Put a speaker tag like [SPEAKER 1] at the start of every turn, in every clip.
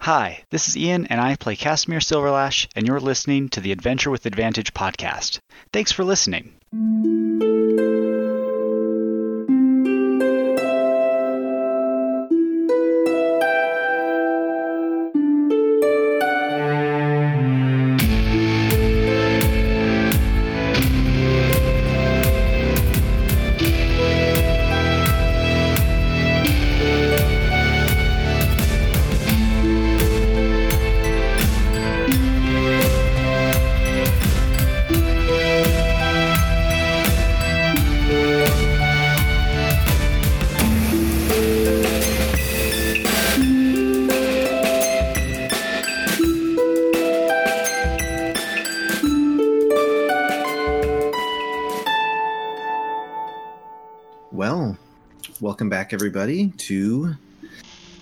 [SPEAKER 1] Hi, this is Ian, and I play Casimir Silverlash, and you're listening to the Adventure with Advantage podcast. Thanks for listening.
[SPEAKER 2] Well, welcome back, everybody, to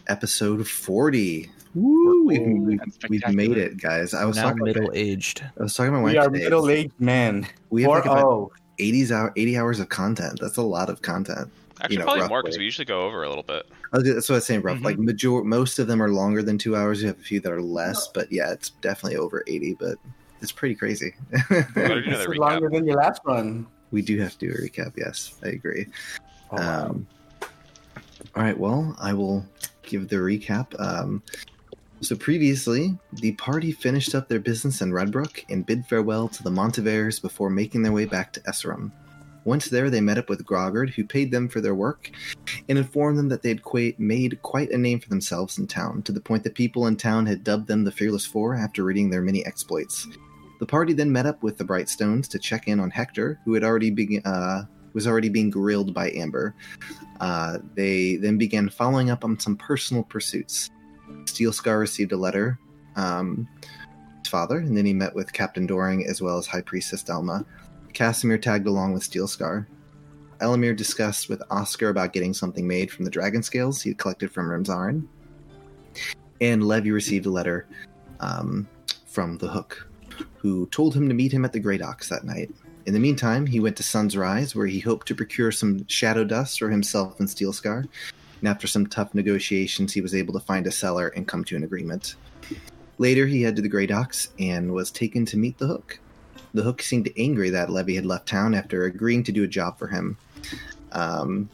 [SPEAKER 2] episode 40. Woo, we've, we've,
[SPEAKER 1] That's
[SPEAKER 2] we've made
[SPEAKER 1] spectacular.
[SPEAKER 2] it, guys. I was,
[SPEAKER 3] now
[SPEAKER 2] talking
[SPEAKER 3] middle
[SPEAKER 2] about,
[SPEAKER 3] aged.
[SPEAKER 2] I was talking to my wife
[SPEAKER 4] We are
[SPEAKER 2] today.
[SPEAKER 4] middle aged men.
[SPEAKER 2] We have
[SPEAKER 4] Four oh.
[SPEAKER 2] like about
[SPEAKER 4] O.
[SPEAKER 2] 80s hour, 80 hours of content. That's a lot of content.
[SPEAKER 5] Actually,
[SPEAKER 2] know,
[SPEAKER 5] probably more because
[SPEAKER 2] roughly.
[SPEAKER 5] we usually go over a little bit.
[SPEAKER 2] I was- That's what I was saying, rough.
[SPEAKER 3] Mhm.
[SPEAKER 2] Like, major, most of them are longer than two hours. You have a few that are less, but yeah, it's definitely over 80, but it's pretty crazy.
[SPEAKER 5] gotta do
[SPEAKER 4] This is
[SPEAKER 5] another recap.
[SPEAKER 4] longer than your last one.
[SPEAKER 2] we do have to do a recap. Yes, I agree. Um, all right, well, I will give the recap. Um, so previously, the party finished up their business in Redbrook and bid farewell to the Monteveres before making their way back to Esserum. Once there, they met up with Grogard, who paid them for their work and informed them that they had qua made quite a name for themselves in town, to the point that people in town had dubbed them the Fearless Four after reading their many exploits. The party then met up with the Brightstones to check in on Hector, who had already been, uh, was already being grilled by Amber. Uh, they then began following up on some personal pursuits. Steel Scar received a letter um, from his father, and then he met with Captain Doring as well as High Priestess Delma. Casimir tagged along with Steel Scar. Elamir discussed with Oscar about getting something made from the dragon scales he had collected from Remzarin. And Levy received a letter um, from the Hook, who told him to meet him at the Great Ox that night. In the meantime, he went to Sun's Rise, where he hoped to procure some shadow dust for himself and Steel Scar. And after some tough negotiations, he was able to find a seller and come to an agreement. Later, he headed to the Grey Docks and was taken to meet the Hook. The Hook seemed angry that Levy had left town after agreeing to do a job for him. Um,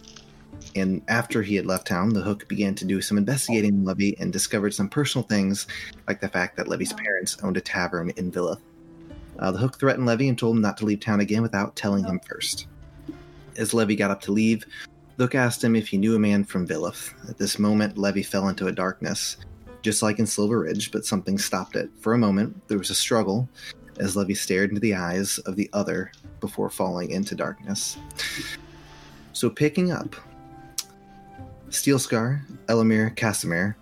[SPEAKER 2] and after he had left town, the Hook began to do some investigating on Levy and discovered some personal things, like the fact that Levy's parents owned a tavern in Villa. Uh, the hook threatened Levy and told him not to leave town again without telling him first. As Levy got up to leave, the hook asked him if he knew a man from Villif. At this moment, Levy fell into a darkness, just like in Silver Ridge, but something stopped it. For a moment, there was a struggle as Levy stared into the eyes of the other before falling into darkness. So, picking up Steel Scar, Elamir, Casimir.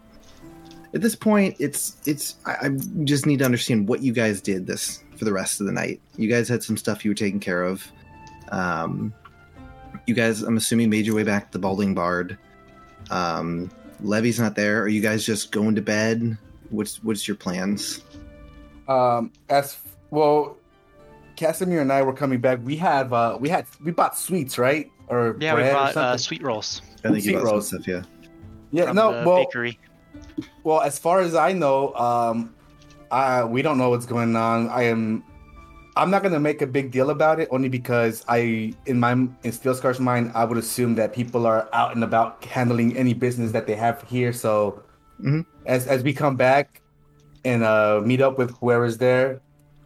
[SPEAKER 2] At this point, it's it's I, I just need to understand what you guys did this for the rest of the night. You guys had some stuff you were taking care of. Um, you guys, I'm assuming, made your way back to the Balding Bard. Um, Levy's not there. Are you guys just going to bed? What's what's your plans?
[SPEAKER 4] Um, as well, Casimir and I were coming back. We have uh, we had we bought sweets, right? Or
[SPEAKER 1] Yeah,
[SPEAKER 4] bread
[SPEAKER 1] we
[SPEAKER 4] or
[SPEAKER 1] brought uh,
[SPEAKER 4] something.
[SPEAKER 1] sweet rolls
[SPEAKER 2] I think you
[SPEAKER 4] Zero.
[SPEAKER 2] got some stuff, yeah.
[SPEAKER 4] yeah,
[SPEAKER 1] from
[SPEAKER 4] no,
[SPEAKER 1] the
[SPEAKER 4] well,
[SPEAKER 1] bakery.
[SPEAKER 4] well, as far as I know, um, I we don't know what's going on. I am. I'm not gonna make a big deal about it, only because I, in my in Steel Scar's mind, I would assume that people are out and about handling any business that they have here. So,
[SPEAKER 2] Mhm.
[SPEAKER 4] as as we come back and uh, meet up with whoever's there,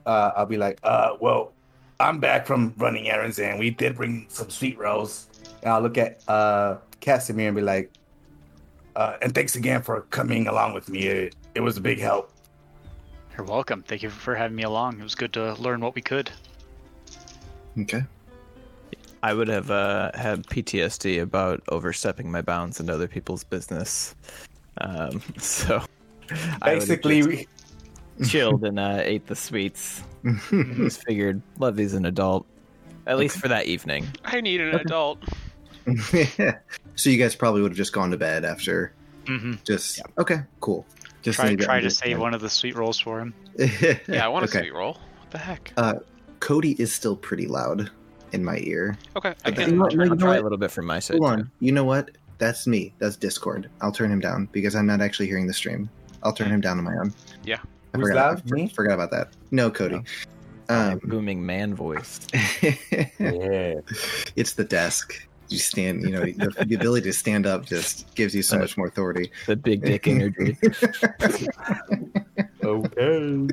[SPEAKER 4] uh, I'll be like, uh, "Well, I'm back from running errands, and we did bring some sweet rolls." And I'll look at uh, Casimir and be like, uh, "And thanks again for coming along with me. It, it was a big help."
[SPEAKER 1] You're welcome. Thank you for having me along. It was good to learn what we could.
[SPEAKER 2] Okay.
[SPEAKER 3] I would have uh, had PTSD about overstepping my bounds into other people's business. Um, so I would have
[SPEAKER 4] Basically,
[SPEAKER 3] just
[SPEAKER 4] we,
[SPEAKER 3] chilled and uh, ate the sweets. Just figured Levy's an adult, at least for that evening.
[SPEAKER 5] I need an adult.
[SPEAKER 2] so you guys probably would have just gone to bed after
[SPEAKER 1] Mm-hmm.
[SPEAKER 2] just okay, cool. Just
[SPEAKER 1] Try,
[SPEAKER 2] need
[SPEAKER 1] try to
[SPEAKER 2] understand.
[SPEAKER 1] save one of the sweet rolls for him.
[SPEAKER 5] Yeah, I want a
[SPEAKER 2] okay.
[SPEAKER 5] sweet roll. What the heck?
[SPEAKER 2] Cody is still pretty loud in my ear.
[SPEAKER 5] Okay, I
[SPEAKER 2] Okay.
[SPEAKER 5] can
[SPEAKER 2] No, no,
[SPEAKER 5] turn
[SPEAKER 3] I'll
[SPEAKER 5] him
[SPEAKER 2] you know
[SPEAKER 3] try
[SPEAKER 2] what?
[SPEAKER 3] a little bit from my side.
[SPEAKER 2] Hold
[SPEAKER 3] too.
[SPEAKER 2] on. You know what? That's me. That's Discord. I'll turn him down because I'm not actually hearing the stream. I'll turn him down on my own.
[SPEAKER 5] Yeah.
[SPEAKER 2] I
[SPEAKER 4] Who's
[SPEAKER 2] forgot,
[SPEAKER 4] that?
[SPEAKER 2] I for-
[SPEAKER 4] Me?
[SPEAKER 2] forgot about that. No, Cody. Um,
[SPEAKER 3] booming man voice.
[SPEAKER 4] Yeah.
[SPEAKER 2] it's the desk. You stand, you know, the, the ability to stand up just gives you so much more authority.
[SPEAKER 3] The big dick energy.
[SPEAKER 4] Okay.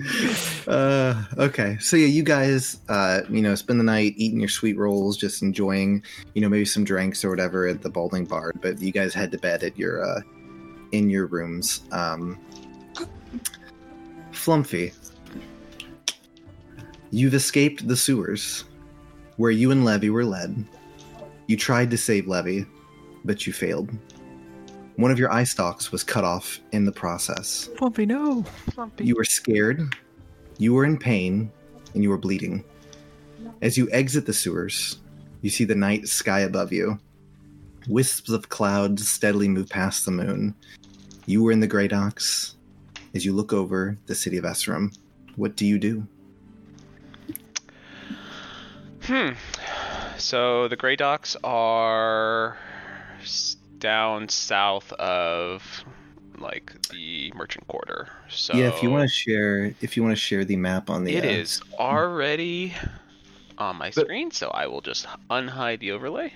[SPEAKER 2] Uh, okay, so yeah, you guys, uh, you know, spend the night eating your sweet rolls, just enjoying, you know, maybe some drinks or whatever at the Balding Bar. But you guys head to bed at your, uh, in your rooms. Um, Flumpy, you've escaped the sewers, where you and Levy were led. You tried to save Levy, but you failed. One of your eye stalks was cut off in the process.
[SPEAKER 3] Pumpy, no.
[SPEAKER 2] You were scared, you were in pain, and you were bleeding. As you exit the sewers, you see the night sky above you. Wisps of clouds steadily move past the moon. You were in the Grey Docks. As you look over the city of Esserum, what do you do?
[SPEAKER 5] Hmm. So the Grey Docks are s- down south of like the merchant quarter. So
[SPEAKER 2] Yeah, if you want to share, if you want to share the map on the
[SPEAKER 5] It
[SPEAKER 2] uh,
[SPEAKER 5] is already on my
[SPEAKER 4] But-
[SPEAKER 5] screen, so I will just unhide the overlay.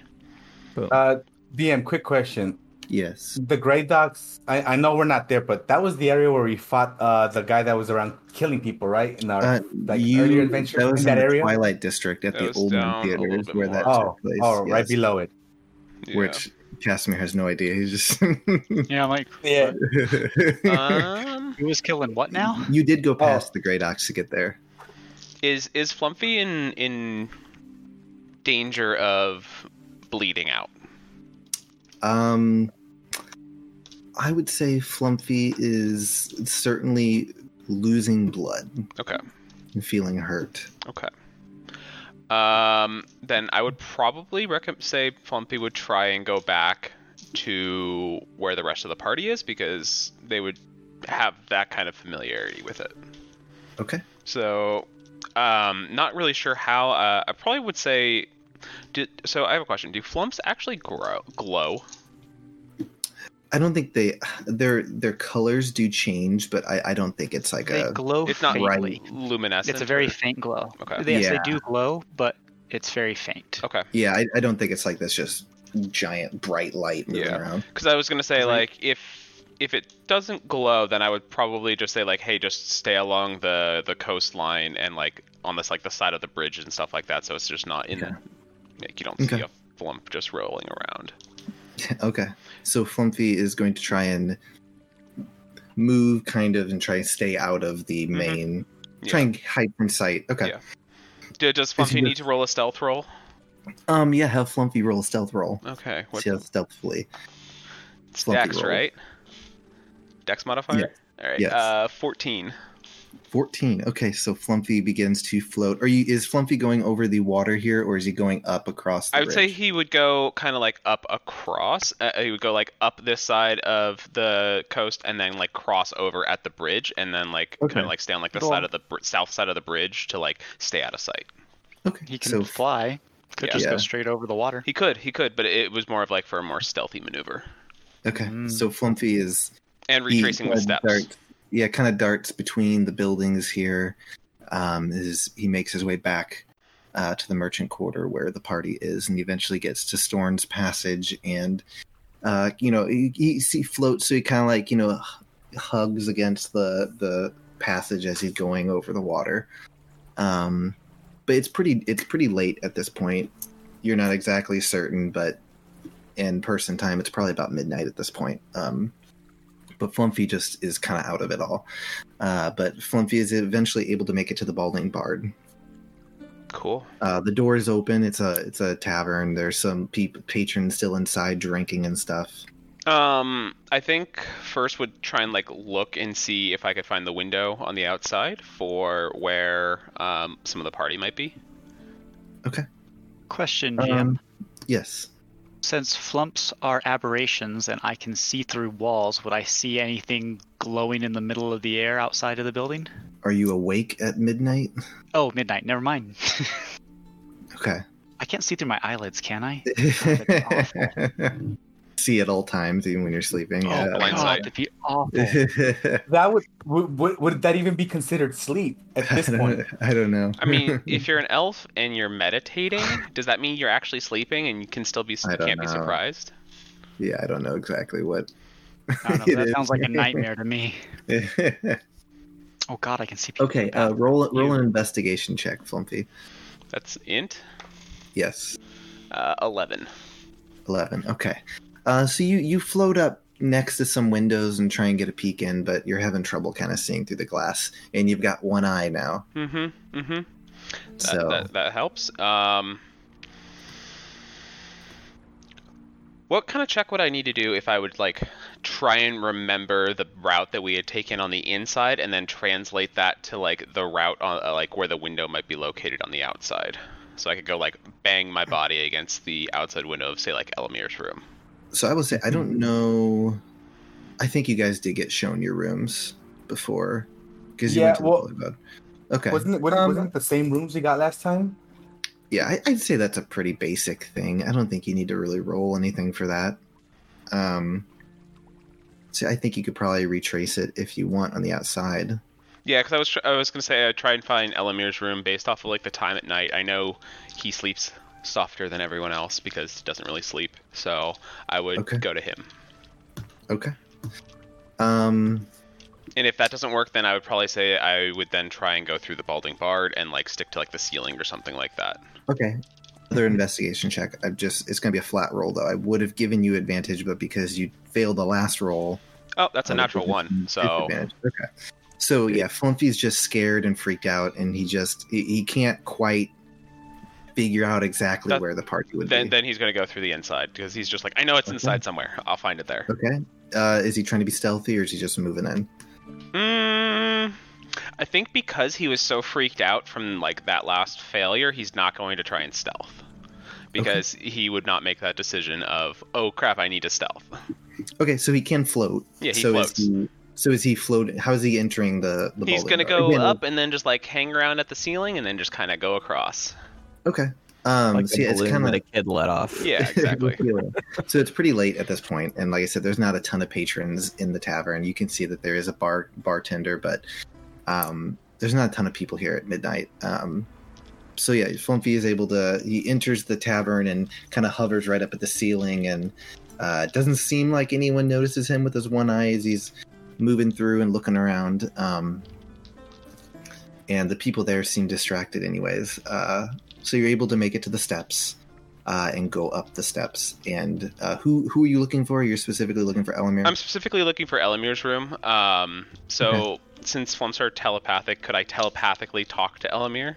[SPEAKER 4] Uh, DM, quick question.
[SPEAKER 2] yes,
[SPEAKER 4] The Grey Docks, I, I know we're not there, but that was the area where we fought uh, the guy that was around killing people, right? In our
[SPEAKER 2] uh,
[SPEAKER 4] like
[SPEAKER 2] you,
[SPEAKER 4] earlier adventure
[SPEAKER 2] that
[SPEAKER 4] in
[SPEAKER 2] was
[SPEAKER 4] that
[SPEAKER 2] the
[SPEAKER 4] area.
[SPEAKER 2] Twilight District at
[SPEAKER 5] That
[SPEAKER 2] the
[SPEAKER 5] was
[SPEAKER 2] Old Man
[SPEAKER 5] down a
[SPEAKER 2] Theater
[SPEAKER 5] little
[SPEAKER 2] is
[SPEAKER 5] bit
[SPEAKER 2] where
[SPEAKER 5] more.
[SPEAKER 2] that
[SPEAKER 4] oh,
[SPEAKER 2] took place.
[SPEAKER 4] oh, right
[SPEAKER 2] yes.
[SPEAKER 4] below it.
[SPEAKER 2] which Casimir has no idea. He's just.
[SPEAKER 1] Yeah, I'm like,
[SPEAKER 4] Yeah.
[SPEAKER 5] Yeah. um,
[SPEAKER 1] who was killing what Uh, now? Oh.
[SPEAKER 2] you did go past the Great Ox to get there.
[SPEAKER 5] is is Flumpy in in danger of bleeding out?
[SPEAKER 2] Um, I would say Flumpy is certainly losing blood
[SPEAKER 5] Okay.
[SPEAKER 2] and feeling hurt.
[SPEAKER 5] Okay. Um, then I would probably recommend say Plumpy would try and go back to where the rest of the party is because they would have that kind of familiarity with it.
[SPEAKER 2] Okay.
[SPEAKER 5] So, um, not really sure how. Uh, I probably would say. Did, so I have a question. Do flumps actually grow glow?
[SPEAKER 2] I don't think they their their colors do change, but I, I don't think it's like
[SPEAKER 1] They
[SPEAKER 2] a
[SPEAKER 1] glow
[SPEAKER 5] It's not
[SPEAKER 1] faintly.
[SPEAKER 5] luminescent.
[SPEAKER 1] It's a very
[SPEAKER 5] or-
[SPEAKER 1] faint glow.
[SPEAKER 5] Okay.
[SPEAKER 1] Yes,
[SPEAKER 2] Yeah.
[SPEAKER 1] they do glow, but it's very faint.
[SPEAKER 5] Okay.
[SPEAKER 2] yeah. I, I don't think it's like this just giant bright light moving
[SPEAKER 5] Yeah.
[SPEAKER 2] around.
[SPEAKER 5] Because I was gonna say
[SPEAKER 1] Right.
[SPEAKER 5] like if if it doesn't glow, then I would probably just say like, hey, just stay along the the coastline and like on this like the side of the bridge and stuff like that, so it's just not in.
[SPEAKER 2] Okay.
[SPEAKER 5] Like you don't see
[SPEAKER 2] Okay.
[SPEAKER 5] a flump just rolling around.
[SPEAKER 2] Okay, so Flumpy is going to try and move kind of and try and stay out of the main, try
[SPEAKER 5] Mm-hmm. Yeah.
[SPEAKER 2] and hide from sight. Okay.
[SPEAKER 5] Yeah. Do, does
[SPEAKER 2] he
[SPEAKER 5] Flumpy
[SPEAKER 2] good?
[SPEAKER 5] need to roll a stealth roll?
[SPEAKER 2] Um, yeah, have Flumpy roll a stealth roll.
[SPEAKER 5] Okay. What,
[SPEAKER 2] See how stealthfully.
[SPEAKER 5] it's
[SPEAKER 2] Flumpy
[SPEAKER 5] Dex,
[SPEAKER 2] roll.
[SPEAKER 5] right? Dex modifier. All right.
[SPEAKER 2] Yes.
[SPEAKER 5] Uh, fourteen.
[SPEAKER 2] 14. Okay, so Flumpy begins to float. Are you is Flumpy going over the water here or is he going up across the
[SPEAKER 5] I would say
[SPEAKER 2] ridge?
[SPEAKER 5] he would go kind of like up across. Uh, he would go like up this side of the coast and then like cross over at the bridge and then like kind
[SPEAKER 2] Okay.
[SPEAKER 5] of like stay on like the
[SPEAKER 1] Cool.
[SPEAKER 5] side of the br- south side of the bridge to like stay out of sight.
[SPEAKER 2] Okay.
[SPEAKER 1] He can
[SPEAKER 2] so
[SPEAKER 1] fly. Could
[SPEAKER 5] Yeah.
[SPEAKER 1] just
[SPEAKER 2] Yeah.
[SPEAKER 1] go straight over the water.
[SPEAKER 5] He could, he could, but it was more of like for a more stealthy maneuver
[SPEAKER 2] okay.
[SPEAKER 1] Mm.
[SPEAKER 2] So Flumpy is
[SPEAKER 5] and
[SPEAKER 2] he
[SPEAKER 5] retracing the
[SPEAKER 2] kinda
[SPEAKER 5] steps.
[SPEAKER 2] darts- yeah, kind of darts between the buildings here. Um is he makes his way back uh, to the merchant quarter where the party is and he eventually gets to Storn's passage and uh you know he, he, he floats so he kind of like you know hugs against the the passage as he's going over the water. Um, but it's pretty it's pretty late at this point. You're not exactly certain, but in person time, it's probably about midnight at this point. Um, but Flumpy just is kind of out of it all. Uh, but Flumpy is eventually able to make it to the Balding Bard.
[SPEAKER 5] Cool.
[SPEAKER 2] Uh, the door is open. It's a it's a tavern. There's some peop patrons still inside drinking and stuff.
[SPEAKER 5] Um, I think first would try and like look and see if I could find the window on the outside for where um some of the party might be.
[SPEAKER 1] Question, GM.
[SPEAKER 2] Um, yes.
[SPEAKER 1] Since flumps are aberrations and I can see through walls, would I see anything glowing in the middle of the air outside of the building?
[SPEAKER 2] Are you awake at midnight?
[SPEAKER 1] Oh, midnight. Never mind.
[SPEAKER 2] Okay.
[SPEAKER 1] I can't see through my eyelids, can I?
[SPEAKER 2] see at all times, even when you're sleeping.
[SPEAKER 5] Oh,
[SPEAKER 2] yeah.
[SPEAKER 5] blind
[SPEAKER 1] God,
[SPEAKER 5] blindsight.
[SPEAKER 1] that'd be awful.
[SPEAKER 4] That would, would would- would that even be considered sleep at
[SPEAKER 2] I,
[SPEAKER 4] this point?
[SPEAKER 2] don't, I don't know.
[SPEAKER 5] I mean, if you're an elf and you're meditating, does that mean you're actually sleeping and you can still be
[SPEAKER 2] I
[SPEAKER 5] can't
[SPEAKER 2] don't
[SPEAKER 5] be
[SPEAKER 2] know.
[SPEAKER 5] surprised?
[SPEAKER 2] yeah, I don't know exactly what.
[SPEAKER 1] I don't know, but
[SPEAKER 2] It
[SPEAKER 1] that
[SPEAKER 2] is.
[SPEAKER 1] sounds like a nightmare to me. Oh God, I can see people. in
[SPEAKER 2] okay,
[SPEAKER 1] the
[SPEAKER 2] uh,
[SPEAKER 1] bathroom.
[SPEAKER 2] roll roll an investigation check, Flumpy.
[SPEAKER 5] That's int
[SPEAKER 2] Yes.
[SPEAKER 5] uh, eleven.
[SPEAKER 2] 11 okay uh, so you you float up next to some windows and try and get a peek in but you're having trouble kind of seeing through the glass and you've got one eye now
[SPEAKER 5] Mm-hmm. Mm-hmm. That,
[SPEAKER 2] so
[SPEAKER 5] that, that helps. Um, what kind of check would I need to do if I would like try and remember the route that we had taken on the inside and then translate that to like the route on uh, like where the window might be located on the outside? So I could go like bang my body against the outside window of say like Elamir's room.
[SPEAKER 2] so i will say i don't know i think you guys did get shown your rooms before because you
[SPEAKER 4] Yeah,
[SPEAKER 2] went to
[SPEAKER 4] well-
[SPEAKER 2] the bully bed. okay
[SPEAKER 4] Wasn't it, wasn't, wasn't it the same rooms we got last time?
[SPEAKER 2] yeah I, i'd say that's a pretty basic thing i don't think you need to really roll anything for that um so i think you could probably retrace it if you want on the outside
[SPEAKER 5] Yeah, because I was tr- I was gonna say I try and find Elamir's room based off of like the time at night. I know he sleeps softer than everyone else because he doesn't really sleep. So I would
[SPEAKER 2] Okay.
[SPEAKER 5] go to him.
[SPEAKER 2] okay um
[SPEAKER 5] And if that doesn't work, then I would probably say I would then try and go through the balding bard and like stick to like the ceiling or something like that.
[SPEAKER 2] Okay. Another investigation check. I'm just it's gonna be a flat roll though. I would have given you advantage, but because you failed the last roll,
[SPEAKER 5] Oh, that's
[SPEAKER 2] I
[SPEAKER 5] a
[SPEAKER 2] would
[SPEAKER 5] natural
[SPEAKER 2] give you
[SPEAKER 5] one. So
[SPEAKER 2] disadvantage. Okay. So yeah, Flumpy's just scared and freaked out and he just he, he can't quite figure out exactly
[SPEAKER 5] That-
[SPEAKER 2] where the party would
[SPEAKER 5] then
[SPEAKER 2] be.
[SPEAKER 5] then he's gonna go through the inside because he's just like I know it's
[SPEAKER 2] Okay.
[SPEAKER 5] inside somewhere. I'll find it there.
[SPEAKER 2] okay. Uh, is he trying to be stealthy or is he just moving in?
[SPEAKER 5] Mm, I think because he was so freaked out from like that last failure, he's not going to try and stealth because he would not make that decision of oh crap, I need to stealth.
[SPEAKER 2] Okay, so he can float.
[SPEAKER 5] Yeah, he
[SPEAKER 2] so
[SPEAKER 5] floats.
[SPEAKER 2] Is he, so is he floating? How is he entering the? the
[SPEAKER 5] he's
[SPEAKER 2] bowling
[SPEAKER 5] gonna
[SPEAKER 2] alley?
[SPEAKER 5] go
[SPEAKER 2] Again,
[SPEAKER 5] up and then just like hang around at the ceiling and then just kind of go across.
[SPEAKER 2] Okay. Um,
[SPEAKER 3] like
[SPEAKER 2] so
[SPEAKER 3] the
[SPEAKER 2] yeah, it's
[SPEAKER 3] balloon
[SPEAKER 2] kind of
[SPEAKER 3] that a kid let off.
[SPEAKER 5] Yeah, exactly.
[SPEAKER 2] Feeling. so it's pretty late at this point, and like I said, there's not a ton of patrons in the tavern. You can see that there is a bar bartender, but um, there's not a ton of people here at midnight. Um, so yeah, Flumpy is able to. He enters the tavern and kind of hovers right up at the ceiling, and uh, it doesn't seem like anyone notices him with his one eye as he's moving through and looking around. Um, and the people there seem distracted, anyways. Uh, so you're able to make it to the steps uh, and go up the steps. And uh, who who are you looking for? You're specifically looking for Elamir.
[SPEAKER 5] I'm specifically looking for Elamir's room. Um, so since Flumps are telepathic, could I telepathically talk to Elamir?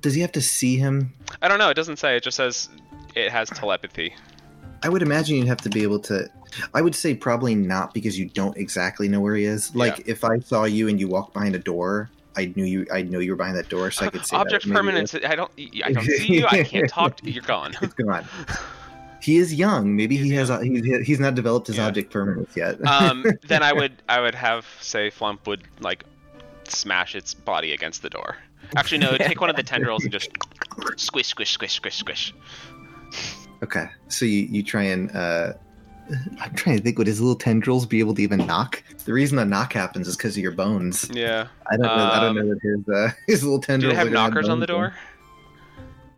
[SPEAKER 2] Does he have to see him?
[SPEAKER 5] I don't know. It doesn't say. It just says it has telepathy.
[SPEAKER 2] I would imagine you'd have to be able to. I would say probably not because you don't exactly know where he is. Like if I saw you and you walked behind a door, I knew you. I know you were behind that door,
[SPEAKER 5] Uh,
[SPEAKER 2] so I could say that
[SPEAKER 5] Object
[SPEAKER 2] maybe
[SPEAKER 5] permanence. I don't. I don't see you. I can't talk. To, you're gone.
[SPEAKER 2] It's gone. He is young. Maybe he has. A, he's he's not developed his
[SPEAKER 5] Yeah.
[SPEAKER 2] object permanence yet.
[SPEAKER 5] um, then I would I would have say Flump would like smash its body against the door. Actually, no, take one of the tendrils and just squish, squish, squish, squish, squish.
[SPEAKER 2] okay, so you you try and. uh I'm trying to think. Would his little tendrils be able to even knock? The reason a knock happens is because of your bones.
[SPEAKER 5] Yeah.
[SPEAKER 2] I don't know. I don't know
[SPEAKER 5] Um,
[SPEAKER 2] that his uh, his little
[SPEAKER 5] Do
[SPEAKER 2] tendrils.
[SPEAKER 5] they have
[SPEAKER 2] are gonna
[SPEAKER 5] knockers on the
[SPEAKER 2] bones in.
[SPEAKER 5] door?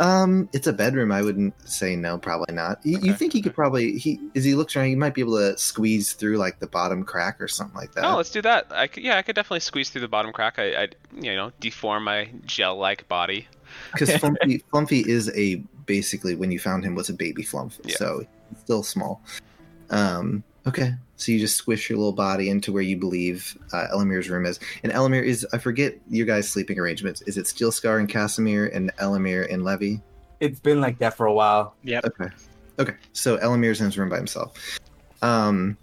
[SPEAKER 2] Um, it's a bedroom. I wouldn't say no. Probably not. You, you
[SPEAKER 5] Okay,
[SPEAKER 2] think he could
[SPEAKER 5] okay.
[SPEAKER 2] probably he as he looks around, he might be able to squeeze through like the bottom crack or something like that.
[SPEAKER 5] No, Oh, let's do that. I could, yeah, I could definitely squeeze through the bottom crack. I, I you know, deform my gel-like body.
[SPEAKER 2] Because Flumpy, Flumpy is a basically when you found him was a baby Flump,
[SPEAKER 5] Yeah.
[SPEAKER 2] so he's still small. Um, okay, so you just squish your little body into where you believe uh, Elamir's room is, and Elamir is I forget your guys' sleeping arrangements. Is it Steel Scar and Casimir and Elamir and Levy?
[SPEAKER 4] It's been like that for a while.
[SPEAKER 1] Yep.
[SPEAKER 2] Okay. Okay. So Elamir's in his room by himself. Um,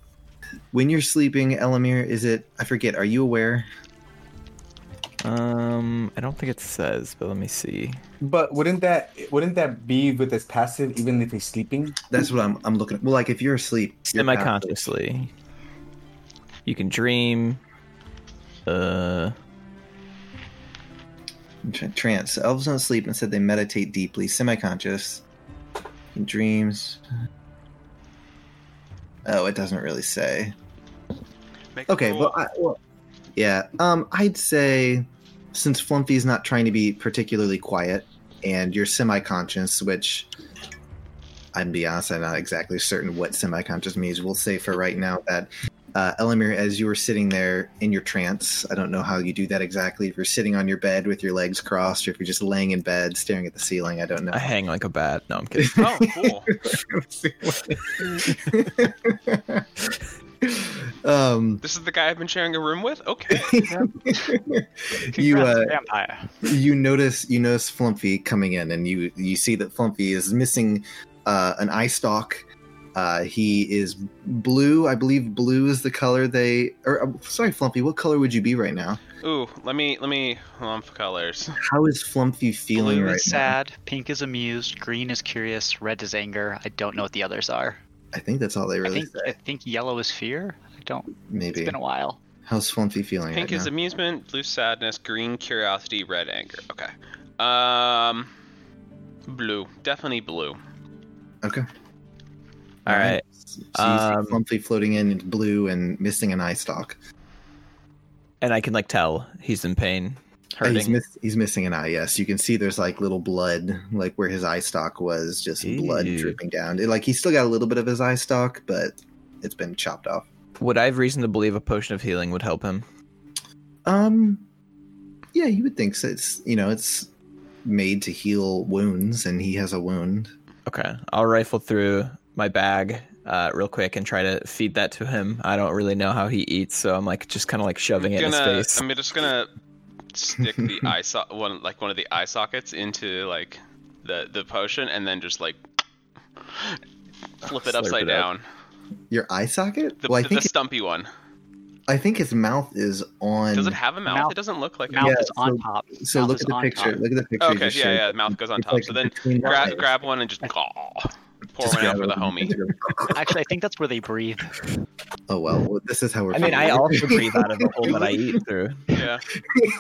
[SPEAKER 2] when you're sleeping, Elamir, is it? I forget. Are you aware?
[SPEAKER 3] Um, I don't think it says, but let me see.
[SPEAKER 4] But wouldn't that wouldn't that be with his passive even if he's sleeping?
[SPEAKER 2] That's what I'm. I'm looking. Well, like if you're asleep, you're passive.
[SPEAKER 3] Semi-consciously, you can dream. Uh,
[SPEAKER 2] Tr- trance. Elves don't sleep and said they meditate deeply, semi-conscious, in dreams. Oh, it doesn't really say.
[SPEAKER 5] Make a
[SPEAKER 2] Okay,
[SPEAKER 5] roll.
[SPEAKER 2] well, I, well yeah. Um, I'd say since Flumpy's not trying to be particularly quiet, and you're semi-conscious, which I'm be honest, I'm not exactly certain what semi-conscious means. We'll say for right now that uh, Elamir, as you were sitting there in your trance, I don't know how you do that exactly. If you're sitting on your bed with your legs crossed, or if you're just laying in bed staring at the ceiling, I don't know.
[SPEAKER 3] I hang like a bat. No, I'm kidding.
[SPEAKER 5] oh, cool.
[SPEAKER 2] um,
[SPEAKER 5] This is the guy I've been sharing a room with. Okay.
[SPEAKER 2] you
[SPEAKER 1] Congrats,
[SPEAKER 2] uh,
[SPEAKER 1] vampire.
[SPEAKER 2] you notice you notice Flumpy coming in, and you you see that Flumpy is missing uh, an eye stalk. Uh, he is blue. I believe blue is the color they. Or uh, sorry, Flumpy. What color would you be right now?
[SPEAKER 5] Ooh, let me let me hold on for colors.
[SPEAKER 2] How is Flumpy feeling
[SPEAKER 1] Blue
[SPEAKER 2] right
[SPEAKER 1] is sad, pink is amused, green is curious, red is anger. I don't know what the others are.
[SPEAKER 2] now? I think that's all they really
[SPEAKER 1] I think I
[SPEAKER 2] say.
[SPEAKER 1] think yellow is fear. I don't. It's
[SPEAKER 2] Maybe.
[SPEAKER 1] been a while.
[SPEAKER 2] How's Flumpy feeling
[SPEAKER 5] Pink
[SPEAKER 2] right
[SPEAKER 5] is
[SPEAKER 2] now?
[SPEAKER 5] amusement, blue sadness, green curiosity, red anger. Okay. Um, blue, definitely blue.
[SPEAKER 2] okay.
[SPEAKER 3] All right.
[SPEAKER 2] So
[SPEAKER 3] Um,
[SPEAKER 2] you see Flumpy floating in in blue and missing an eye stalk.
[SPEAKER 3] And I can like tell he's in pain,
[SPEAKER 2] Uh,
[SPEAKER 3] hurting.
[SPEAKER 2] He's, miss- he's missing an eye. Yes, you can see there's like little blood, like where his eye stalk was, just blood
[SPEAKER 3] Ew.
[SPEAKER 2] dripping down. It- like he's still got a little bit of his eye stalk, but it's been chopped off.
[SPEAKER 3] Would I have reason to believe a potion of healing would help him?
[SPEAKER 2] Um, yeah, you would think so. It's you know it's made to heal wounds, and he has a wound.
[SPEAKER 3] Okay, I'll rifle through my bag uh, real quick and try to feed that to him. I don't really know how he eats, so I'm like just kind of like shoving it
[SPEAKER 5] I'm
[SPEAKER 3] in
[SPEAKER 5] gonna,
[SPEAKER 3] his face.
[SPEAKER 5] I'm just gonna stick the eye so- one like one of the eye sockets into like the the potion and then just like flip it
[SPEAKER 3] Slurp
[SPEAKER 5] upside
[SPEAKER 3] it up.
[SPEAKER 5] down.
[SPEAKER 2] Your eye socket?
[SPEAKER 5] The,
[SPEAKER 2] well, I
[SPEAKER 5] the,
[SPEAKER 2] think
[SPEAKER 5] the stumpy one.
[SPEAKER 2] I think his mouth is on.
[SPEAKER 5] Does it have a mouth?
[SPEAKER 1] Mouth-
[SPEAKER 5] It doesn't look like. it.
[SPEAKER 1] Mouth
[SPEAKER 2] Yeah,
[SPEAKER 1] is on
[SPEAKER 2] so-
[SPEAKER 1] top.
[SPEAKER 2] so
[SPEAKER 1] mouth
[SPEAKER 2] look
[SPEAKER 1] is
[SPEAKER 2] at the
[SPEAKER 1] on
[SPEAKER 2] picture.
[SPEAKER 1] top.
[SPEAKER 2] Look at the picture.
[SPEAKER 5] Okay,
[SPEAKER 2] just
[SPEAKER 5] yeah,
[SPEAKER 2] showed.
[SPEAKER 5] yeah, mouth goes on
[SPEAKER 2] It's
[SPEAKER 5] top.
[SPEAKER 2] like
[SPEAKER 5] so then
[SPEAKER 2] between the
[SPEAKER 5] grab
[SPEAKER 2] eyes.
[SPEAKER 5] grab one and just pour
[SPEAKER 2] Just
[SPEAKER 5] one out for
[SPEAKER 2] grab it.
[SPEAKER 5] the homie.
[SPEAKER 1] Actually, I think that's where they breathe.
[SPEAKER 2] Oh well, this is how we're.
[SPEAKER 3] I mean, I
[SPEAKER 2] feeling.
[SPEAKER 3] also breathe out of the hole that I eat through.
[SPEAKER 5] Yeah.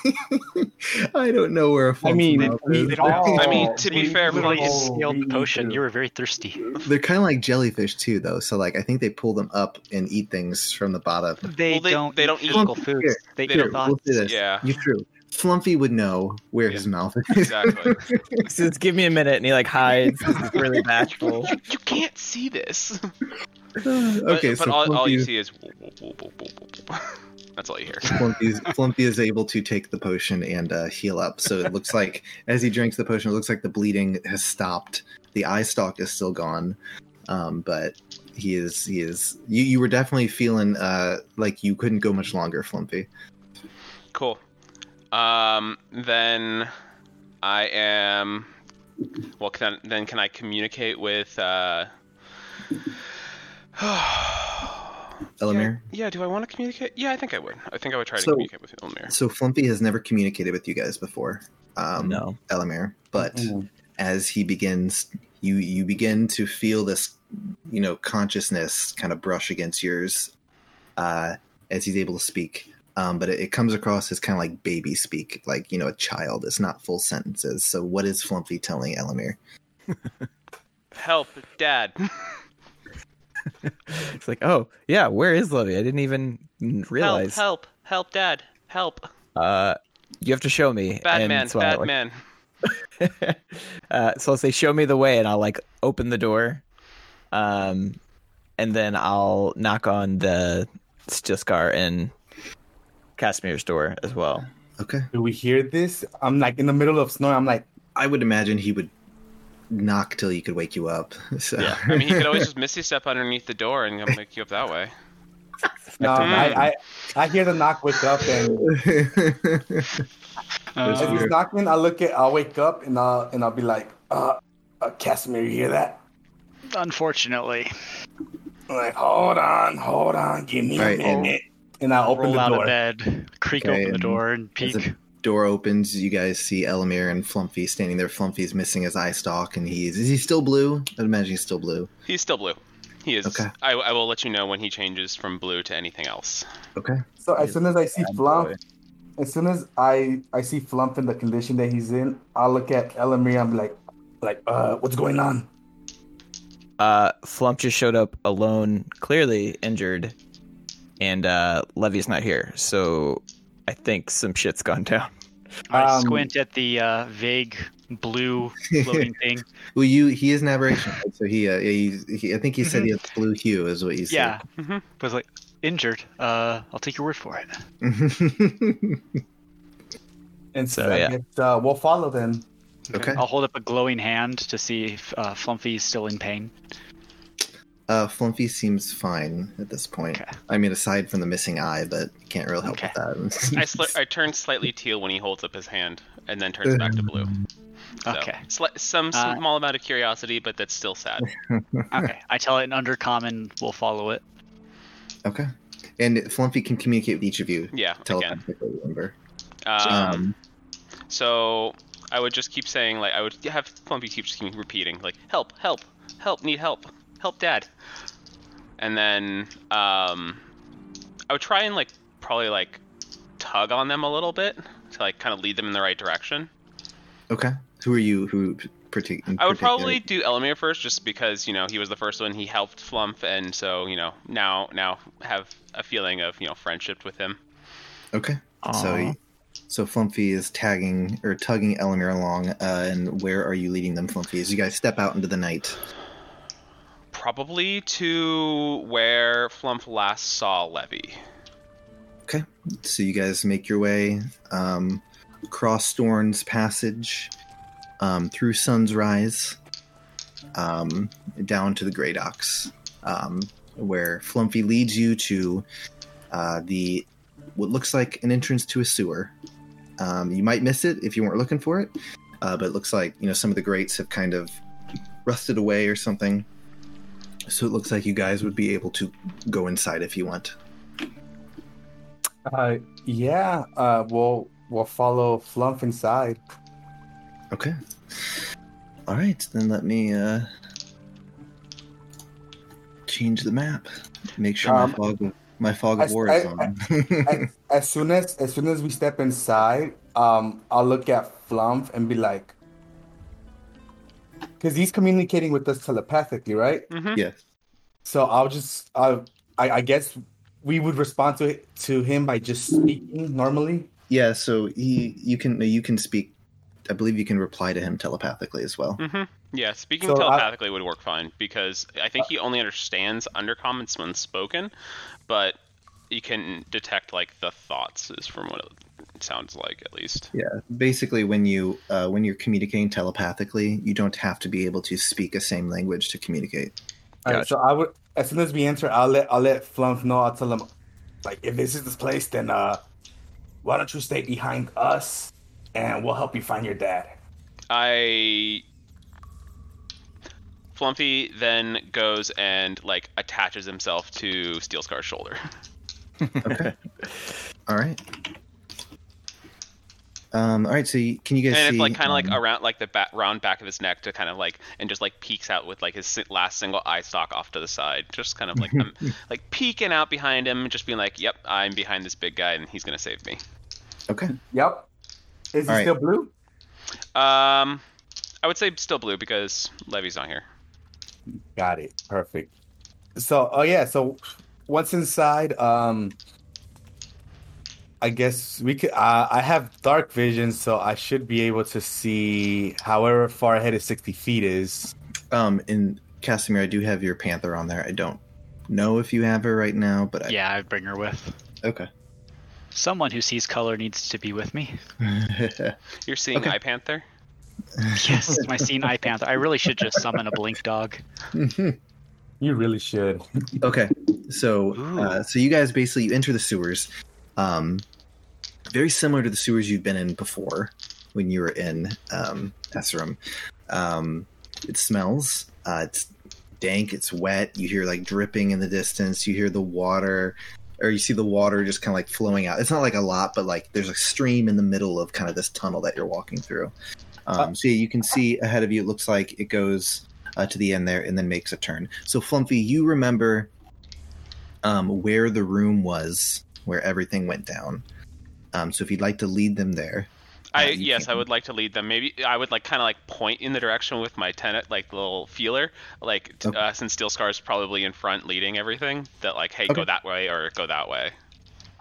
[SPEAKER 2] I don't know where.
[SPEAKER 4] I mean, we
[SPEAKER 1] They don't have-
[SPEAKER 4] all-
[SPEAKER 5] I mean, to be
[SPEAKER 4] we
[SPEAKER 5] fair,
[SPEAKER 1] Literally just
[SPEAKER 4] all
[SPEAKER 1] scaled the
[SPEAKER 4] read
[SPEAKER 1] potion.
[SPEAKER 4] through.
[SPEAKER 1] You were very thirsty.
[SPEAKER 2] They're kind of like jellyfish too, though. So like, I think they pull them up and eat things from the bottom.
[SPEAKER 1] They,
[SPEAKER 5] Well, they-
[SPEAKER 1] don't.
[SPEAKER 5] they
[SPEAKER 1] eat
[SPEAKER 5] don't eat-
[SPEAKER 1] physical foods.
[SPEAKER 2] Here,
[SPEAKER 1] they
[SPEAKER 5] they
[SPEAKER 1] eat
[SPEAKER 5] don't-
[SPEAKER 2] Here,
[SPEAKER 1] thoughts.
[SPEAKER 2] we'll do this.
[SPEAKER 5] Yeah.
[SPEAKER 2] you true. Flumpy would know where his mouth is.
[SPEAKER 5] Exactly.
[SPEAKER 3] Says, "Give me a minute," and he like hides. He's really bashful.
[SPEAKER 5] you, you can't see this.
[SPEAKER 2] okay,
[SPEAKER 5] but,
[SPEAKER 2] so
[SPEAKER 5] but all,
[SPEAKER 2] Flumpy,
[SPEAKER 5] all you see is. whoop, whoop, whoop, whoop, whoop, whoop. That's all you hear.
[SPEAKER 2] Flumpy is, Flumpy is able to take the potion and uh, heal up. So it looks like as he drinks the potion, it looks like the bleeding has stopped. The eye stalk is still gone, um, but he is he is. You you were definitely feeling uh, like you couldn't go much longer, Flumpy.
[SPEAKER 5] Cool. Um, then I am. Well, can I, then can I communicate with? Uh...
[SPEAKER 2] Elamir.
[SPEAKER 5] Yeah. Do I want to communicate? Yeah, I think I would. I think I would try to
[SPEAKER 2] So-
[SPEAKER 5] communicate with Ilmir.
[SPEAKER 2] So Flumpy has never communicated with you guys before, um,
[SPEAKER 3] No,
[SPEAKER 2] Elamir. But
[SPEAKER 4] Mm.
[SPEAKER 2] as he begins, you you begin to feel this, you know, consciousness kind of brush against yours, uh, as he's able to speak. Um, but it, it comes across as kind of like baby speak, like you know, a child. It's not full sentences. So what is Flumpy telling Elamir?
[SPEAKER 5] Help, Dad.
[SPEAKER 3] it's like, oh yeah, where is Lovey? I didn't even realize.
[SPEAKER 5] Help! Help! Help, Dad! Help!
[SPEAKER 3] Uh, you have to show me.
[SPEAKER 5] Bad
[SPEAKER 3] and
[SPEAKER 5] man!
[SPEAKER 3] so I,
[SPEAKER 5] Bad
[SPEAKER 3] like,
[SPEAKER 5] man!
[SPEAKER 3] uh, so I'll say, "Show me the way," and I'll like open the door, um, and then I'll knock on the Stiskar and Casimir's door as well.
[SPEAKER 2] Okay,
[SPEAKER 4] Do we hear this? I'm like in the middle of snoring. I'm like,
[SPEAKER 2] I would imagine he would knock till he could wake you up. So
[SPEAKER 3] Yeah.
[SPEAKER 5] I mean, he could always just missy step underneath the door and come wake you up that way.
[SPEAKER 4] no,
[SPEAKER 3] Expecting
[SPEAKER 4] I, I, I hear the knock, wake up, and
[SPEAKER 2] That's
[SPEAKER 4] As
[SPEAKER 2] weird.
[SPEAKER 4] he's knocking, I look at, I'll wake up and I'll and I'll be like, uh, uh Casimir, you hear that?
[SPEAKER 1] Unfortunately,
[SPEAKER 4] I'm like, hold on, hold on, give me
[SPEAKER 2] Right.
[SPEAKER 4] a minute. And I open
[SPEAKER 1] roll
[SPEAKER 4] the
[SPEAKER 1] out
[SPEAKER 4] door.
[SPEAKER 1] of bed, creak
[SPEAKER 2] Okay,
[SPEAKER 1] open the
[SPEAKER 2] and
[SPEAKER 1] door, and peek.
[SPEAKER 2] a- door opens you guys see elamir and flumpy standing there flumpy's missing his eye stalk and he's is he still blue i'd imagine he's still blue
[SPEAKER 5] He's still blue. He is.
[SPEAKER 2] Okay.
[SPEAKER 5] I, I will let you know when he changes from blue to anything else.
[SPEAKER 2] okay
[SPEAKER 4] So as soon as I see
[SPEAKER 3] Bad
[SPEAKER 4] Flump,
[SPEAKER 3] boy.
[SPEAKER 4] as soon as I I see Flump in the condition that he's in, I look at Elamir. I'm like, like, uh, what's going on?
[SPEAKER 3] Uh, Flump just showed up alone, clearly injured, and uh, Levy's not here. So I think some shit's gone down.
[SPEAKER 1] I
[SPEAKER 4] Um,
[SPEAKER 1] squint at the uh, vague blue floating thing.
[SPEAKER 2] Well, you he is an aberration, right? so he, uh, he, he I think he said he
[SPEAKER 5] Mm-hmm.
[SPEAKER 2] has blue hue, is what you said.
[SPEAKER 1] Yeah, was like injured. Uh, I'll take your word for it.
[SPEAKER 4] And
[SPEAKER 3] So,
[SPEAKER 4] so I
[SPEAKER 3] yeah.
[SPEAKER 4] guess, uh, we'll follow them.
[SPEAKER 2] okay.
[SPEAKER 5] Mm-hmm.
[SPEAKER 1] I'll hold up a glowing hand to see if uh, Flumpy is still in pain.
[SPEAKER 2] Uh, Flumpy seems fine at this point.
[SPEAKER 1] Okay.
[SPEAKER 2] I mean, aside from the missing eye, but can't really help
[SPEAKER 1] Okay.
[SPEAKER 2] with that.
[SPEAKER 5] I, sli- I turn slightly teal when he holds up his hand, and then turns back to blue. So,
[SPEAKER 1] Okay,
[SPEAKER 5] sli- some
[SPEAKER 1] Uh,
[SPEAKER 5] small amount of curiosity, but that's still sad.
[SPEAKER 1] okay. I tell it in undercommon. We'll follow it.
[SPEAKER 2] okay. And Flumpy can communicate with each of you
[SPEAKER 5] Yeah, again.
[SPEAKER 2] telepathically. Remember.
[SPEAKER 5] Um,
[SPEAKER 2] Um,
[SPEAKER 5] so I would just keep saying, like, I would have Plumpy keep just keep repeating, like, help, help, help, need help, help, dad. And then um, I would try and like probably like tug on them a little bit to like kind of lead them in the right direction.
[SPEAKER 2] okay. Who are you? Who? Partic- in
[SPEAKER 5] I would
[SPEAKER 2] particular-
[SPEAKER 5] probably do Elamir first, just because you know he was the first one. He helped Flump, and so you know now now have a feeling of you know friendship with him.
[SPEAKER 2] Okay. So,
[SPEAKER 3] Aw.
[SPEAKER 2] he- so Flumpy is tagging or tugging Elamir along. Uh, and where are you leading them, Flumpy? As you guys step out into the night.
[SPEAKER 5] Probably to where Flump last saw Levy.
[SPEAKER 2] So you guys make your way um, across Thorn's Passage, um, through Sun's Rise, um, down to the Grey Docks, um, where Flumpy leads you to uh, the what looks like an entrance to a sewer. Um, you might miss it if you weren't looking for it, uh, but it looks like you know some of the grates have kind of rusted away or something. So it looks like you guys would be able to go inside if you want.
[SPEAKER 4] Uh, yeah, uh, we'll we'll follow Flump inside.
[SPEAKER 2] Okay. All right, then let me uh change the map. Make sure
[SPEAKER 4] Um,
[SPEAKER 2] my fog of, my fog of
[SPEAKER 4] I-
[SPEAKER 2] war is
[SPEAKER 4] I-
[SPEAKER 2] on.
[SPEAKER 4] as, as soon as as soon as we step inside, um, I'll look at Flump and be like, because he's communicating with us telepathically, right?
[SPEAKER 2] yes.
[SPEAKER 4] So I'll just I I, I guess we would respond to it, to him by just speaking normally.
[SPEAKER 2] Yeah, so he you can you can speak I believe you can reply to him telepathically as well.
[SPEAKER 5] Yeah, speaking
[SPEAKER 4] So I-
[SPEAKER 5] telepathically would work fine because I think he only understands undercommons when spoken, but you can detect like the thoughts is from what it sounds like at least.
[SPEAKER 4] Mm.
[SPEAKER 2] Basically when you uh, when you're communicating telepathically, you don't have to be able to speak a same language to communicate.
[SPEAKER 4] All right,
[SPEAKER 3] Gotcha.
[SPEAKER 4] so I would as soon as we enter, I'll let I'll let Flump know. I'll tell him like if this is this place, then uh, why don't you stay behind us and we'll help you find your dad.
[SPEAKER 5] I Flumpy then goes and like attaches himself to Steel Scar's shoulder.
[SPEAKER 2] All right. Um, all right, so you, can you guys
[SPEAKER 5] and
[SPEAKER 2] see
[SPEAKER 5] it's like kind of like
[SPEAKER 2] um,
[SPEAKER 5] around like the back, round back of his neck to kind of like and just like peeks out with like his si- last single eye stalk off to the side just kind of like um, like peeking out behind him and just being like yep i'm behind this big guy and he's gonna save me
[SPEAKER 2] Okay.
[SPEAKER 4] Yep. Is he
[SPEAKER 2] All right.
[SPEAKER 4] still blue?
[SPEAKER 5] um i would say still blue because levy's not here
[SPEAKER 4] Got it. Perfect. So, oh yeah. So, what's inside? Um, I guess we could. Uh, I have dark vision, so I should be able to see however far ahead of sixty feet is.
[SPEAKER 2] Um, in Casimir, I do have your Panther on there. I don't know if you have her right now, but I,
[SPEAKER 1] Yeah, I'd bring her with.
[SPEAKER 2] Okay.
[SPEAKER 1] Someone who sees color needs to be with me.
[SPEAKER 5] you're seeing
[SPEAKER 2] Okay.
[SPEAKER 5] eye panther
[SPEAKER 1] Yes, my seen eye panther. I really should just summon a blink dog.
[SPEAKER 4] You really should.
[SPEAKER 2] okay. So, uh,
[SPEAKER 1] Ooh.
[SPEAKER 2] so you guys basically you enter the sewers, um, very similar to the sewers you've been in before when you were in um, Esserum. Um, it smells. Uh, it's dank. It's wet. You hear like dripping in the distance. You hear the water, or you see the water just kind of like flowing out. It's not like a lot, but like there's a stream in the middle of kind of this tunnel that you're walking through. Um, so yeah, you can see ahead of you. It looks like it goes uh, to the end there, and then makes a turn. So Flumpy, you remember um, where the room was where everything went down. Um, so if you'd like to lead them there,
[SPEAKER 5] I
[SPEAKER 3] you
[SPEAKER 5] yes, I
[SPEAKER 3] can.
[SPEAKER 5] would like to lead them. Maybe I would like kind of like point in the direction with my tenant, like little feeler, like t-
[SPEAKER 2] Okay.
[SPEAKER 5] uh, since Steel Scar is probably in front leading everything. That like, hey,
[SPEAKER 2] Okay.
[SPEAKER 5] go that way or go that way.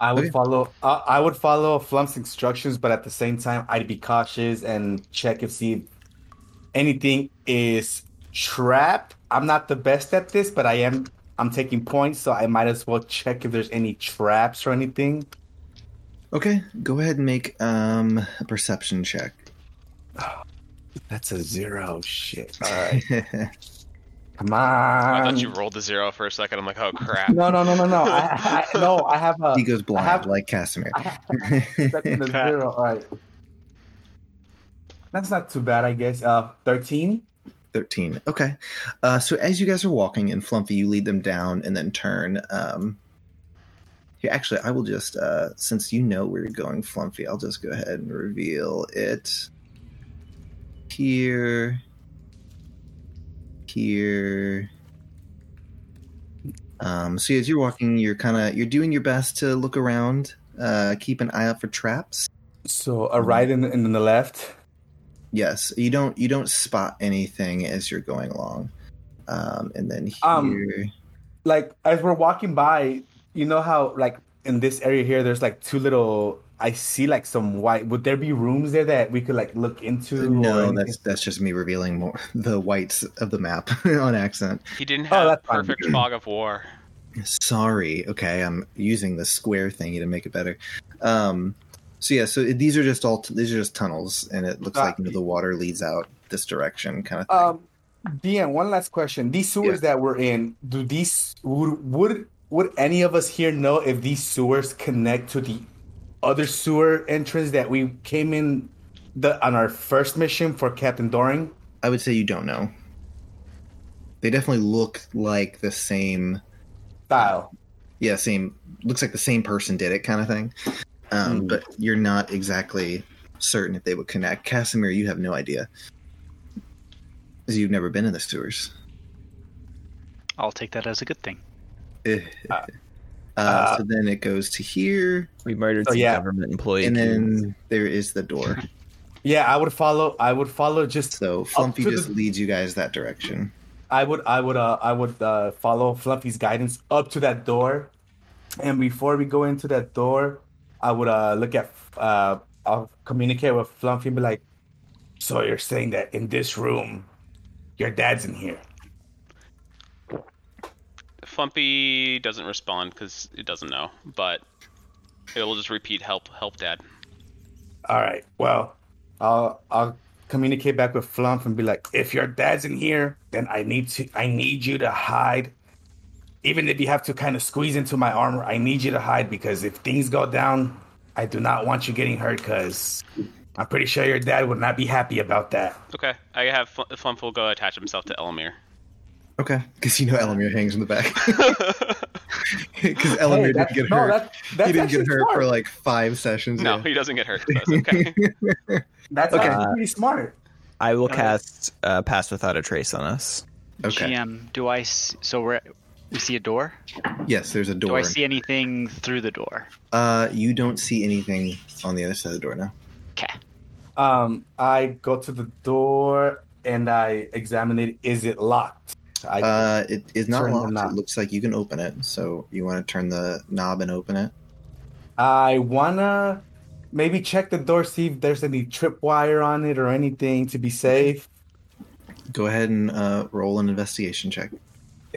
[SPEAKER 4] I would
[SPEAKER 2] Okay.
[SPEAKER 4] follow. I I would follow Flump's instructions, but at the same time, I'd be cautious and check if see if anything is trapped. I'm not the best at this, but I am. I'm taking points, so I might as well check if there's any traps or anything.
[SPEAKER 2] Okay, go ahead and make um, a perception check.
[SPEAKER 4] That's a zero. Shit. All right, come on.
[SPEAKER 5] I thought you rolled the zero for a second. I'm like, oh crap.
[SPEAKER 4] No, no, no, no, no. I, I, no, I have a.
[SPEAKER 2] he goes blind
[SPEAKER 4] have-
[SPEAKER 2] like Casimir.
[SPEAKER 4] I have That's in the
[SPEAKER 1] Okay.
[SPEAKER 4] zero. All right. That's not too bad, I guess. Uh, thirteen.
[SPEAKER 2] 13 okay uh, so as you guys are walking and flumpy you lead them down and then turn um here actually i will just uh since you know where you're going flumpy i'll just go ahead and reveal it here here um so as you're walking you're kind of you're doing your best to look around uh keep an eye out for traps
[SPEAKER 4] So um, a right and, and then the left.
[SPEAKER 2] Yes, you don't you don't spot anything as you're going along, um, and then here.
[SPEAKER 4] Um, Like as we're walking by, you know how like in this area here, there's like two little. I see like some white. Would there be rooms there that we could like look into? or
[SPEAKER 2] no,
[SPEAKER 4] anything?
[SPEAKER 2] that's that's just me revealing more the whites of the map on accent.
[SPEAKER 5] He didn't
[SPEAKER 4] Oh,
[SPEAKER 5] have
[SPEAKER 4] that's fine.
[SPEAKER 5] perfect fog of war.
[SPEAKER 2] Sorry. Okay, I'm using the square thingy to make it better. Um, so yeah, so these are just all these are just tunnels, and it looks
[SPEAKER 4] Ah.
[SPEAKER 2] like you know, the water leads out this direction, kind of thing.
[SPEAKER 4] Um, DM, one last question. These sewers that we're in, do these would, would would any of us here know if these sewers connect to the other sewer entrance that we came in the on our first mission for Captain Doring?
[SPEAKER 2] I would say you don't know. They definitely look like the same
[SPEAKER 4] Style.
[SPEAKER 2] yeah, same. Looks like the same person did it, kind of thing. Um,
[SPEAKER 4] Hmm.
[SPEAKER 2] But you're not exactly certain if they would connect. Casimir, you have no idea, 'Cause you've never been in the sewers.
[SPEAKER 1] I'll take that as a good thing.
[SPEAKER 2] Eh.
[SPEAKER 4] Uh,
[SPEAKER 2] Uh, so then it goes to here,
[SPEAKER 3] We murdered
[SPEAKER 4] Oh,
[SPEAKER 3] some
[SPEAKER 4] yeah.
[SPEAKER 3] government employees.
[SPEAKER 2] and then there is the door.
[SPEAKER 4] Yeah, I would follow I would follow just
[SPEAKER 2] So Flumpy
[SPEAKER 4] to
[SPEAKER 2] just
[SPEAKER 4] the-
[SPEAKER 2] leads you guys that direction.
[SPEAKER 4] I would I would uh I would uh follow Fluffy's guidance up to that door. And before we go into that door, I would uh look at uh I'll communicate with Fluffy and be like, So you're saying that in this room your dad's in here.
[SPEAKER 5] Flumpy doesn't respond because it doesn't know, but it will just repeat, "Help, help, Dad."
[SPEAKER 4] All right, well, I'll I'll communicate back with Flump and be like, if your dad's in here, then I need to I need you to hide. Even if you have to kind of squeeze into my armor, I need you to hide because if things go down, I do not want you getting hurt because I'm pretty sure your dad would not be happy about that.
[SPEAKER 5] Okay, I have Fl- Flump will go attach himself to Elamir.
[SPEAKER 2] Okay, because you know Elamir hangs in the back. Because Elamir didn't get hurt. he didn't get hurt for like five sessions.
[SPEAKER 5] no,
[SPEAKER 2] yeah.
[SPEAKER 5] he doesn't get hurt. So that's okay.
[SPEAKER 4] That's
[SPEAKER 2] Okay.
[SPEAKER 4] actually pretty smart.
[SPEAKER 3] I will
[SPEAKER 1] Uh,
[SPEAKER 3] cast uh, Pass Without a Trace on us.
[SPEAKER 2] Okay.
[SPEAKER 1] GM, do I s so we're we see a door?
[SPEAKER 2] Yes, there's a door.
[SPEAKER 1] Do I see anything through the door?
[SPEAKER 2] Uh, you don't see anything on the other side of the door now.
[SPEAKER 1] Okay.
[SPEAKER 4] Um, I go to the door and I examine it. Is it locked? I,
[SPEAKER 2] Uh, it is not
[SPEAKER 4] Turn the
[SPEAKER 2] locked.
[SPEAKER 4] knob.
[SPEAKER 2] It looks like you can open it. So you want to turn the knob and open it.
[SPEAKER 4] I wanna maybe check the door, see if there's any tripwire on it or anything to be safe.
[SPEAKER 2] Go ahead and uh, roll an investigation check.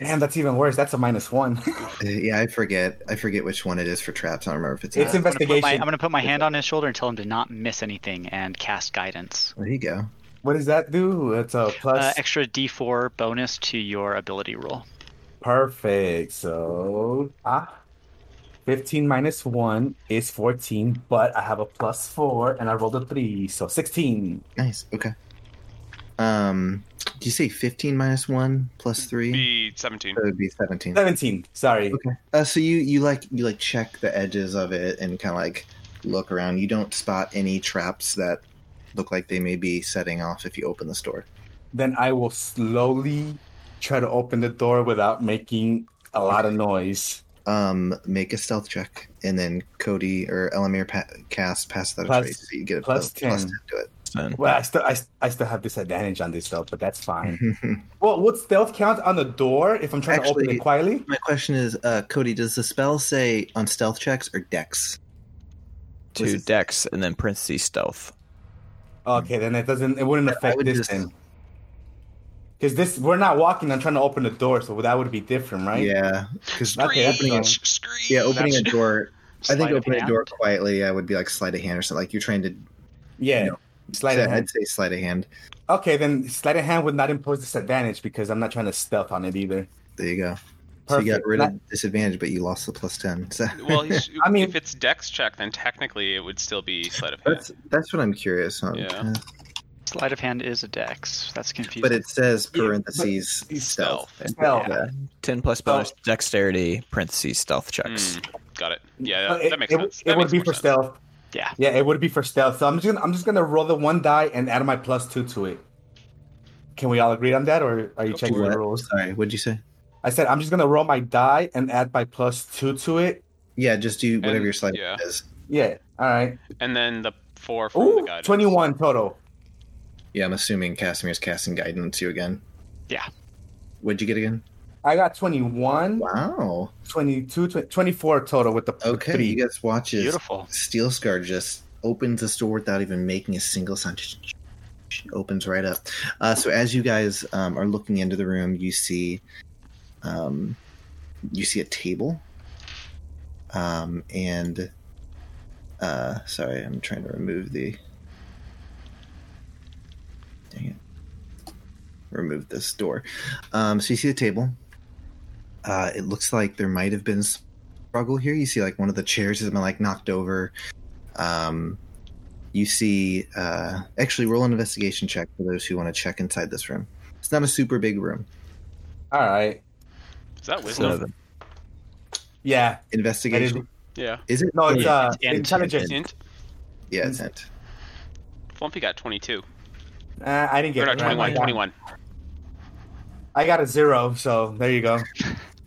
[SPEAKER 4] Damn, that's even worse. That's a minus one.
[SPEAKER 2] Uh, yeah, I forget. I forget which one it is for traps. I don't remember if it's.
[SPEAKER 4] it's
[SPEAKER 2] not.
[SPEAKER 1] I'm gonna, put my,
[SPEAKER 4] investigation.
[SPEAKER 1] I'm gonna put my hand on his shoulder and tell him to not miss anything and cast guidance.
[SPEAKER 2] There you go.
[SPEAKER 4] What does that do? It's a plus.
[SPEAKER 1] Uh, extra D4 bonus to your ability roll.
[SPEAKER 4] Perfect. So ah, fifteen minus one is fourteen, but I have a plus four, and I rolled a three, so sixteen.
[SPEAKER 2] Nice. Okay. Um, do you say fifteen minus one plus three?
[SPEAKER 5] Be 17.
[SPEAKER 2] That would be seventeen.
[SPEAKER 4] Seventeen. Sorry.
[SPEAKER 2] Okay. Uh, so you you like you like check the edges of it and kind of like look around. You don't spot any traps that look like they may be setting off if you open this door.
[SPEAKER 4] Then I will slowly try to open the door without making a lot of noise.
[SPEAKER 2] um, make a stealth check, and then Cody or Elamir pa- cast pass that
[SPEAKER 4] Plus-
[SPEAKER 2] trait, so you get a
[SPEAKER 4] plus
[SPEAKER 2] plus, plus
[SPEAKER 4] 10.
[SPEAKER 2] 10 to it.
[SPEAKER 3] Then-
[SPEAKER 4] Well, I still, I, st- I still have disadvantage on this though, but that's fine.
[SPEAKER 2] Mm-hmm.
[SPEAKER 4] well, would stealth count on the door if I'm trying to open
[SPEAKER 2] Actually-
[SPEAKER 4] it quietly?
[SPEAKER 2] My question is, uh, Cody, does the spell say on stealth checks or dex?
[SPEAKER 3] to dex and then parentheses stealth.
[SPEAKER 4] Okay, then it doesn't. It wouldn't affect
[SPEAKER 2] mm-hmm. would
[SPEAKER 4] this
[SPEAKER 2] just-
[SPEAKER 4] thing. Because this, we're not walking. I'm trying to open the door, so that would be different, right?
[SPEAKER 2] Yeah, because
[SPEAKER 4] Okay, that's
[SPEAKER 2] opening a,
[SPEAKER 4] fine.
[SPEAKER 5] Screech!
[SPEAKER 2] yeah, opening a
[SPEAKER 1] That's-
[SPEAKER 2] door. I think
[SPEAKER 1] Sleight of
[SPEAKER 2] opening a
[SPEAKER 1] hand?
[SPEAKER 2] door quietly, I would be like sleight of hand or something. Like you're trying to.
[SPEAKER 4] Yeah.
[SPEAKER 2] No.
[SPEAKER 4] Sleight of
[SPEAKER 2] I'd
[SPEAKER 4] hand.
[SPEAKER 2] say sleight of hand.
[SPEAKER 4] Okay, then sleight of hand would not impose disadvantage because I'm not trying to stealth on it either.
[SPEAKER 2] There you go. So you
[SPEAKER 4] Perfect.
[SPEAKER 2] got rid
[SPEAKER 4] Not-
[SPEAKER 2] of disadvantage, but you lost the plus ten. So
[SPEAKER 5] Well, he's,
[SPEAKER 4] I mean-
[SPEAKER 5] if it's Dex check, then technically it would still be sleight of hand.
[SPEAKER 2] that's that's what I'm curious on.
[SPEAKER 5] Yeah.
[SPEAKER 1] Sleight of hand is a dex. That's confusing.
[SPEAKER 2] But it says
[SPEAKER 4] Yeah, but
[SPEAKER 2] parentheses
[SPEAKER 4] it's
[SPEAKER 2] stealth.
[SPEAKER 4] Well,
[SPEAKER 1] Yeah.
[SPEAKER 3] Ten plus bonus dexterity parentheses stealth checks.
[SPEAKER 5] Mm, got it. Yeah,
[SPEAKER 4] uh,
[SPEAKER 5] that,
[SPEAKER 4] it,
[SPEAKER 5] that makes
[SPEAKER 4] it,
[SPEAKER 5] sense.
[SPEAKER 4] It
[SPEAKER 5] That
[SPEAKER 4] would
[SPEAKER 5] makes
[SPEAKER 4] be
[SPEAKER 5] more
[SPEAKER 4] for
[SPEAKER 5] sense.
[SPEAKER 4] stealth.
[SPEAKER 1] Yeah.
[SPEAKER 4] Yeah, it would be for stealth. So I'm just gonna, I'm just gonna roll the one die and add my plus two to it. Can we all agree on that, or are you
[SPEAKER 5] Go
[SPEAKER 4] checking
[SPEAKER 5] for
[SPEAKER 4] the
[SPEAKER 2] it.
[SPEAKER 4] rules?
[SPEAKER 2] Sorry, what'd you say?
[SPEAKER 4] I said I'm just gonna roll my die and add my plus two to it.
[SPEAKER 2] Yeah, just do whatever
[SPEAKER 5] And-
[SPEAKER 2] your sleight
[SPEAKER 5] yeah.
[SPEAKER 2] is.
[SPEAKER 4] Yeah. All right.
[SPEAKER 5] And then the four from the
[SPEAKER 4] Ooh,
[SPEAKER 5] guidance.
[SPEAKER 4] 21 total.
[SPEAKER 2] Yeah, I'm assuming Casimir's casting guidance you again.
[SPEAKER 1] Yeah.
[SPEAKER 2] What'd you get again?
[SPEAKER 4] I got 21,
[SPEAKER 2] Wow.
[SPEAKER 4] 22, 20, 24 total with the with
[SPEAKER 2] Okay,
[SPEAKER 4] three.
[SPEAKER 2] you guys watch as
[SPEAKER 1] Beautiful.
[SPEAKER 2] Steel Scar just opens this door without even making a single sound. Just opens right up. Uh, so as you guys um, are looking into the room, you see, um, you see a table, um, and uh, sorry, I'm trying to remove the. Dang it! Remove this door. Um, so you see the table. Uh, it looks like there might have been struggle here. You see, like one of the chairs has been like knocked over. Um, you see, uh, actually, roll an investigation check for those who want to check inside this room. It's not a super big room.
[SPEAKER 4] All right.
[SPEAKER 5] Is that wisdom?
[SPEAKER 3] Seven.
[SPEAKER 4] Yeah.
[SPEAKER 2] Investigation
[SPEAKER 5] Yeah.
[SPEAKER 2] is it?
[SPEAKER 4] No, it's
[SPEAKER 2] yeah,
[SPEAKER 4] uh,
[SPEAKER 1] It's int-
[SPEAKER 4] intelligence.
[SPEAKER 5] Int.
[SPEAKER 2] yeah, it's int.
[SPEAKER 5] Flumpy got 22.
[SPEAKER 4] Uh, I didn't
[SPEAKER 5] Or
[SPEAKER 4] get
[SPEAKER 5] no,
[SPEAKER 4] it.
[SPEAKER 5] 21.
[SPEAKER 4] I got,
[SPEAKER 5] 21.
[SPEAKER 4] I got a zero, so there you go.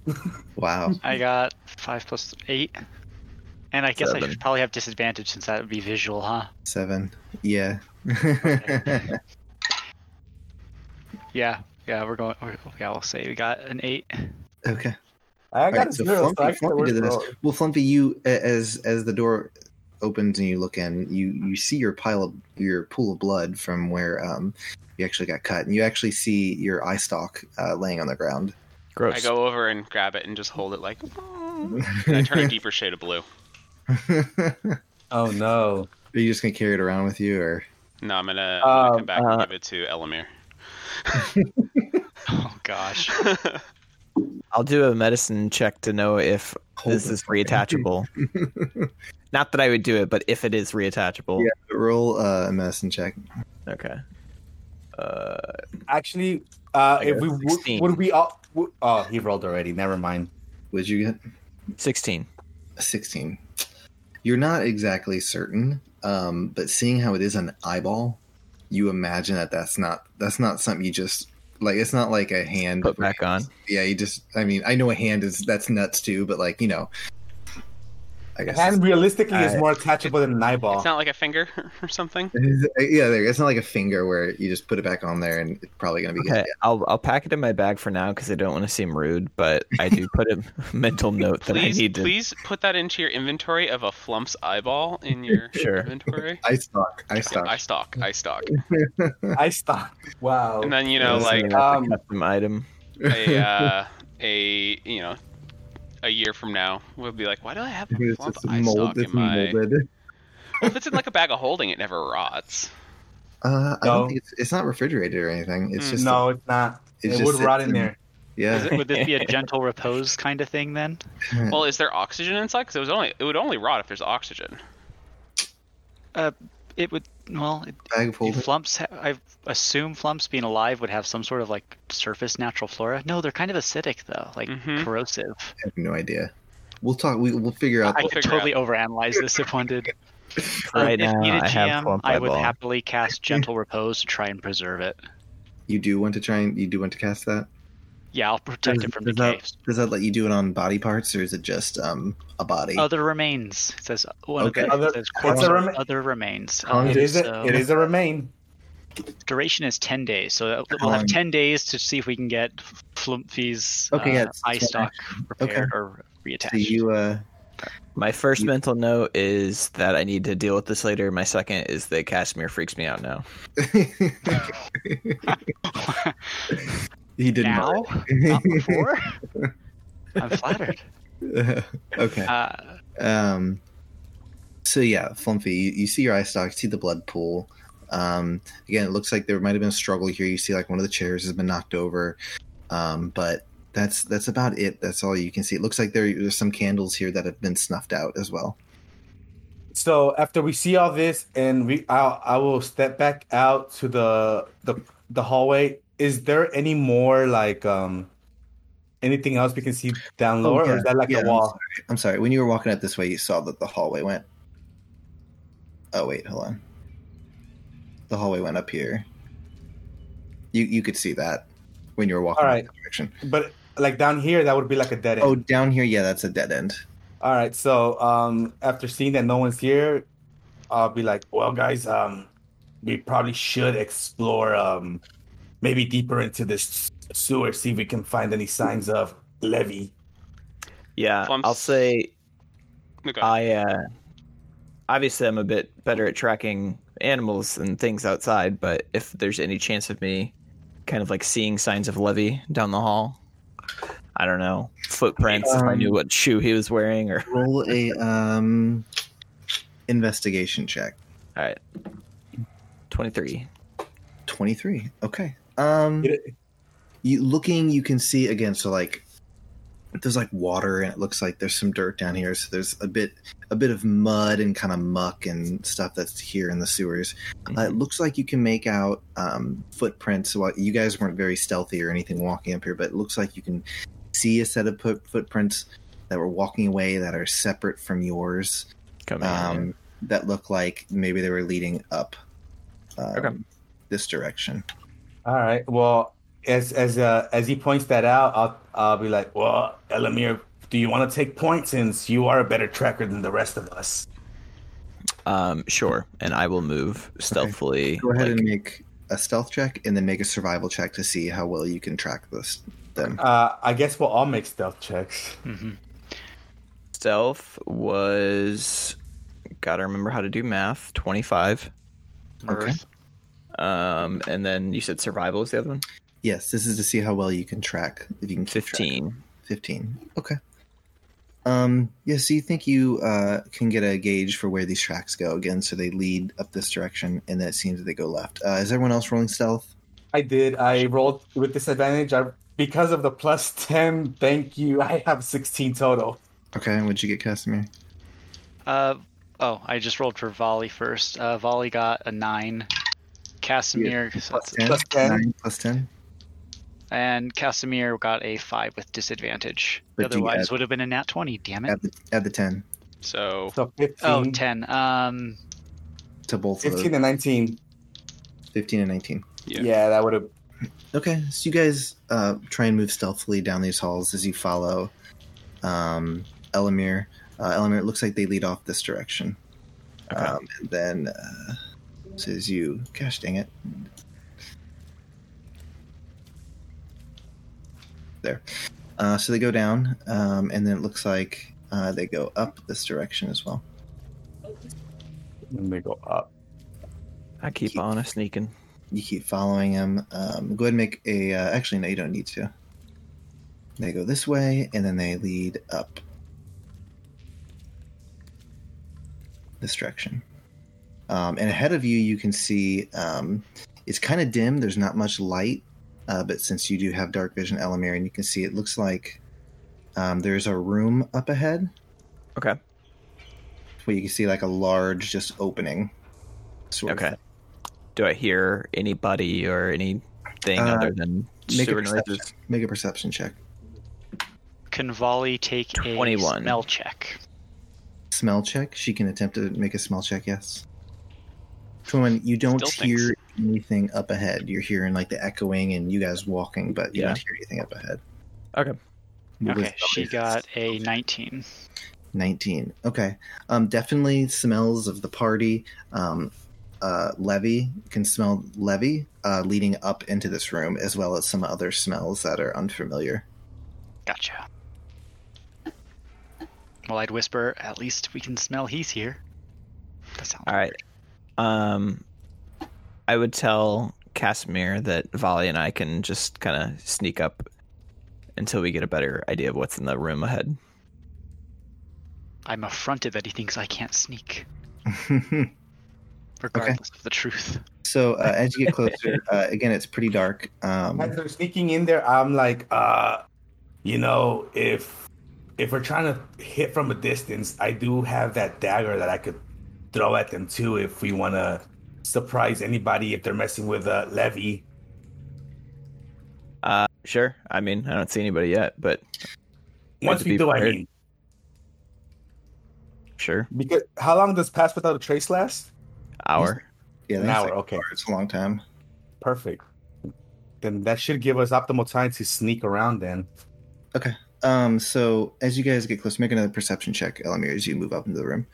[SPEAKER 4] Hmm.
[SPEAKER 2] Wow.
[SPEAKER 1] I got five plus th- eight. And I guess I
[SPEAKER 3] Seven.
[SPEAKER 1] should probably have disadvantage since that would be visual, huh?
[SPEAKER 2] Seven. Yeah.
[SPEAKER 1] Yeah. Yeah, we're going. We're, yeah, we'll say we got an eight.
[SPEAKER 2] okay.
[SPEAKER 4] I got
[SPEAKER 2] Alright,
[SPEAKER 4] a
[SPEAKER 2] so
[SPEAKER 4] zero, so I
[SPEAKER 2] Flumpy,
[SPEAKER 4] still
[SPEAKER 2] Flumpy did
[SPEAKER 4] work
[SPEAKER 2] this.
[SPEAKER 4] for it.
[SPEAKER 2] Well, Flumpy, you a- as as the door opens and you look in, you you see your pile of your pool of blood from where um you actually got cut, and you actually see your eye stalk uh, laying on the ground.
[SPEAKER 3] Gross.
[SPEAKER 5] I go over and grab it and just hold it like. And I turn a deeper shade of blue.
[SPEAKER 2] Are
[SPEAKER 4] Oh, no.
[SPEAKER 2] you just gonna carry it around with you, or
[SPEAKER 5] No, I'm gonna, I'm gonna
[SPEAKER 4] Um,
[SPEAKER 5] come back
[SPEAKER 3] uh,
[SPEAKER 5] and give it to Elamir.
[SPEAKER 1] Oh gosh.
[SPEAKER 3] I'll do a medicine check to know if this
[SPEAKER 2] Hold
[SPEAKER 3] is reattachable. Not that I would do it, but if it is reattachable.
[SPEAKER 2] it. roll uh, a medicine check?
[SPEAKER 3] Okay. Uh,
[SPEAKER 4] Actually, uh,
[SPEAKER 3] I
[SPEAKER 4] if
[SPEAKER 3] got
[SPEAKER 4] we would,
[SPEAKER 3] 16.
[SPEAKER 4] would we all. would- Oh, he rolled already. Never mind.
[SPEAKER 2] Would you get?
[SPEAKER 3] sixteen.
[SPEAKER 2] 16 you're not exactly certain um, but seeing how it is an eyeball you imagine that that's not that's not something you just like it's not like a hand
[SPEAKER 3] Put back on.
[SPEAKER 2] yeah you just i mean i know a hand is that's nuts too but like you know i guess
[SPEAKER 4] And realistically, is
[SPEAKER 2] I-
[SPEAKER 4] more attachable than an eyeball.
[SPEAKER 3] oh.
[SPEAKER 5] It's not like a finger or something.
[SPEAKER 2] yeah there, it's not like a finger where you just put it back on there and it's probably gonna be
[SPEAKER 3] Okay,
[SPEAKER 2] good
[SPEAKER 3] I'll I'll pack it in my bag for now because I don't want to seem rude, but I do put a mental note that
[SPEAKER 5] Please,
[SPEAKER 3] I need to.
[SPEAKER 5] please put that into your inventory of a flump's eyeball in your
[SPEAKER 3] Sure.
[SPEAKER 5] inventory.
[SPEAKER 2] i stock i stock
[SPEAKER 5] I stock. I stock.
[SPEAKER 4] I stopped. Wow.
[SPEAKER 5] And then you know,
[SPEAKER 3] That's
[SPEAKER 5] like
[SPEAKER 3] a
[SPEAKER 4] um,
[SPEAKER 3] custom item.
[SPEAKER 5] a uh, a you know a year from now we'll be like why do i have a
[SPEAKER 2] It's
[SPEAKER 5] flump
[SPEAKER 2] just
[SPEAKER 5] eye
[SPEAKER 2] mold-
[SPEAKER 5] sock
[SPEAKER 2] it's
[SPEAKER 5] in my well,
[SPEAKER 2] molded.
[SPEAKER 5] if it's in like a bag of holding it never rots
[SPEAKER 2] Uh, I
[SPEAKER 4] No.
[SPEAKER 2] don't think it's, it's not refrigerated or anything. It's
[SPEAKER 5] Mm.
[SPEAKER 2] just
[SPEAKER 4] no, it's not.
[SPEAKER 2] It's
[SPEAKER 4] it would
[SPEAKER 2] just-
[SPEAKER 4] rot
[SPEAKER 2] it's
[SPEAKER 4] in
[SPEAKER 2] in-
[SPEAKER 4] there.
[SPEAKER 2] yeah.
[SPEAKER 1] Would this be a gentle repose kind of thing then?
[SPEAKER 5] well is there oxygen inside because it was only it would only rot if there's oxygen
[SPEAKER 1] It would. Well, it,
[SPEAKER 2] Bag of
[SPEAKER 1] do
[SPEAKER 2] holding.
[SPEAKER 1] flumps. Ha- I assume flumps being alive would have some sort of like surface natural flora. No, they're kind of acidic though, like
[SPEAKER 4] Mm-hmm.
[SPEAKER 5] Mhm.
[SPEAKER 1] corrosive.
[SPEAKER 2] I have no idea. We'll talk. We, we'll figure out.
[SPEAKER 1] I
[SPEAKER 5] We'll
[SPEAKER 1] could
[SPEAKER 5] figure
[SPEAKER 1] totally overanalyze this if one did.
[SPEAKER 3] For
[SPEAKER 1] Um,
[SPEAKER 3] right
[SPEAKER 1] if
[SPEAKER 3] now,
[SPEAKER 1] needed,
[SPEAKER 3] I have
[SPEAKER 1] GM,
[SPEAKER 3] plump
[SPEAKER 1] I would
[SPEAKER 3] eyeball.
[SPEAKER 1] happily cast gentle repose to try and preserve it.
[SPEAKER 2] You do want to try and you do want to cast that.
[SPEAKER 1] Yeah, I'll protect it from the
[SPEAKER 2] that,
[SPEAKER 1] caves.
[SPEAKER 2] does that let you do it on body parts, or is it just um a body?
[SPEAKER 1] Other remains. It says one
[SPEAKER 2] Okay.
[SPEAKER 1] of the,
[SPEAKER 4] Other-
[SPEAKER 1] it says
[SPEAKER 4] what's
[SPEAKER 1] corpse
[SPEAKER 4] a
[SPEAKER 1] or
[SPEAKER 4] rema-
[SPEAKER 1] other remains.
[SPEAKER 2] How
[SPEAKER 1] Um,
[SPEAKER 4] It is
[SPEAKER 2] uh,
[SPEAKER 1] so
[SPEAKER 4] a, it is a remain.
[SPEAKER 1] duration is ten days, so that- we'll
[SPEAKER 2] Um,
[SPEAKER 1] have ten days to see if we can get Flumpy's
[SPEAKER 2] Okay, yeah,
[SPEAKER 1] uh,
[SPEAKER 2] it's-
[SPEAKER 1] eye
[SPEAKER 2] it's one
[SPEAKER 1] stock repaired or reattached.
[SPEAKER 2] So you uh
[SPEAKER 3] My first mental note is that I need to deal with this later. My second is that Casimir freaks me out now.
[SPEAKER 2] he didn't.
[SPEAKER 1] now, not before. I'm flattered. Oh.
[SPEAKER 2] okay.
[SPEAKER 1] Uh,
[SPEAKER 2] Um, so yeah, Flumpy, you, you see your eye stock, see the blood pool. Um, again, it looks like there might have been a struggle here. You see, like one of the chairs has been knocked over, um, but that's that's about it. That's all you can see. It looks like there, there's some candles here that have been snuffed out as well.
[SPEAKER 4] So after we see all this, and we, I, I will step back out to the the the hallway. Is there any more like um anything else we can see down
[SPEAKER 2] Oh,
[SPEAKER 4] lower, or
[SPEAKER 2] yeah.
[SPEAKER 4] is that like
[SPEAKER 2] Yeah,
[SPEAKER 4] a
[SPEAKER 2] I'm
[SPEAKER 4] wall?
[SPEAKER 2] I'm sorry. When you were walking up this way, you saw that the hallway went. Oh wait, hold on. The hallway went up here. You you could see that when you were walking
[SPEAKER 4] All
[SPEAKER 2] in
[SPEAKER 4] right.
[SPEAKER 2] that direction.
[SPEAKER 4] But like down here, that would be like a dead end.
[SPEAKER 2] Oh, down here, yeah, that's a dead end.
[SPEAKER 4] All right, so um, after seeing that no one's here, I'll be like, "Well, guys, um, we probably should explore um, maybe deeper into this sewer, see if we can find any signs of Levy."
[SPEAKER 3] Yeah,
[SPEAKER 5] Clumps.
[SPEAKER 3] I'll say
[SPEAKER 5] Okay.
[SPEAKER 3] I uh, obviously I'm a bit better at tracking animals and things outside, but if there's any chance of me kind of like seeing signs of Levy down the hall, I don't know, footprints, if I
[SPEAKER 2] Um,
[SPEAKER 3] knew what shoe he was wearing, or
[SPEAKER 2] Roll a um investigation check.
[SPEAKER 3] all right, twenty three.
[SPEAKER 2] Twenty three. Okay. Um,
[SPEAKER 4] Get it?
[SPEAKER 2] you looking, you can see again. So like, there's like water, and it looks like there's some dirt down here. So there's a bit, a bit of mud and kind of muck and stuff that's here in the sewers. Uh,
[SPEAKER 4] Mm-hmm.
[SPEAKER 2] it looks like you can make out um, footprints. Well, you guys weren't very stealthy or anything walking up here, but it looks like you can see a set of foot- footprints that were walking away that are separate from yours.
[SPEAKER 3] Coming in.
[SPEAKER 2] um, that look like maybe they were leading up um,
[SPEAKER 3] Okay.
[SPEAKER 2] this direction.
[SPEAKER 4] All right. Well, as as uh, as he points that out, I'll I'll be like, "Well, Elamir, do you want to take points since you are a better tracker than the rest of us?"
[SPEAKER 3] Um, sure, and I will move stealthily.
[SPEAKER 2] Go ahead
[SPEAKER 3] like-
[SPEAKER 2] and make a stealth check, and then make a survival check to see how well you can track this. Them.
[SPEAKER 4] Uh, I guess we'll all make stealth checks.
[SPEAKER 1] mhm.
[SPEAKER 3] Stealth was gotta remember how to do math. Twenty five.
[SPEAKER 1] Mirth.
[SPEAKER 3] Um, and then you said survival is the other one.
[SPEAKER 2] Yes, this is to see how well you can track. If you can keep track.
[SPEAKER 3] Fifteen.
[SPEAKER 2] 15 okay um yeah so you think you uh can get a gauge for where these tracks go again so they lead up this direction and then it seems that they go left uh is everyone else rolling stealth
[SPEAKER 4] I did. I rolled with disadvantage. I because of the plus ten. Thank you. I have sixteen total.
[SPEAKER 2] okay and what'd you get casimir
[SPEAKER 1] Uh, oh, I just rolled for volley first. Uh, volley got a nine. Casimir
[SPEAKER 4] Plus 10.
[SPEAKER 2] Nine plus 10
[SPEAKER 1] and Casimir got a five with disadvantage.
[SPEAKER 2] But do you
[SPEAKER 1] Otherwise,
[SPEAKER 2] add-
[SPEAKER 1] would have been a nat twenty. Damn it.
[SPEAKER 2] add the, add the 10
[SPEAKER 5] So
[SPEAKER 4] So 15,
[SPEAKER 1] Oh, 10. Um,
[SPEAKER 2] to both of
[SPEAKER 4] 15
[SPEAKER 2] those
[SPEAKER 4] and nineteen.
[SPEAKER 2] 15 and 19
[SPEAKER 5] Yeah.
[SPEAKER 4] Yeah, that would have.
[SPEAKER 2] Okay, so you guys uh, try and move stealthily down these halls as you follow um, Elamir. Uh, Elamir, it looks like they lead off this direction. Um, and then, uh, so as you, gosh dang it. There. Uh, so they go down, um, and then it looks like uh, they go up this direction as well.
[SPEAKER 4] Let me go up.
[SPEAKER 3] I keep on a sneaking.
[SPEAKER 2] you keep following him. Um, go ahead and make a. Uh, actually, no, you don't need to. They go this way, and then they lead up this direction. Um, and ahead of you, you can see um, it's kind of dim. There's not much light, uh, but since you do have dark vision, Elamir, and you can see it looks like um, there's a room up ahead
[SPEAKER 3] Okay.
[SPEAKER 2] where you can see like a large just opening. sort of
[SPEAKER 3] Okay. Do I hear anybody or anything
[SPEAKER 2] Uh,
[SPEAKER 3] other than
[SPEAKER 2] Make a,
[SPEAKER 3] sewer
[SPEAKER 2] perception,
[SPEAKER 3] noises?
[SPEAKER 2] make a perception check.
[SPEAKER 1] can volley take a
[SPEAKER 3] 21.
[SPEAKER 1] smell check?
[SPEAKER 2] smell check. She can attempt to make a smell check. Yes. Twin, you don't
[SPEAKER 5] Still
[SPEAKER 2] hear
[SPEAKER 5] thinks.
[SPEAKER 2] anything up ahead. You're hearing like the echoing and you guys walking, but you
[SPEAKER 3] Yeah.
[SPEAKER 2] don't hear anything up ahead.
[SPEAKER 3] Okay.
[SPEAKER 1] Okay,
[SPEAKER 2] With
[SPEAKER 1] she got a 19.
[SPEAKER 2] 19. Okay. Um, definitely smells of the party. Um, uh, Levy can smell Levy uh, leading up into this room, as well as some other smells that are unfamiliar.
[SPEAKER 1] Gotcha. Well, I'd whisper, at least we can smell he's here. That sounds
[SPEAKER 3] All right. Um, I would tell Casimir that Volley and I can just kind of sneak up until we get a better idea of what's in the room ahead.
[SPEAKER 1] I'm affronted that he thinks I can't sneak, regardless
[SPEAKER 2] regardless
[SPEAKER 1] of the truth.
[SPEAKER 2] so uh, as you get closer, uh, again, it's pretty dark.
[SPEAKER 4] As
[SPEAKER 2] Um,
[SPEAKER 4] they're sneaking in there, I'm like, uh, you know, if if we're trying to hit from a distance, I do have that dagger that I could throw at them too if we want to surprise anybody if they're messing with uh, Levy.
[SPEAKER 3] Uh, sure. I mean, I don't see anybody yet, but
[SPEAKER 4] Once
[SPEAKER 3] to
[SPEAKER 4] we
[SPEAKER 3] be
[SPEAKER 4] do, I
[SPEAKER 3] prepared.
[SPEAKER 4] mean,
[SPEAKER 3] sure.
[SPEAKER 4] because how long does pass without a trace last?
[SPEAKER 3] Hour.
[SPEAKER 2] yeah,
[SPEAKER 4] An
[SPEAKER 2] that's
[SPEAKER 4] hour.
[SPEAKER 2] like-
[SPEAKER 4] okay,
[SPEAKER 2] it's a long time.
[SPEAKER 4] perfect. Then that should give us optimal time to sneak around. Then
[SPEAKER 2] Um, so as you guys get close, make another perception check, Elamir, as you move up into the room.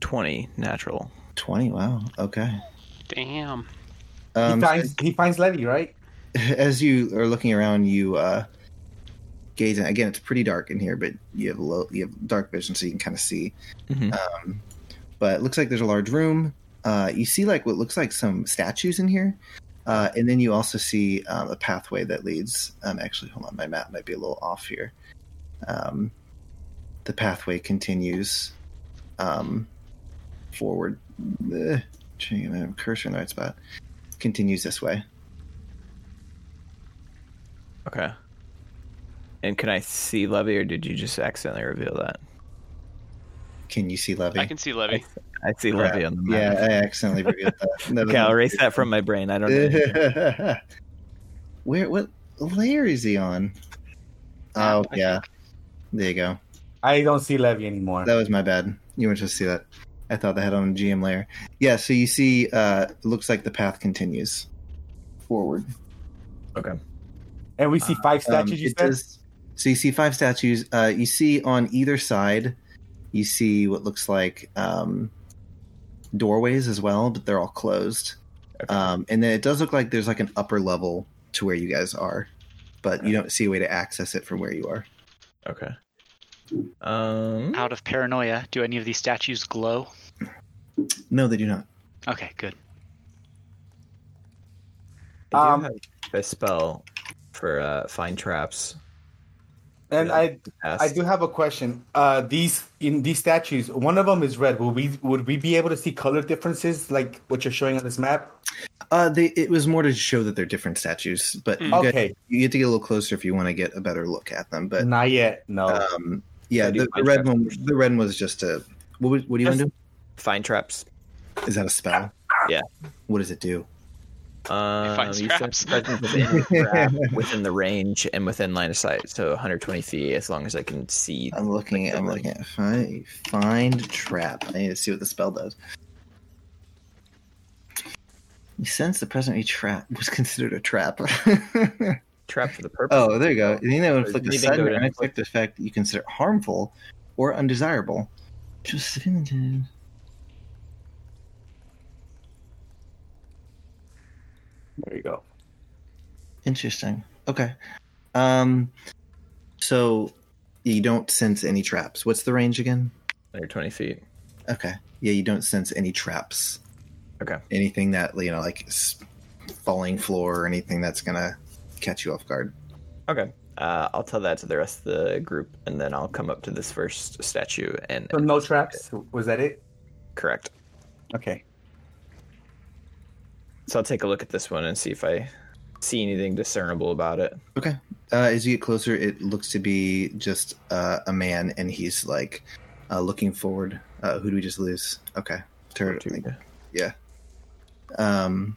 [SPEAKER 3] 20 natural.
[SPEAKER 2] 20. Wow. Okay.
[SPEAKER 5] Damn.
[SPEAKER 2] Um,
[SPEAKER 4] he finds he finds Levy, right?
[SPEAKER 2] as you are looking around, you uh, gaze. In. Again, it's pretty dark in here, but you have low, you have dark vision, so you can kind of see.
[SPEAKER 3] Mhm.
[SPEAKER 2] Um, but it looks like there's a large room. Uh, you see like what looks like some statues in here, uh, and then you also see um, a pathway that leads. Um, actually, hold on, my map might be a little off here. Um, the pathway continues um, forward. Ugh, Gee, I have a cursor in the right spot. Continues this way.
[SPEAKER 3] Okay. And can I see Levy, or did you just accidentally reveal that?
[SPEAKER 2] Can you see Levy?
[SPEAKER 5] I can see Levy.
[SPEAKER 3] I see
[SPEAKER 2] Crap.
[SPEAKER 3] Levy on the
[SPEAKER 2] Yeah,
[SPEAKER 3] map.
[SPEAKER 2] I accidentally revealed that. That was
[SPEAKER 3] Okay, I'll
[SPEAKER 2] not-
[SPEAKER 3] erase that from my brain. I don't know.
[SPEAKER 2] Where? What layer is he on? Oh
[SPEAKER 1] Map, I
[SPEAKER 2] yeah, there you go.
[SPEAKER 4] I don't see Levy anymore.
[SPEAKER 2] That was my bad. You weren't supposed to see that. I thought they had on a GM layer. Yeah. So you see, uh, it looks like the path continues forward.
[SPEAKER 4] and we see five
[SPEAKER 2] Um,
[SPEAKER 4] statues. you
[SPEAKER 2] it
[SPEAKER 4] said.
[SPEAKER 2] does- so you see five statues. Uh, you see on either side, you see what looks like um, doorways as well, but they're all closed. Um, and then it does look like there's like an upper level to where you guys are, but you don't see a way to access it from where you are.
[SPEAKER 3] Okay. Um,
[SPEAKER 1] Out of paranoia, do any of these statues glow?
[SPEAKER 2] No, they do not.
[SPEAKER 1] Okay, good.
[SPEAKER 3] I do
[SPEAKER 4] Um,
[SPEAKER 3] have a spell for uh, find traps.
[SPEAKER 4] and
[SPEAKER 3] Yeah.
[SPEAKER 4] I I
[SPEAKER 3] Ask-
[SPEAKER 4] do have a question. Uh, these in these statues, one of them is red. Will we would we be able to see color differences like what you're showing on this map?
[SPEAKER 2] Uh, they it was more to show that they're different statues, but you,
[SPEAKER 5] Mm.
[SPEAKER 2] guys-
[SPEAKER 4] Okay,
[SPEAKER 2] you get to get a little closer if you want to get a better look at them. But
[SPEAKER 4] not yet. No.
[SPEAKER 2] um, yeah,
[SPEAKER 3] I do
[SPEAKER 2] the, the
[SPEAKER 3] find
[SPEAKER 2] red
[SPEAKER 3] traps
[SPEAKER 2] one, the red one was just a. What, was- what do you want to do?
[SPEAKER 3] Find traps.
[SPEAKER 2] Is that a spell?
[SPEAKER 3] Yeah.
[SPEAKER 2] What does it do?
[SPEAKER 3] Uh,
[SPEAKER 5] finds
[SPEAKER 3] you said
[SPEAKER 5] traps.
[SPEAKER 3] presence of any trap within the range and within line of sight, so 120 feet, as long as I can see.
[SPEAKER 2] I'm looking. I'm looking at find, find trap. I need to see what the spell does. Since the present a trap was considered a trap.
[SPEAKER 3] Trap for the purpose.
[SPEAKER 2] oh, there you go. Anything that would inflict a
[SPEAKER 3] Anything that
[SPEAKER 2] sudden
[SPEAKER 3] would
[SPEAKER 2] or unexpected effect you consider harmful or undesirable. Just
[SPEAKER 4] there you go.
[SPEAKER 2] interesting. Okay. Um. So you don't sense any traps. What's the range again?
[SPEAKER 3] 120 feet.
[SPEAKER 2] Okay. Yeah, you don't sense any traps.
[SPEAKER 3] Okay.
[SPEAKER 2] Anything that you know, like s- falling floor or anything that's gonna catch you off guard.
[SPEAKER 3] Okay. Uh, I'll tell that to the rest of the group, and then I'll come up to this first statue and
[SPEAKER 4] So no traps. Was that it?
[SPEAKER 3] correct.
[SPEAKER 4] Okay.
[SPEAKER 3] So I'll take a look at this one and see if I see anything discernible about it.
[SPEAKER 2] Uh, as you get closer, it looks to be just uh, a man, and he's like uh, looking forward. Uh, who do we just lose? Okay, Turd. I think. Yeah. Um.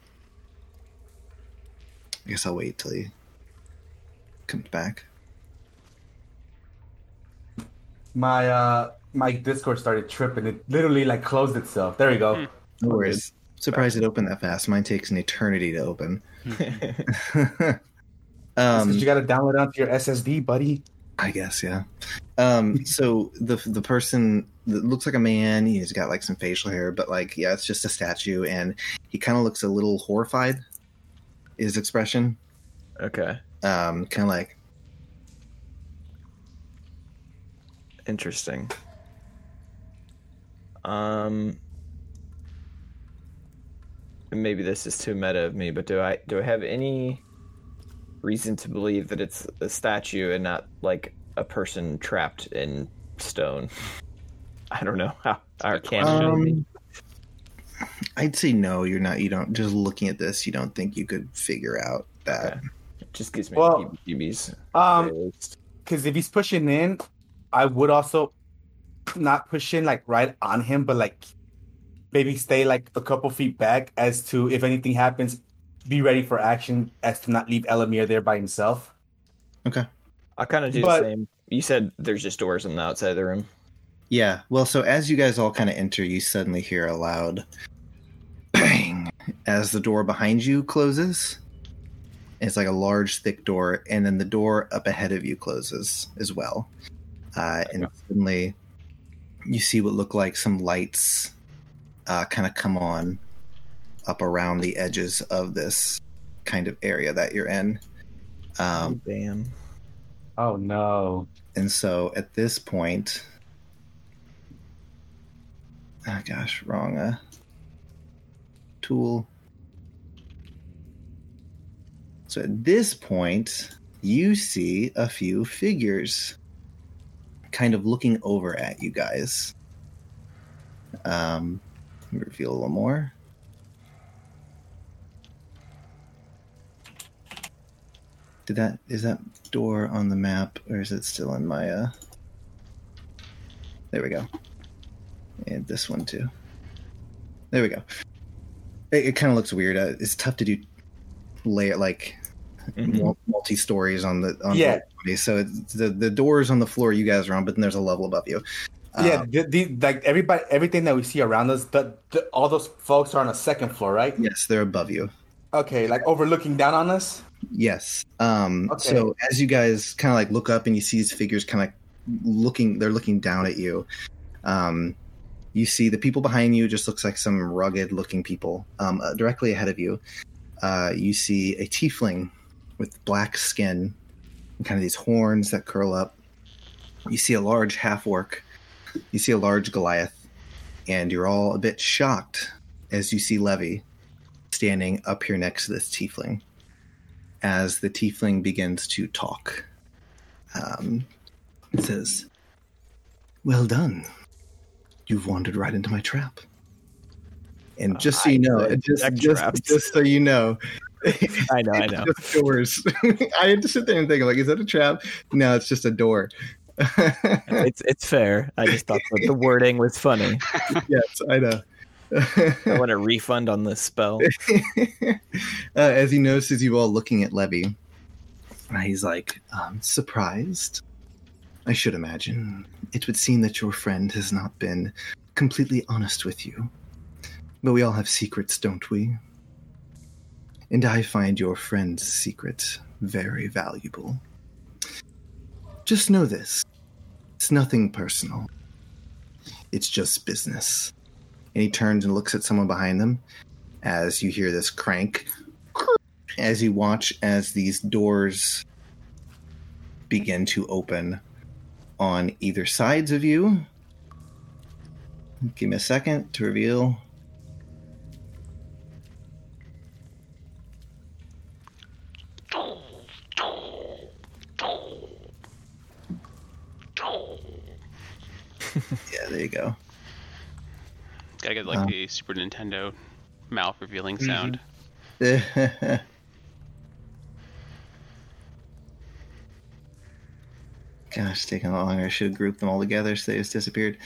[SPEAKER 2] I guess I'll wait till he comes back.
[SPEAKER 4] My uh my Discord started tripping. It literally like closed itself. There you go.
[SPEAKER 2] No worries. Surprised it opened that fast. Mine takes an eternity to open.
[SPEAKER 4] That's 'cause
[SPEAKER 2] um,
[SPEAKER 4] you got to download it onto your SSD, buddy.
[SPEAKER 2] I guess, yeah. Um, so the the person that looks like a man, he's got like some facial hair, but like, yeah, it's just a statue, and he kind of looks a little horrified. His expression,
[SPEAKER 3] Okay.
[SPEAKER 2] um, kind of like,
[SPEAKER 3] Interesting. Um maybe this is too meta of me, but do I do I have any reason to believe that it's a statue and not like a person trapped in stone? I don't know how our
[SPEAKER 5] good
[SPEAKER 3] canon
[SPEAKER 5] question.
[SPEAKER 2] um, I'd say no. You're not. You don't. Just looking at this, you don't think you could figure out that.
[SPEAKER 3] Okay. just gives me
[SPEAKER 4] well,
[SPEAKER 3] GBs.
[SPEAKER 4] Um, because if he's pushing in, I would also not push in like right on him, but like maybe stay like a couple feet back as to if anything happens, be ready for action as to not leave Elamir there by himself.
[SPEAKER 3] I kind of do
[SPEAKER 4] but-
[SPEAKER 3] the same. You said there's just doors on the outside of the room.
[SPEAKER 2] Yeah. Well, so as you guys all kind of enter, you suddenly hear a loud bang as the door behind you closes. It's like a large, thick door, and then the door up ahead of you closes as well. Uh, and suddenly, you see what look like some lights uh, kind of come on up around the edges of this kind of area that you're in. Um,
[SPEAKER 3] damn.
[SPEAKER 4] Oh no.
[SPEAKER 2] and so at this point, oh gosh, wrong uh, tool. So at this point, you see a few figures kind of looking over at you guys. Um, let me reveal a little more. Did that is that door on the map, or is it still in my? Uh... There we go. And this one too. There we go. It, it kind of looks weird. Uh, it's tough to do layer like
[SPEAKER 3] mhm.
[SPEAKER 2] mul- multi stories on the on
[SPEAKER 4] Mm-hmm. Yeah.
[SPEAKER 2] The, so it's, the the doors on the floor you guys are on, but then there's a level above you.
[SPEAKER 4] yeah,
[SPEAKER 2] Um,
[SPEAKER 4] the, the, like everybody, everything that we see around us, the, the, all those folks are on a second floor, right?
[SPEAKER 2] yes, they're above you.
[SPEAKER 4] Okay, like overlooking down on us.
[SPEAKER 2] Yes. Um,
[SPEAKER 4] Okay.
[SPEAKER 2] So as you guys kind of like look up and you see these figures kind of looking, they're looking down at you. Um, you see the people behind you just looks like some rugged looking people. Um, uh, directly ahead of you, uh, you see a tiefling with black skin and kind of these horns that curl up. You see a large half orc. You see a large Goliath. And you're all a bit shocked as you see Levy standing up here next to this tiefling as the tiefling begins to talk. Um, it says, Well done. You've wandered right into my trap. And just so you know,
[SPEAKER 3] Uh, I
[SPEAKER 2] just,
[SPEAKER 3] detect
[SPEAKER 2] just,
[SPEAKER 3] traps.
[SPEAKER 2] just so you know,
[SPEAKER 3] I know, I know.
[SPEAKER 2] it's just doors. I had to sit there and think, like, is that a trap? No, it's just a door. yes,
[SPEAKER 3] It's it's fair. I just thought that the wording was funny.
[SPEAKER 2] I know.
[SPEAKER 3] I want a refund on this spell.
[SPEAKER 2] uh, as he notices you all looking at Levy, uh, he's like, um, surprised. I should imagine. It would seem that your friend has not been completely honest with you. But we all have secrets, don't we? And I find your friend's secret very valuable. Just know this it's nothing personal, it's just business. And he turns and looks at someone behind them as you hear this crank as you watch as these doors begin to open on either sides of you give me a second to reveal yeah there you go
[SPEAKER 5] Gotta get like
[SPEAKER 2] Uh. mm-hmm.
[SPEAKER 5] the Super Nintendo mouth revealing sound.
[SPEAKER 2] Gosh, taking a lot longer. I should have grouped them all together so they just disappeared.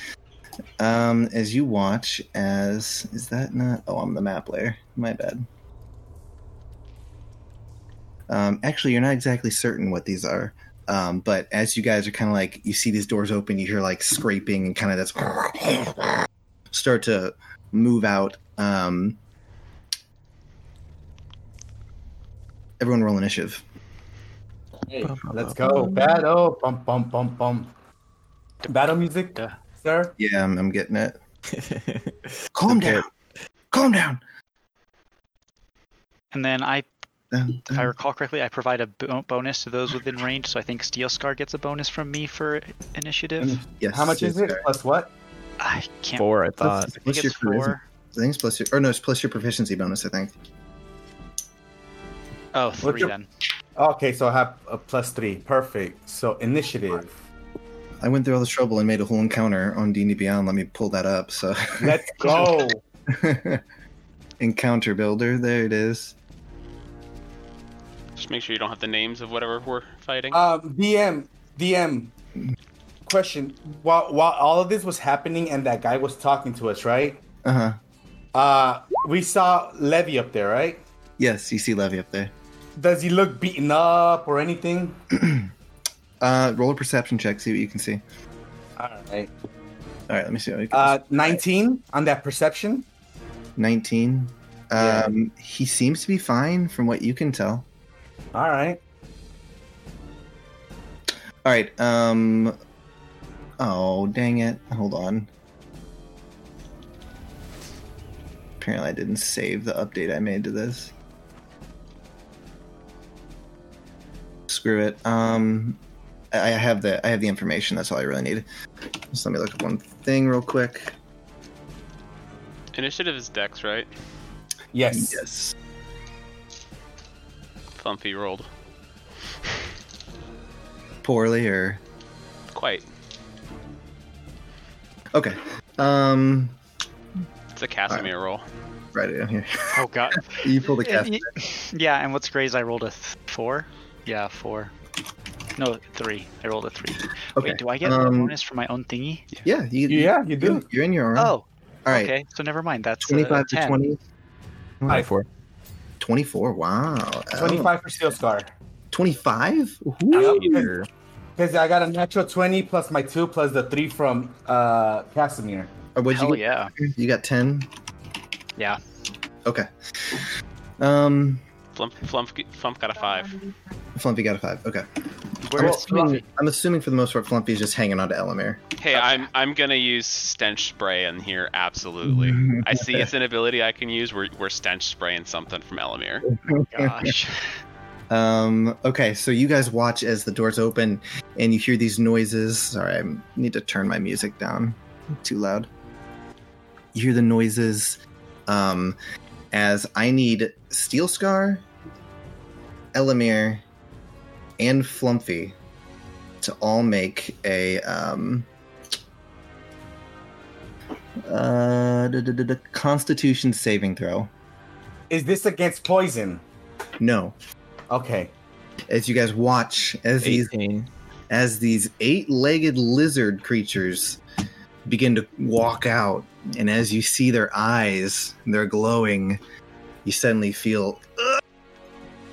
[SPEAKER 2] Um, as you watch, as is that not? Oh, I'm the map layer. My bad. Um, actually, you're not exactly certain what these are. Um, but as you guys are kind of like, you see these doors open, you hear like scraping and kind of that's start to move out. Um, Everyone roll initiative.
[SPEAKER 4] Hey, let's go. Battle. Bum, bum, bum, bum. Battle music, sir.
[SPEAKER 2] Yeah, I'm, I'm getting it. Calm
[SPEAKER 3] Okay.
[SPEAKER 2] down. Calm down.
[SPEAKER 1] And then I,
[SPEAKER 2] Dun,
[SPEAKER 1] if I
[SPEAKER 2] dun.
[SPEAKER 1] recall correctly, I provide a bo- bonus to those within range. So I think Steel Scar gets a bonus from me for initiative.
[SPEAKER 2] Yes,
[SPEAKER 4] How much is
[SPEAKER 2] yes,
[SPEAKER 4] it? Plus what?
[SPEAKER 1] I can't.
[SPEAKER 3] Four, I
[SPEAKER 2] Plus,
[SPEAKER 3] thought.
[SPEAKER 1] I think
[SPEAKER 2] plus your
[SPEAKER 1] it's
[SPEAKER 2] charisma.
[SPEAKER 1] four.
[SPEAKER 2] I think it's plus your, or no, it's plus your proficiency bonus. I think.
[SPEAKER 1] Oh, three
[SPEAKER 4] your-
[SPEAKER 1] then.
[SPEAKER 4] Okay, so I have a plus three. Perfect. So initiative.
[SPEAKER 2] I went through all this trouble and made a whole encounter on D&D Beyond. Let me pull that up. So
[SPEAKER 4] Let's go.
[SPEAKER 2] encounter builder, there it is.
[SPEAKER 5] Just make sure you don't have the names of whatever we're fighting.
[SPEAKER 2] Uh,
[SPEAKER 4] Um, DM, DM. Question: While while all of this was happening and that guy was talking to us, right?
[SPEAKER 2] Uh huh.
[SPEAKER 4] Uh, we saw Levy up there, right?
[SPEAKER 2] Yes, you see Levy up there.
[SPEAKER 4] Does he look beaten up or anything?
[SPEAKER 2] Uh, roll a perception check. See what you can see.
[SPEAKER 4] All right.
[SPEAKER 2] All right, let me see. What we can
[SPEAKER 4] Uh, nineteen on that perception.
[SPEAKER 2] 19. Um, He seems to be fine from what you can tell.
[SPEAKER 4] All right.
[SPEAKER 2] All right. Um. Oh dang it! Hold on. Apparently, I didn't save the update I made to this. Screw it. Um, I I have the I have the information. That's all I really need. Just let me look at one thing real quick.
[SPEAKER 5] Initiative is Dex, right?
[SPEAKER 4] Yes.
[SPEAKER 2] Yes.
[SPEAKER 5] Thumpy rolled.
[SPEAKER 2] Poorly or
[SPEAKER 5] Quite.
[SPEAKER 2] okay. Um,
[SPEAKER 5] It's a Casimir roll.
[SPEAKER 2] right in here.
[SPEAKER 1] Oh god.
[SPEAKER 2] You pulled a cast.
[SPEAKER 1] And y- yeah, and what's Gray's? I rolled a th- four. Yeah, four. No, three. I rolled a three.
[SPEAKER 2] Okay.
[SPEAKER 1] Wait, do I get a
[SPEAKER 2] um,
[SPEAKER 1] bonus for my own thingy?
[SPEAKER 2] Yeah. You,
[SPEAKER 4] Yeah, you do.
[SPEAKER 2] You're in your arm.
[SPEAKER 1] Oh,
[SPEAKER 2] All right.
[SPEAKER 1] okay. So uh, never mind. That's a
[SPEAKER 2] 25 to
[SPEAKER 1] 10.
[SPEAKER 2] 20.
[SPEAKER 3] Hi, four.
[SPEAKER 2] 24. Wow. Oh,
[SPEAKER 4] Twenty-five for Steel Scar.
[SPEAKER 2] 25?
[SPEAKER 4] Yep.
[SPEAKER 2] Ooh.
[SPEAKER 4] Because I got a natural 20 plus my 2 plus the 3 from uh, Casimir.
[SPEAKER 2] Or what'd
[SPEAKER 1] Hell
[SPEAKER 2] you get?
[SPEAKER 1] yeah.
[SPEAKER 2] You got 10?
[SPEAKER 1] Yeah.
[SPEAKER 2] Okay. Um,
[SPEAKER 5] Flump, Flump, Flump got a five.
[SPEAKER 2] Flumpy got a 5. Okay. I'm
[SPEAKER 1] Where's
[SPEAKER 2] assuming, I'm assuming for the most part, Flumpy's just hanging on to Elamir.
[SPEAKER 5] Hey, I'm I'm gonna use stench spray in here. Absolutely.
[SPEAKER 2] Mm-hmm.
[SPEAKER 5] I see it's an ability I can use. We're, we're stench spraying something from Elamir.
[SPEAKER 1] gosh.
[SPEAKER 2] Um, okay, so you guys watch as the doors open and you hear these noises. Sorry, I need to turn my music down. Too loud. You hear the noises um, as I need Steel Scar, Elamir, and Flumpy to all make a. Um, uh, da- da- da- da- Constitution saving throw.
[SPEAKER 4] Is this against poison?
[SPEAKER 2] No,
[SPEAKER 4] Okay.
[SPEAKER 2] as you guys watch as these
[SPEAKER 3] 18.
[SPEAKER 2] as these eight-legged lizard creatures begin to walk out and as you see their eyes they're glowing you suddenly feel "Ugh."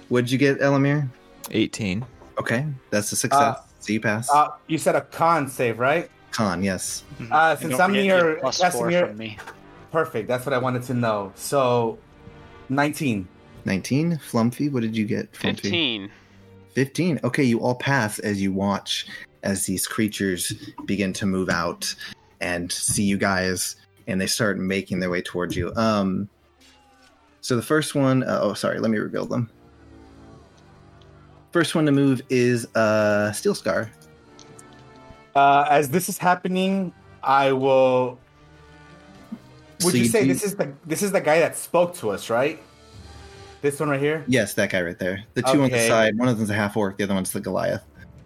[SPEAKER 2] what'd you get elamir
[SPEAKER 3] 18.
[SPEAKER 2] okay that's a success so you pass
[SPEAKER 4] Uh, you said a con save, right?
[SPEAKER 2] con yes
[SPEAKER 1] Mhm.
[SPEAKER 4] Uh,
[SPEAKER 1] And
[SPEAKER 4] since
[SPEAKER 1] don't
[SPEAKER 4] I'm
[SPEAKER 1] forget, you have
[SPEAKER 4] near
[SPEAKER 1] plus
[SPEAKER 4] Casimir-
[SPEAKER 1] four from me.
[SPEAKER 4] Perfect. That's what I wanted to know. So, 19.
[SPEAKER 2] 19 flumpy what did you get Flumpy?
[SPEAKER 5] Fifteen.
[SPEAKER 2] 15 okay you all pass as you watch as these creatures begin to move out and see you guys and they start making their way towards you um so the first one uh, oh sorry let me rebuild them first one to move is uh steel scar
[SPEAKER 4] Uh, as this is happening, I will. Would
[SPEAKER 2] So
[SPEAKER 4] you say
[SPEAKER 2] do-
[SPEAKER 4] this is the this is the guy that spoke to us, right? This one right here.
[SPEAKER 2] yes that guy right there the two on the
[SPEAKER 4] Okay.
[SPEAKER 2] side one of them's a half orc the other one's the goliath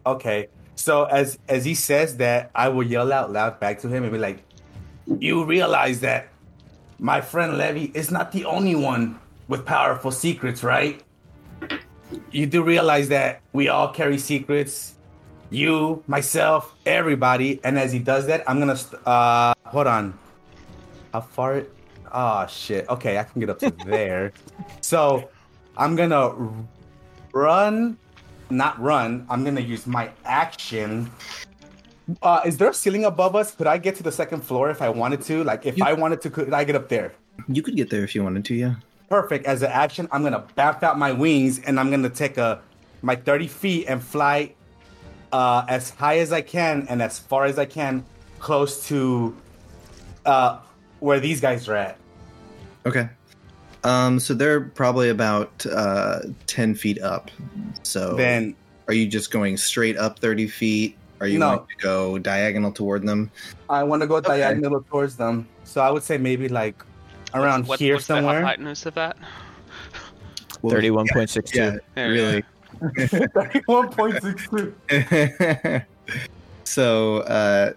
[SPEAKER 4] Okay. So as as he says that, I will yell out loud back to him and be like, "You realize that my friend Levy is not the only one with powerful secrets, right? You do realize that we all carry secrets. You, myself, everybody. And as he does that, I'm gonna st- uh hold on. How far? Oh shit. Okay, I can get up to there. So I'm gonna r- run not run. I'm gonna use my action. Uh, is there a ceiling above us? Could I get to the second floor if I wanted to? Like, if I wanted to, could I get up there?
[SPEAKER 2] you could get there if you wanted to yeah
[SPEAKER 4] perfect as an action. I'm gonna back out my wings and I'm gonna take a my 30 feet and fly uh, as high as I can and as far as I can, close to uh, where these guys are at.
[SPEAKER 2] Okay. Um, so they're probably about uh, ten feet up. So
[SPEAKER 4] Then
[SPEAKER 2] are you just going straight up thirty feet? Are you
[SPEAKER 4] No.
[SPEAKER 2] going to go diagonal toward them?
[SPEAKER 4] I want to go
[SPEAKER 2] Okay.
[SPEAKER 4] diagonal towards them. So I would say maybe like around
[SPEAKER 5] What-
[SPEAKER 4] here
[SPEAKER 5] what's
[SPEAKER 4] somewhere.
[SPEAKER 5] the hotness of that?
[SPEAKER 2] Well,
[SPEAKER 3] Thirty-one point six two.
[SPEAKER 2] Yeah,
[SPEAKER 5] There we
[SPEAKER 2] really.
[SPEAKER 4] 31.62.
[SPEAKER 2] so uh,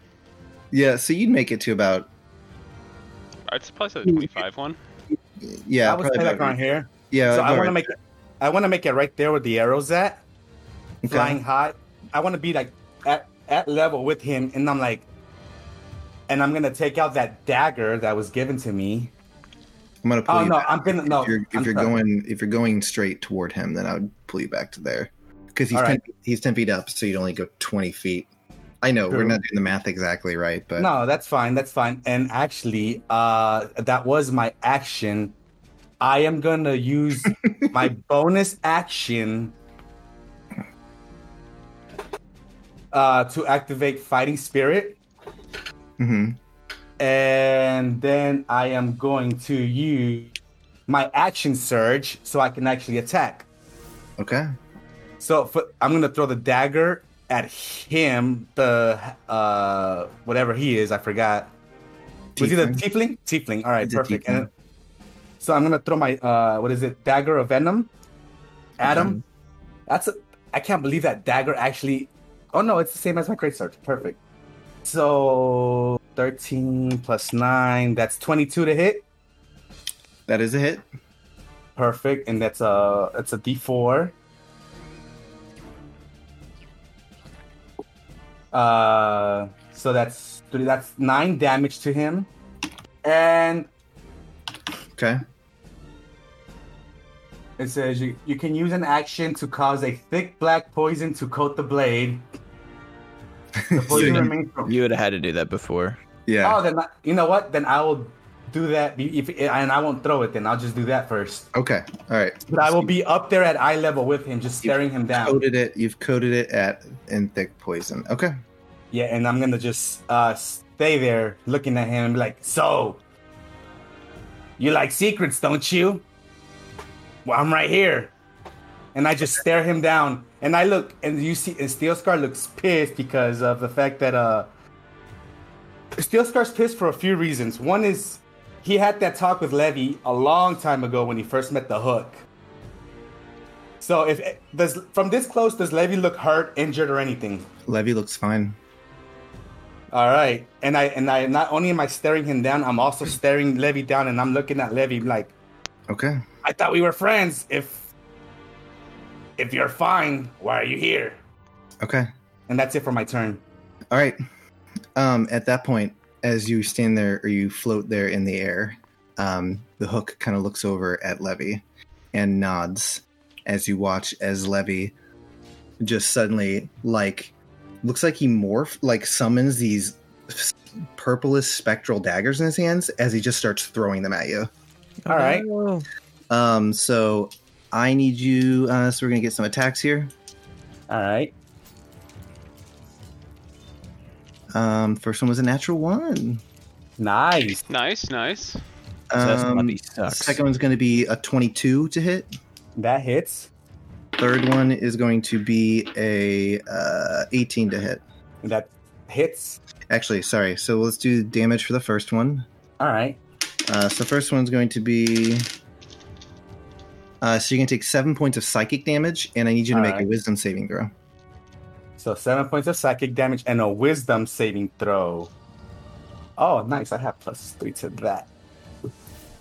[SPEAKER 2] yeah, so you'd make it to about
[SPEAKER 5] go. It's probably the 25 one.
[SPEAKER 2] yeah,
[SPEAKER 4] I would
[SPEAKER 2] probably
[SPEAKER 4] say like
[SPEAKER 2] about-
[SPEAKER 4] around here.
[SPEAKER 2] yeah.
[SPEAKER 4] so
[SPEAKER 2] about
[SPEAKER 4] I want to
[SPEAKER 2] right-
[SPEAKER 4] make it. I want to make it right there where the arrows at,
[SPEAKER 2] okay.
[SPEAKER 4] flying high. I want to be like at at level with him, and I'm like, and I'm gonna take out that dagger that was given to me.
[SPEAKER 2] I'm gonna pull
[SPEAKER 4] Oh
[SPEAKER 2] you
[SPEAKER 4] no,
[SPEAKER 2] back.
[SPEAKER 4] I'm gonna no.
[SPEAKER 2] if you're,
[SPEAKER 4] I'm
[SPEAKER 2] if you're
[SPEAKER 4] sorry.
[SPEAKER 2] going if you're going straight toward him, then I would pull you back to there because he's
[SPEAKER 4] All
[SPEAKER 2] ten, he's ten feet up, so you'd only go twenty feet. I know we're
[SPEAKER 4] True.
[SPEAKER 2] not doing the math exactly right, but
[SPEAKER 4] No, that's fine. That's fine. And actually, uh, that was my action. I am gonna use my bonus action uh, to activate Fighting Spirit,
[SPEAKER 2] Mhm.
[SPEAKER 4] and then I am going to use my action surge so I can actually attack.
[SPEAKER 2] okay,
[SPEAKER 4] So for, I'm gonna throw the dagger at him. The uh, whatever he is, I forgot. Was he the tiefling? Tiefling. All right,
[SPEAKER 2] He's a
[SPEAKER 4] perfect.
[SPEAKER 2] tiefling.
[SPEAKER 4] And so I'm gonna throw my uh, what is it? Dagger of venom. Adam,
[SPEAKER 2] Okay.
[SPEAKER 4] that's a. I can't believe that dagger actually. Oh no, it's the same as my great sword. Perfect. So 13 plus nine, that's 22 to hit.
[SPEAKER 2] that is a hit.
[SPEAKER 4] Perfect, and that's a that's a D4. Uh, so that's three, that's nine damage to him, and
[SPEAKER 2] Okay,
[SPEAKER 4] it says you, you can use an action to cause a thick black poison to coat the blade. The
[SPEAKER 2] So
[SPEAKER 4] poison
[SPEAKER 2] you-
[SPEAKER 4] remains. From,
[SPEAKER 3] You would have had to do that before.
[SPEAKER 2] yeah.
[SPEAKER 4] Oh, then I- you know what? Then I will do that. be- If and I won't throw it, then I'll just do that first.
[SPEAKER 2] Okay, all right.
[SPEAKER 4] But I will be up there at eye level with him, just
[SPEAKER 2] You
[SPEAKER 4] staring him down.
[SPEAKER 2] Coated it. You've coated it at in thick poison. Okay.
[SPEAKER 4] Yeah, and I'm gonna just uh, stay there looking at him and be like, So, you like secrets, don't you? Well, I'm right here. And I just stare him down. And I look, and you see, and Steel Scar looks pissed because of the fact that, uh, Steel Scar's pissed for a few reasons. One is he had that talk with Levy a long time ago when he first met the Hook. So, if does from this close, does Levy look hurt, injured, or anything?
[SPEAKER 2] Levy looks fine.
[SPEAKER 4] All right, and I and I not only am I staring him down, I'm also staring Levy down, and I'm looking at Levy like
[SPEAKER 2] Okay.
[SPEAKER 4] I thought we were friends. If if you're fine, why are you here?
[SPEAKER 2] Okay.
[SPEAKER 4] And that's it for my turn.
[SPEAKER 2] All right. Um, at that point, as you stand there or you float there in the air, um, the hook kind of looks over at Levy and nods as you watch as Levy just suddenly, like, looks like he morph, like, summons these s- purplish spectral daggers in his hands as he just starts throwing them at you.
[SPEAKER 4] All right.
[SPEAKER 3] No.
[SPEAKER 2] Um, so I need you. Uh, so we're gonna get some attacks here.
[SPEAKER 4] All right.
[SPEAKER 2] Um, first one was a natural one.
[SPEAKER 4] Nice.
[SPEAKER 5] Nice, nice.
[SPEAKER 3] So that's
[SPEAKER 2] Um,
[SPEAKER 3] bloody sucks.
[SPEAKER 2] Second one's going to be a 22 to hit.
[SPEAKER 4] That hits.
[SPEAKER 2] Third one is going to be a uh, 18 to hit.
[SPEAKER 4] That hits.
[SPEAKER 2] Actually, sorry. So let's do damage for the first one.
[SPEAKER 4] All right.
[SPEAKER 2] Uh, so first one's going to be. Uh, so you're going to take seven points of psychic damage, and I need you to
[SPEAKER 4] All
[SPEAKER 2] make a
[SPEAKER 4] right.
[SPEAKER 2] wisdom saving throw.
[SPEAKER 4] So seven points of psychic damage and a wisdom saving throw. Oh, nice. I have plus three to that.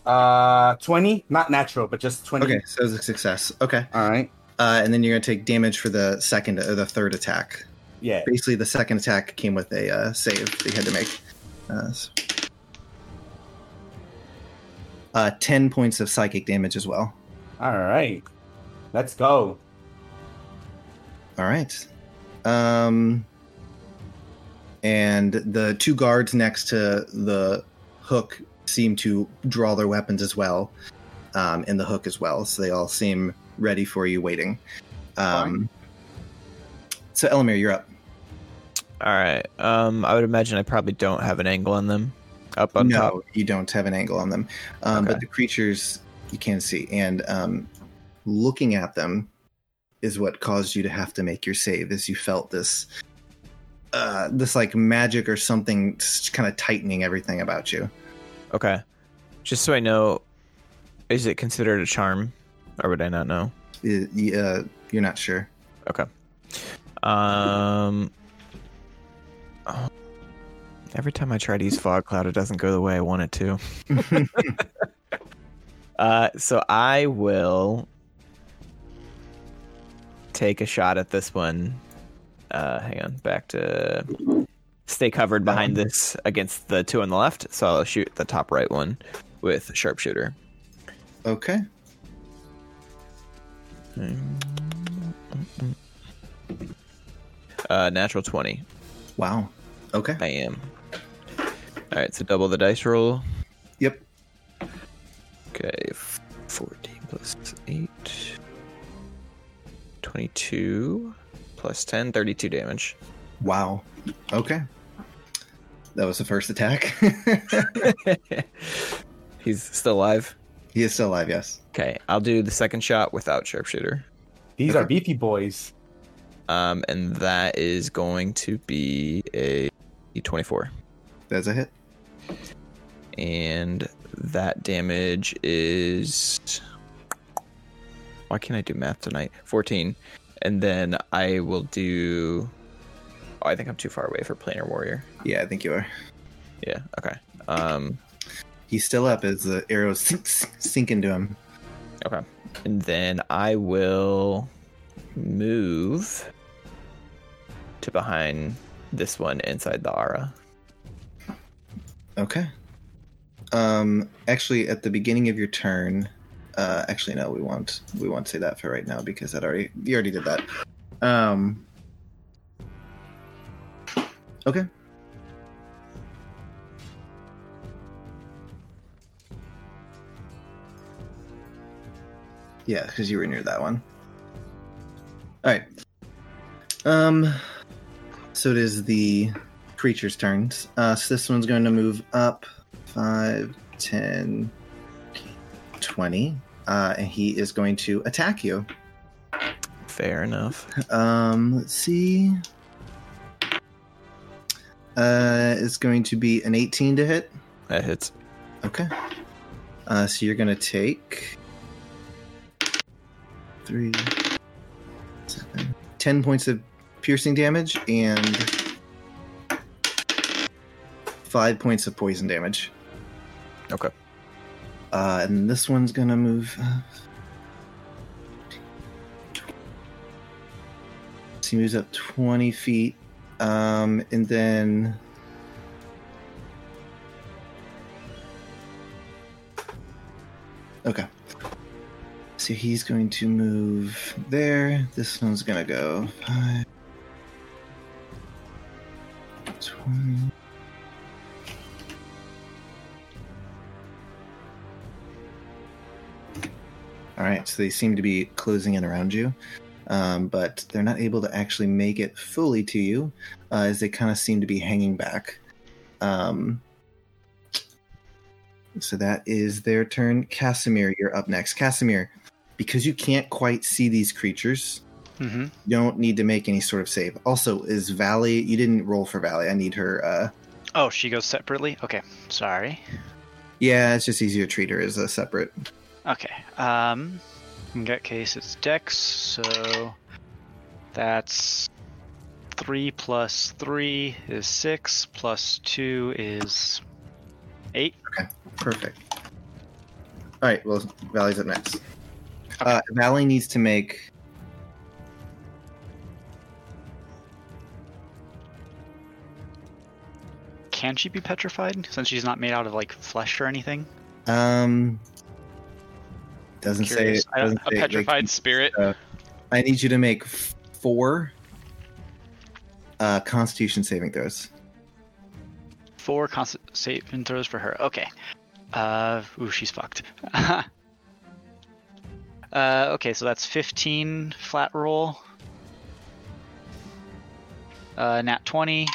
[SPEAKER 4] Uh, twenty. Not natural, but just twenty.
[SPEAKER 2] Okay, so it's a success. Okay,
[SPEAKER 4] All right.
[SPEAKER 2] uh, and then you're going to take damage for the second or the third attack.
[SPEAKER 4] Yeah.
[SPEAKER 2] Basically, the second attack came with a uh, save that you had to make. Uh, so- uh, 10 points of psychic damage as well.
[SPEAKER 4] All right. Let's go.
[SPEAKER 2] All right. Um, and the two guards next to the hook seem to draw their weapons as well. um, and the hook as well. So they all seem ready for you, waiting. Um, so Elamir, you're up.
[SPEAKER 3] All right. Um, I would imagine I probably don't have an angle on them. Up on
[SPEAKER 2] no,
[SPEAKER 3] top.
[SPEAKER 2] you don't have an angle on them, um,
[SPEAKER 3] uh, Okay.
[SPEAKER 2] but the creatures you can see, and um, looking at them is what caused you to have to make your save. Is you felt this, uh, this like magic or something, kind of tightening everything about you.
[SPEAKER 3] Okay. Just so I know, is it considered a charm, or would I not know?
[SPEAKER 2] Y- y- uh, you're not sure.
[SPEAKER 3] Okay. Um. oh. Every time I try to use fog cloud, it doesn't go the way I want it to. uh, so I will take a shot at this one. Uh, hang on, back to stay covered behind this against the two on the left. So I'll shoot the top right one with sharpshooter.
[SPEAKER 2] Okay.
[SPEAKER 3] Uh, natural twenty.
[SPEAKER 2] Wow. Okay.
[SPEAKER 3] Bam. All right, so double the dice roll.
[SPEAKER 2] Yep.
[SPEAKER 3] Okay, f- 14 plus 8. 22 plus 10, 32 damage.
[SPEAKER 2] Wow. Okay. That was the first attack.
[SPEAKER 3] He's still alive.
[SPEAKER 2] he is still alive. Yes.
[SPEAKER 3] Okay, I'll do the second shot without sharpshooter.
[SPEAKER 4] These are beefy boys.
[SPEAKER 3] Um, and that is going to be a 24.
[SPEAKER 2] That's a hit.
[SPEAKER 3] And that damage is. Why can't I do math tonight? 14. And then I will do. Oh, I think I'm too far away for Planar Warrior.
[SPEAKER 2] Yeah, I think you are.
[SPEAKER 3] Yeah, okay. Um,
[SPEAKER 2] He's still up as the arrows sink, sink, sink into him.
[SPEAKER 3] okay. And then I will move to behind this one inside the aura.
[SPEAKER 2] Okay. Um. Actually, at the beginning of your turn, uh, actually no, we won't. We won't say that for right now because that already you already did that. Um. Okay. Yeah, because you were near that one. All right. Um. So it is the creatures' turns. Uh, so this one's going to move up 5, 10, 20. Uh, and he is going to attack you.
[SPEAKER 3] Fair enough.
[SPEAKER 2] Um, let's see. Uh, it's going to be an 18 to hit.
[SPEAKER 3] That hits.
[SPEAKER 2] Okay. Uh, so you're going to take three, seven, 10 points of piercing damage and five points of poison damage.
[SPEAKER 3] Okay.
[SPEAKER 2] Uh, and this one's going to move. uh, So he moves up 20 feet. Um, and then Okay. So he's going to move there. This one's going to go 5, 20. All right, so they seem to be closing in around you, um, but they're not able to actually make it fully to you uh, as they kind of seem to be hanging back. Um, so that is their turn. Casimir, you're up next. Casimir, because you can't quite see these creatures,
[SPEAKER 1] hmm
[SPEAKER 2] you don't need to make any sort of save. Also, is Valley, you didn't roll for Valley. I need her. Uh,
[SPEAKER 1] Oh, she goes separately? Okay. Sorry.
[SPEAKER 2] yeah, it's just easier to treat her as a separate.
[SPEAKER 1] Okay. Um, in that case, it's Dex, so that's three plus three is six, plus two is eight.
[SPEAKER 2] Perfect. All right, well, Valley's up next. Uh, Valley needs to make.
[SPEAKER 1] Can she be petrified since she's not made out of like flesh or anything?
[SPEAKER 2] um Doesn't
[SPEAKER 1] Curious.
[SPEAKER 2] say.
[SPEAKER 1] I don't-
[SPEAKER 2] Doesn't
[SPEAKER 5] A
[SPEAKER 2] say it. Like,
[SPEAKER 5] petrified spirit.
[SPEAKER 2] I need you to make f- four uh, Constitution saving throws.
[SPEAKER 1] Four constant save and throws for her. Okay. Uh, ooh, she's fucked. Uh, okay, so that's 15 flat roll. Uh, nat 20.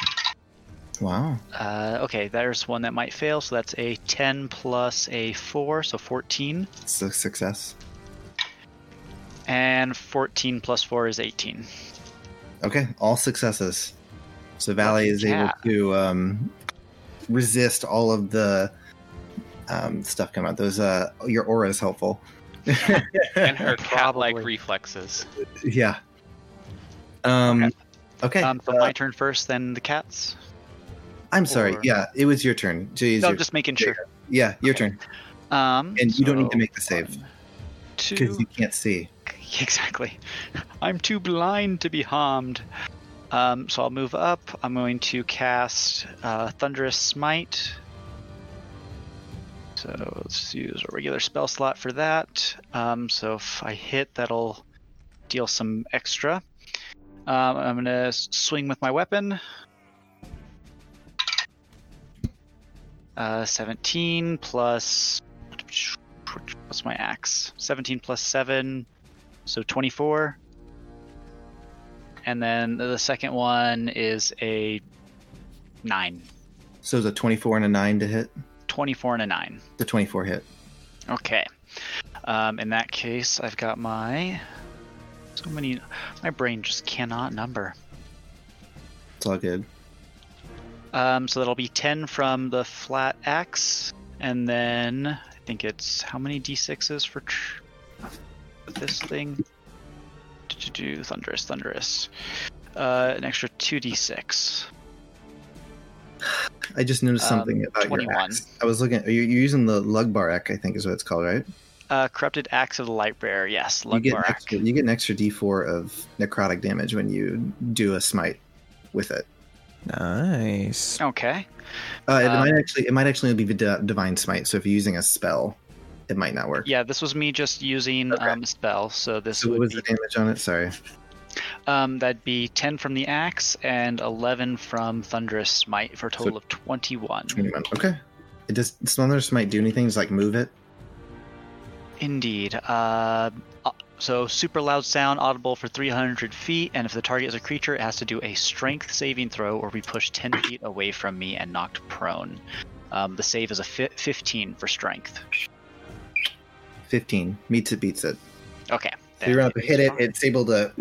[SPEAKER 2] Wow.
[SPEAKER 1] Uh, okay, there's one that might fail, so that's a 10 plus a 4, so 14.
[SPEAKER 2] It's a success.
[SPEAKER 1] And 14 plus 4 is 18.
[SPEAKER 2] Okay, all successes. So Valley is able
[SPEAKER 1] yeah.
[SPEAKER 2] to um, resist all of the um, stuff coming out. Those uh, your aura is helpful.
[SPEAKER 5] and her cat-like
[SPEAKER 1] Probably.
[SPEAKER 5] reflexes.
[SPEAKER 2] Yeah. Um. Okay.
[SPEAKER 1] Um, so
[SPEAKER 2] uh,
[SPEAKER 1] my turn first, then the cats?
[SPEAKER 2] I'm sorry.
[SPEAKER 1] or-
[SPEAKER 2] Yeah, it was your turn. Jay, it's
[SPEAKER 1] No,
[SPEAKER 2] your-
[SPEAKER 1] I'm just making sure.
[SPEAKER 2] yeah, your turn.
[SPEAKER 1] Um,
[SPEAKER 2] And you don't need to
[SPEAKER 1] so
[SPEAKER 2] make the save
[SPEAKER 1] one,
[SPEAKER 2] because
[SPEAKER 1] Two.
[SPEAKER 2] you can't see.
[SPEAKER 1] Exactly. I'm too blind to be harmed. Um, so I'll move up. I'm going to cast uh, Thunderous Smite. So let's use a regular spell slot for that. Um, so if I hit, that'll deal some extra. Um, I'm going to swing with my weapon. Uh, 17 plus. What's my axe? 17 plus 7, so 24. And then the second one is a 9.
[SPEAKER 2] So it's a 24 and a 9 to hit.
[SPEAKER 1] 24 and a 9.
[SPEAKER 2] The 24 hit.
[SPEAKER 1] Okay. Um, in that case, I've got my. So many. My brain just cannot number.
[SPEAKER 2] It's all good.
[SPEAKER 1] Um, so that'll be 10 from the flat axe. And then I think it's how many d6s for tr- this thing? Do thunderous, thunderous. Uh, an extra 2d6.
[SPEAKER 2] I just noticed
[SPEAKER 1] Um,
[SPEAKER 2] something about
[SPEAKER 1] 21.
[SPEAKER 2] your axe. I was looking. You're you're using the Lugbar Ek, I think is what it's called, right?
[SPEAKER 1] Uh, corrupted axe of the light bearer. Yes,
[SPEAKER 2] you get an
[SPEAKER 1] Lugbarak.
[SPEAKER 2] extra, you get an extra D4 of necrotic damage when you do a smite with it.
[SPEAKER 3] Nice.
[SPEAKER 1] Okay.
[SPEAKER 2] Uh, it
[SPEAKER 1] Um,
[SPEAKER 2] might actually it might actually only be di- divine smite. So if you're using a spell, it might not work.
[SPEAKER 1] Yeah, this was me just using
[SPEAKER 2] Okay.
[SPEAKER 1] um, spell. So this
[SPEAKER 2] So what
[SPEAKER 1] would
[SPEAKER 2] was
[SPEAKER 1] be
[SPEAKER 2] the damage on it? Sorry.
[SPEAKER 1] Um, that'd be 10 from the axe and 11 from Thunderous Smite for a total of 21.
[SPEAKER 2] 21. Okay. It does. Does another smite do anything? Just like move it.
[SPEAKER 1] Indeed. Uh, uh, so, super loud sound, audible for 300 feet, and if the target is a creature, it has to do a strength saving throw or be pushed 10 feet away from me and knocked prone. Um, the save is a fi- 15 for strength.
[SPEAKER 2] 15 meets it, beats it.
[SPEAKER 1] Okay.
[SPEAKER 2] So you're
[SPEAKER 1] that
[SPEAKER 2] able to
[SPEAKER 1] is
[SPEAKER 2] hit it.
[SPEAKER 1] fine.
[SPEAKER 2] It's able to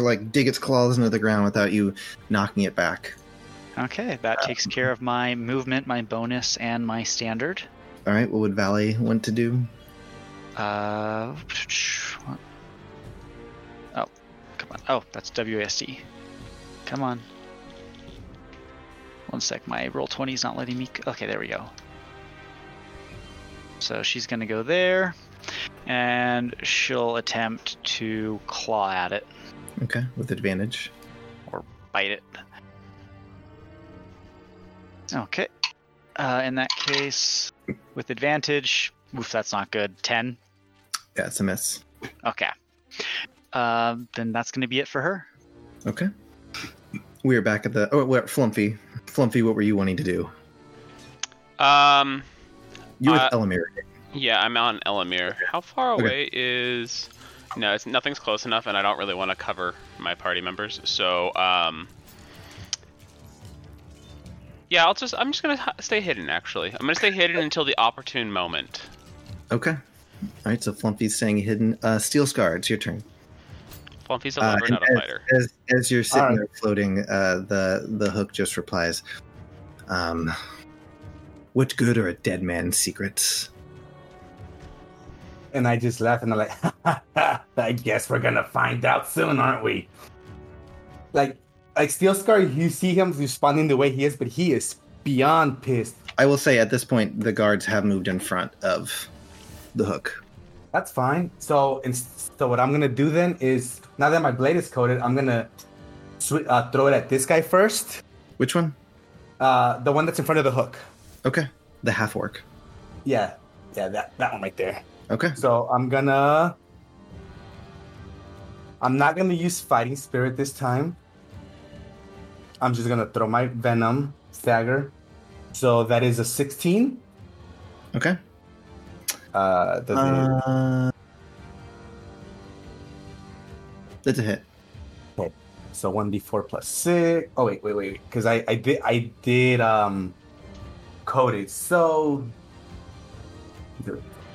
[SPEAKER 2] like dig its claws into the ground without you knocking it back.
[SPEAKER 1] Okay, that takes care of my movement, my bonus, and my standard.
[SPEAKER 2] All right. What would Valley want to do?
[SPEAKER 1] Uh, what? Oh, come on. Oh, that's WASD. Come on. One sec, my roll 20 is not letting me. Okay, there we go. So she's gonna go there, and she'll attempt to claw at it
[SPEAKER 2] Okay, with advantage.
[SPEAKER 1] or bite it. Okay. Uh, in that case, with advantage, oof, that's not good. 10.
[SPEAKER 2] Yeah, it's a miss.
[SPEAKER 1] Okay. Um, then that's going to be it for her.
[SPEAKER 2] Okay. We are back at the. Oh, wait, Flumpy. Flumpy, what were you wanting to do?
[SPEAKER 5] Um,
[SPEAKER 2] You with
[SPEAKER 5] Uh,
[SPEAKER 2] Elamir.
[SPEAKER 5] yeah, I'm on Elamir. How far
[SPEAKER 2] Okay.
[SPEAKER 5] away is? No, it's nothing's close enough, and I don't really want to cover my party members. So, um, yeah, I'll just I'm just gonna h- stay hidden. Actually, I'm gonna stay hidden until the opportune moment.
[SPEAKER 2] Okay. All right, so Flumpy's staying hidden. Uh, Steel Scar, it's your turn.
[SPEAKER 5] Flumpy's a
[SPEAKER 2] Uh,
[SPEAKER 5] lover,
[SPEAKER 2] and
[SPEAKER 5] not a fighter.
[SPEAKER 2] As, as you're sitting
[SPEAKER 4] Alright.
[SPEAKER 2] there floating, uh, the the hook just replies, um, "What good are a dead man's secrets?"
[SPEAKER 4] And I just laugh and I'm like, I guess we're gonna find out soon, aren't we? Like, like Steel Scar, you see him responding the way he is, but he is beyond pissed.
[SPEAKER 2] I will say at this point, the guards have moved in front of the hook.
[SPEAKER 4] That's fine. So, and s- so what I'm gonna do then is, now that my blade is coated, I'm gonna sw- uh, throw it at this guy first,
[SPEAKER 2] Which one?
[SPEAKER 4] uh, the one that's in front of the hook.
[SPEAKER 2] Okay, the half orc.
[SPEAKER 4] Yeah, yeah, that that one right there.
[SPEAKER 2] Okay,
[SPEAKER 4] So I'm gonna. I'm not gonna use fighting spirit this time. I'm just gonna throw my venom dagger. So that is a 16.
[SPEAKER 2] okay.
[SPEAKER 4] Uh, does it-
[SPEAKER 2] Uh, That's a hit.
[SPEAKER 4] So one d four plus six. Oh wait, wait, wait, because I I did I did um code it so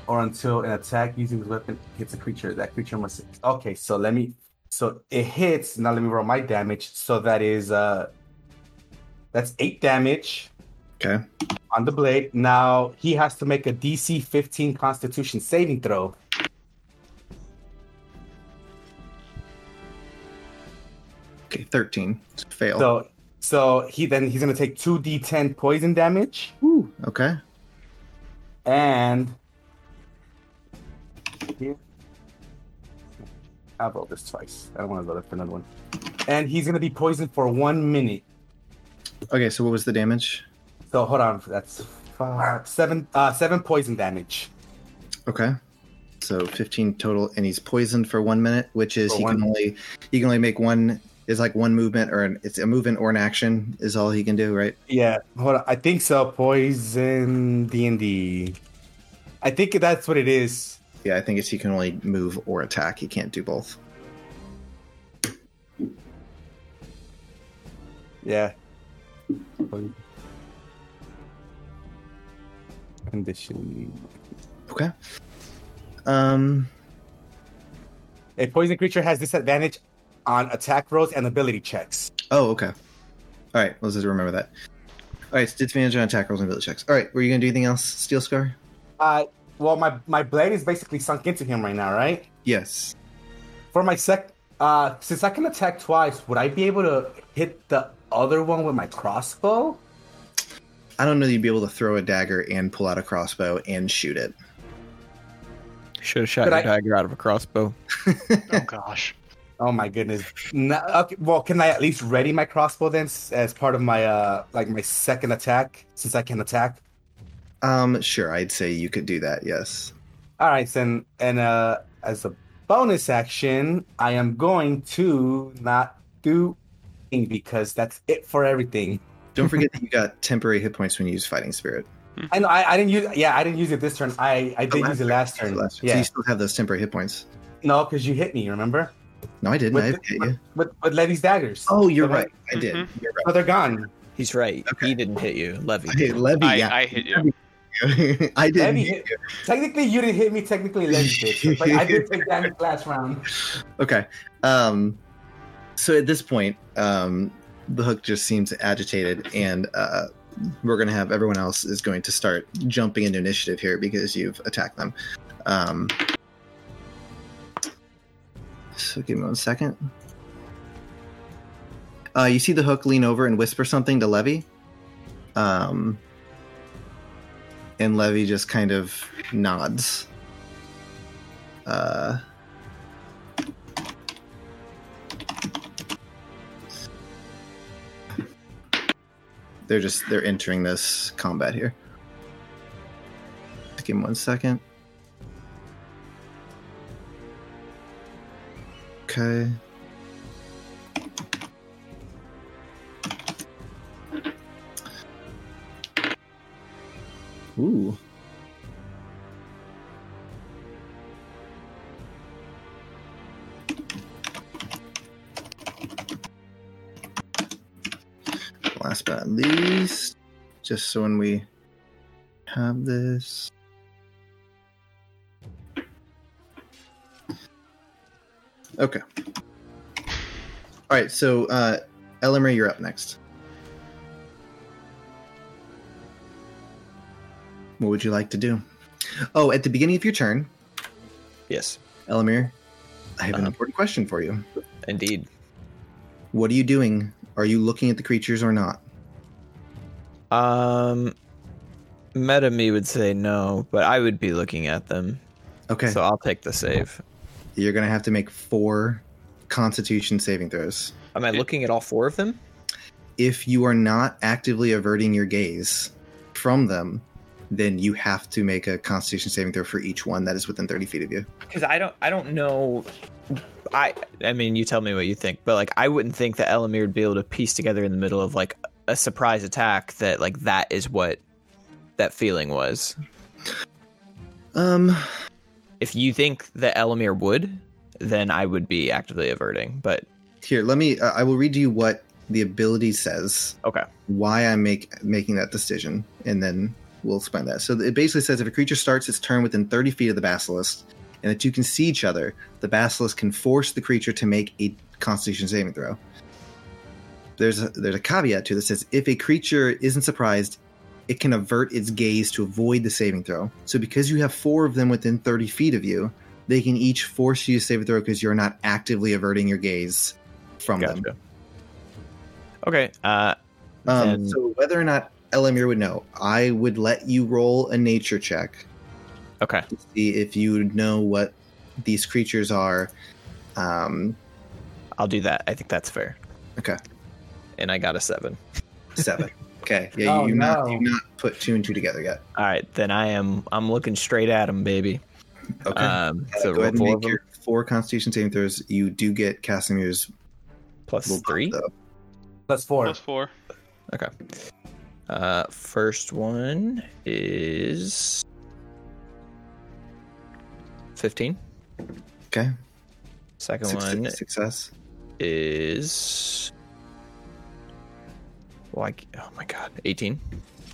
[SPEAKER 4] or until an attack using this weapon hits a creature, that creature must. Okay, so let me. So it hits. Now let me roll my damage. So that is uh, that's eight damage.
[SPEAKER 2] Okay.
[SPEAKER 4] On the blade. Now he has to make a DC 15 Constitution saving throw.
[SPEAKER 2] Okay, 13. Fail.
[SPEAKER 4] So so he then he's gonna take two D10 poison damage.
[SPEAKER 2] Woo, okay.
[SPEAKER 4] And I'll roll this twice. I don't want to roll it for another one. And he's gonna be poisoned for one minute.
[SPEAKER 2] Okay, so what was the damage?
[SPEAKER 4] So hold on, that's five, seven, uh, seven poison damage.
[SPEAKER 2] Okay. So 15 total, and he's poisoned for one minute, which is
[SPEAKER 4] For
[SPEAKER 2] he
[SPEAKER 4] one
[SPEAKER 2] can only he can only make one. It's like one movement or an, it's a movement or an action is all he can do, right?
[SPEAKER 4] Yeah, hold on. I think so. Poison D and D. I think that's what it is.
[SPEAKER 2] Yeah, I think it's he can only move or attack. He can't do both.
[SPEAKER 4] Yeah. Condition.
[SPEAKER 2] Okay. Um.
[SPEAKER 4] A poison creature has disadvantage on attack rolls and ability checks.
[SPEAKER 2] Oh, okay. All right, let's just remember that. All right, so disadvantage on attack rolls and ability checks. All right, were you gonna do anything else, Steel Scar?
[SPEAKER 4] Uh, well, my my blade is basically sunk into him right now, right?
[SPEAKER 2] Yes.
[SPEAKER 4] For my sec, uh, since I can attack twice, would I be able to hit the other one with my crossbow?
[SPEAKER 2] I don't know that you'd be able to throw a dagger and pull out a crossbow and shoot it.
[SPEAKER 3] Should have shot
[SPEAKER 4] Could
[SPEAKER 3] your
[SPEAKER 4] I-
[SPEAKER 3] dagger out of a crossbow.
[SPEAKER 1] Oh gosh.
[SPEAKER 4] Oh my goodness! No, okay, well, can I at least ready my crossbow then, s- as part of my uh, like my second attack, since I can attack?
[SPEAKER 2] Um, sure, I'd say you could do that. Yes.
[SPEAKER 4] All right, then, and uh, as a bonus action, I am going to not do anything because that's it for everything.
[SPEAKER 2] Don't forget that you got temporary hit points when you use fighting spirit.
[SPEAKER 4] I know I, I didn't use yeah I didn't use it this turn. I I did
[SPEAKER 2] last
[SPEAKER 4] use it last turn.
[SPEAKER 2] Last- So
[SPEAKER 4] Yeah,
[SPEAKER 2] you still have those temporary hit points.
[SPEAKER 4] no, because you hit me. Remember?
[SPEAKER 2] No, I didn't.
[SPEAKER 4] With
[SPEAKER 2] I
[SPEAKER 4] the-
[SPEAKER 2] didn't hit you.
[SPEAKER 4] With with Levy's daggers.
[SPEAKER 2] Oh, you're
[SPEAKER 4] the-
[SPEAKER 2] right. I did.
[SPEAKER 5] Mhm.
[SPEAKER 2] You're right.
[SPEAKER 4] Oh, they're gone.
[SPEAKER 3] He's right.
[SPEAKER 2] Okay.
[SPEAKER 3] He didn't hit you, Levy.
[SPEAKER 2] I hit Levy.
[SPEAKER 5] I,
[SPEAKER 2] yeah.
[SPEAKER 5] I hit you.
[SPEAKER 2] I didn't.
[SPEAKER 4] Levy
[SPEAKER 2] hit
[SPEAKER 4] hit, technically, you didn't hit me. Technically, Levy did. But I did take damage last round.
[SPEAKER 2] Okay. Um, so at this point, um, the hook just seems agitated, and uh, we're going to have everyone else is going to start jumping into initiative here because you've attacked them. Um, so give me one second. Uh, you see the hook lean over and whisper something to Levy. Um, and Levy just kind of nods. Uh, they're just they're entering this combat here. Just Give him one second. Okay. Ooh. last but not least, just so when we have this. Okay. All right, so uh, Elmer, you're up next. What would you like to do? Oh, at the beginning of your turn,
[SPEAKER 3] Yes,
[SPEAKER 2] Elamir, I have an
[SPEAKER 3] Uh-huh.
[SPEAKER 2] important question for you.
[SPEAKER 3] indeed.
[SPEAKER 2] What are you doing? Are you looking at the creatures or not?
[SPEAKER 3] Um, meta me would say no, but I would be looking at them.
[SPEAKER 2] Okay.
[SPEAKER 3] So I'll take the save.
[SPEAKER 2] You're gonna have to make four Constitution saving throws
[SPEAKER 3] Am I looking at all four of them?
[SPEAKER 2] if you are not actively averting your gaze from them. Then you have to make a Constitution saving throw for each one that is within 30 feet of you.
[SPEAKER 3] because I don't I don't know I I mean you tell me what you think but like I wouldn't think that Elamir would be able to piece together in the middle of like a surprise attack that like that is what that feeling was
[SPEAKER 2] Um,
[SPEAKER 3] if you think that Elamir would then I would be actively averting. But
[SPEAKER 2] Here, let me. Uh, I will read you what the ability says.
[SPEAKER 3] Okay.
[SPEAKER 2] Why I'm make making that decision, and then we'll explain that. So it basically says if a creature starts its turn within 30 feet of the basilisk, and the two can see each other, the basilisk can force the creature to make a Constitution saving throw. There's a, there's a caveat to this says if a creature isn't surprised, it can avert its gaze to avoid the saving throw. So because you have four of them within 30 feet of you, they can each force you to save a throw because you're not actively averting your gaze from them.
[SPEAKER 3] gotcha. Okay. Uh,
[SPEAKER 2] Um,
[SPEAKER 3] And-
[SPEAKER 2] So whether or not Elamir would know, I would let you roll a nature check
[SPEAKER 3] okay.
[SPEAKER 2] to see if you know what these creatures are. Um,
[SPEAKER 3] I'll do that. I think that's fair.
[SPEAKER 2] Okay.
[SPEAKER 3] And I got a seven.
[SPEAKER 2] seven. okay. Yeah,
[SPEAKER 4] Oh,
[SPEAKER 2] you, you've, not,
[SPEAKER 4] no.
[SPEAKER 2] you've not put two and two together yet.
[SPEAKER 3] All right, then I am. I'm looking straight at him, baby.
[SPEAKER 2] Okay.
[SPEAKER 3] Um,
[SPEAKER 2] Uh,
[SPEAKER 3] so
[SPEAKER 2] go
[SPEAKER 3] roll
[SPEAKER 2] ahead and
[SPEAKER 3] four of
[SPEAKER 2] make
[SPEAKER 3] them
[SPEAKER 2] your four Constitution saving throws. You do get Casimir's
[SPEAKER 3] plus
[SPEAKER 2] little buff,
[SPEAKER 3] three.
[SPEAKER 2] though.
[SPEAKER 4] Plus four.
[SPEAKER 5] Plus four.
[SPEAKER 3] Uh, first one is fifteen.
[SPEAKER 2] Okay.
[SPEAKER 3] Second
[SPEAKER 2] Suc-
[SPEAKER 3] one
[SPEAKER 2] Success.
[SPEAKER 3] is like oh my god, eighteen.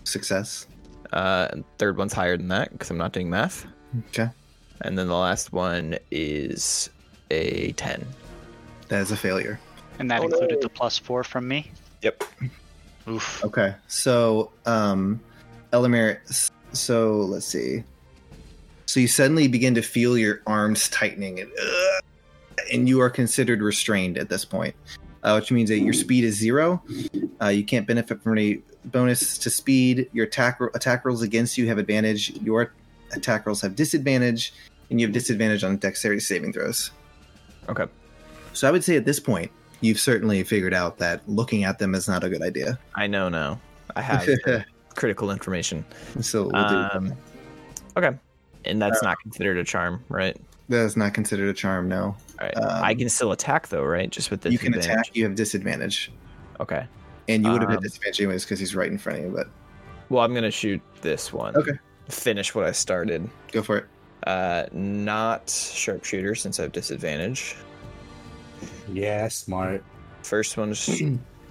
[SPEAKER 2] Success.
[SPEAKER 3] Uh, and third one's higher than that because I'm not doing math.
[SPEAKER 2] Okay.
[SPEAKER 3] And then the last one is a ten.
[SPEAKER 2] That is a failure.
[SPEAKER 1] And that included the plus four from me.
[SPEAKER 3] Yep.
[SPEAKER 1] Oof.
[SPEAKER 2] Okay. So, um, Elamir, s- so let's see. So you suddenly begin to feel your arms tightening, and, uh, and you are considered restrained at this point, uh, which means that your speed is zero. Uh, you can't benefit from any bonus to speed. Your attack attack rolls against you have advantage. Your attack rolls have disadvantage, and you have disadvantage on dexterity saving throws.
[SPEAKER 3] Okay.
[SPEAKER 2] So I would say at this point, you've certainly figured out that looking at them is not a good idea.
[SPEAKER 3] I know now. I have critical information.
[SPEAKER 2] so we'll do
[SPEAKER 3] Um, okay, and that's not considered a charm, right?
[SPEAKER 2] That is not considered a charm. No,
[SPEAKER 3] All right.
[SPEAKER 2] Um,
[SPEAKER 3] I can still attack though, right? Just with the
[SPEAKER 2] you can
[SPEAKER 3] disadvantage.
[SPEAKER 2] attack. You have disadvantage,
[SPEAKER 3] Okay.
[SPEAKER 2] and you would have had
[SPEAKER 3] Um,
[SPEAKER 2] disadvantage anyways because he's right in front of you. But
[SPEAKER 3] Well, I'm gonna shoot this one.
[SPEAKER 2] Okay.
[SPEAKER 3] Finish what I started.
[SPEAKER 2] go for it.
[SPEAKER 3] Uh, not sharpshooter since I have disadvantage.
[SPEAKER 4] Yeah, smart.
[SPEAKER 3] First one's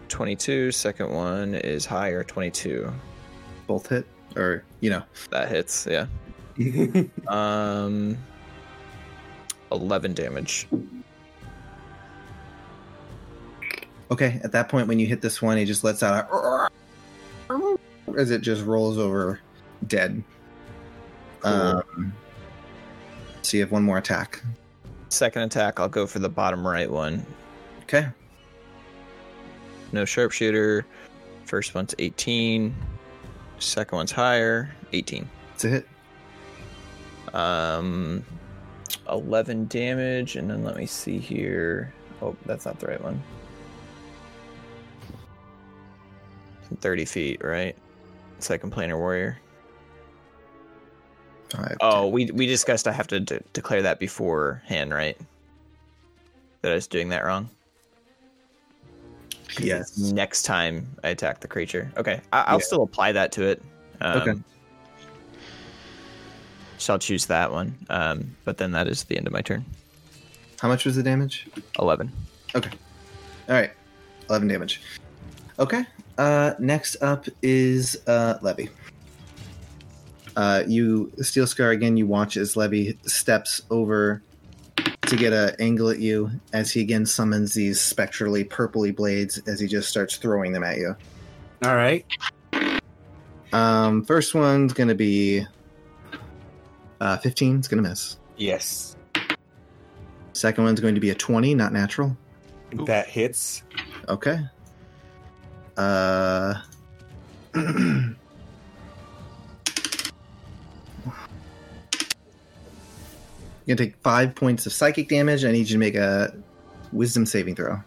[SPEAKER 3] 22. Second one is higher, 22.
[SPEAKER 2] Both hit, or you know,
[SPEAKER 3] That hits. Yeah. Um, 11 damage.
[SPEAKER 2] okay. At that point, when you hit this one, he just lets out a as it just rolls over dead. Um, so you have one more attack.
[SPEAKER 3] Second attack, I'll go for the bottom right one.
[SPEAKER 2] Okay,
[SPEAKER 3] No sharpshooter. First one's 18. Second one's higher, 18.
[SPEAKER 2] it's a hit.
[SPEAKER 3] Um, 11 damage, and then let me see here. Oh, that's not the right one. 30 feet, right? Second planar warrior.
[SPEAKER 2] Five.
[SPEAKER 3] Oh, we we discussed I have to de- declare that beforehand, right? That I was doing that wrong.
[SPEAKER 2] yes.
[SPEAKER 3] Next time I attack the creature, okay, I- I'll
[SPEAKER 2] Yeah.
[SPEAKER 3] still apply that to it. Um,
[SPEAKER 2] Okay.
[SPEAKER 3] Shall choose that one, um, but then that is the end of my turn.
[SPEAKER 2] How much was the damage?
[SPEAKER 3] Eleven.
[SPEAKER 2] All right, eleven damage. Okay. Uh, next up is uh, Levy. Uh, you steel scar again. You watch as Levy steps over to get a angle at you as he again summons these spectrally purpley blades as he just starts throwing them at you.
[SPEAKER 4] All right.
[SPEAKER 2] Um, first one's gonna be uh, fifteen. It's gonna miss.
[SPEAKER 4] Yes.
[SPEAKER 2] Second one's going to be a twenty, not natural.
[SPEAKER 5] Oof.
[SPEAKER 4] That hits.
[SPEAKER 2] Okay. Uh. You're gonna take five points of psychic damage. and I need you to make a wisdom saving throw.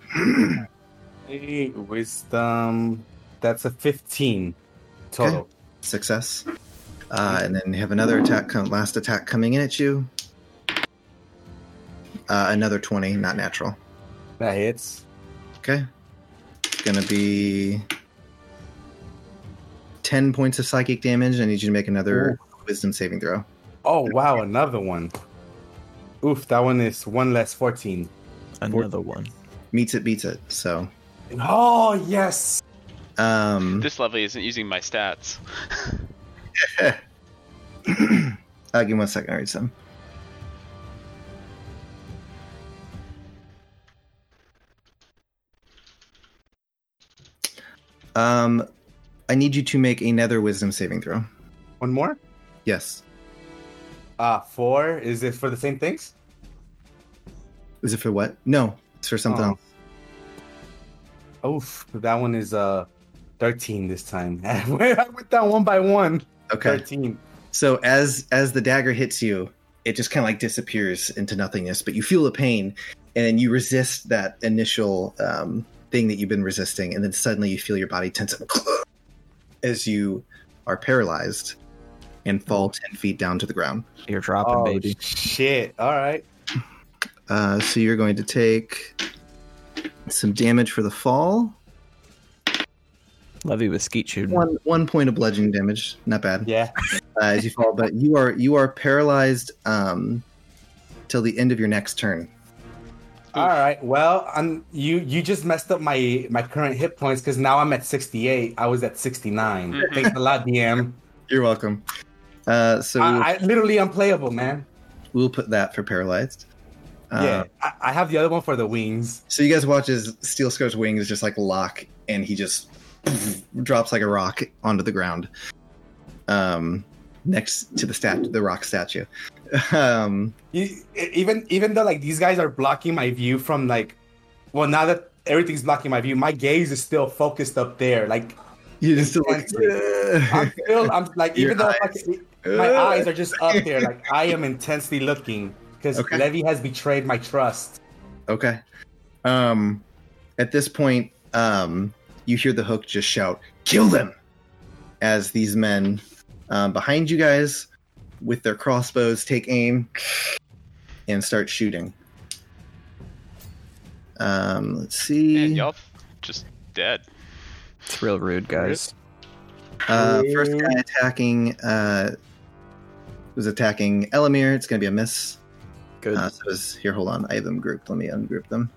[SPEAKER 4] Hey, Wisdom. That's a 15 total.
[SPEAKER 2] Success. Uh, and then you have another attack, come, last attack coming in at you. Uh, another 20, not natural.
[SPEAKER 4] That hits.
[SPEAKER 2] Okay. It's gonna be 10 points of psychic damage. I need you to make another wisdom saving throw.
[SPEAKER 4] Oh, wow. Another one. Oof, that one is one less 14.
[SPEAKER 3] Another one.
[SPEAKER 2] Meets it, beats it. So,
[SPEAKER 4] Oh, yes.
[SPEAKER 2] um,
[SPEAKER 5] This lovely isn't using my stats.
[SPEAKER 2] uh, give me one second. I read some. Um, I need you to make another wisdom saving throw.
[SPEAKER 4] One more?
[SPEAKER 2] Yes.
[SPEAKER 4] Uh, four. Is it for the same things?
[SPEAKER 2] Is it for what? No, it's for something
[SPEAKER 4] Oh.
[SPEAKER 2] else.
[SPEAKER 4] Oof, that one is uh 13 this time. I went down one by one.
[SPEAKER 2] Okay.
[SPEAKER 4] 13.
[SPEAKER 2] So as as the dagger hits you, it just kind of like disappears into nothingness, but you feel the pain, and then you resist that initial um, thing that you've been resisting, and then suddenly you feel your body tense up as you are paralyzed and fall ten feet down to the ground.
[SPEAKER 3] You're dropping,
[SPEAKER 4] Oh,
[SPEAKER 3] baby.
[SPEAKER 4] shit. All right.
[SPEAKER 2] Uh, so you're going to take some damage for the fall.
[SPEAKER 3] Love you with skeet shooting.
[SPEAKER 2] One one point of bludgeoning damage, not bad.
[SPEAKER 4] Yeah.
[SPEAKER 2] uh, as you fall, but you are you are paralyzed um, till the end of your next turn.
[SPEAKER 4] All right. Well, I'm, you you just messed up my my current hit points because now I'm at 68. I was at 69.
[SPEAKER 5] Mhm.
[SPEAKER 4] Thanks a lot, DM.
[SPEAKER 2] You're welcome. Uh, so we'll,
[SPEAKER 4] I, I literally unplayable, man.
[SPEAKER 2] we'll put that for paralyzed. Uh,
[SPEAKER 4] yeah. I, I have the other one for the wings.
[SPEAKER 2] So you guys watch as Steel Scar's wings just like lock, and he just drops like a rock onto the ground, um, next to the stat the rock statue. Um,
[SPEAKER 4] You, e- even even though like these guys are blocking my view from like, well now that everything's blocking my view, my gaze is still focused up there. Like
[SPEAKER 2] you just still like,
[SPEAKER 4] I'm still I'm like
[SPEAKER 2] Your
[SPEAKER 4] even though like, my eyes are just up there. Like I am intensely looking because
[SPEAKER 2] Okay.
[SPEAKER 4] Levy has betrayed my trust.
[SPEAKER 2] Okay. Um, at this point, um, you hear the hook just shout, "Kill them!" As these men um, behind you guys, with their crossbows, take aim and start shooting. Um, let's
[SPEAKER 5] And
[SPEAKER 2] see.
[SPEAKER 5] y'all f- just dead.
[SPEAKER 3] It's real rude, guys.
[SPEAKER 2] Uh, first guy attacking uh, was attacking Elamir. It's gonna be a miss.
[SPEAKER 3] Good.
[SPEAKER 2] Uh, so it's, here, hold on. I have them grouped. Let me ungroup them.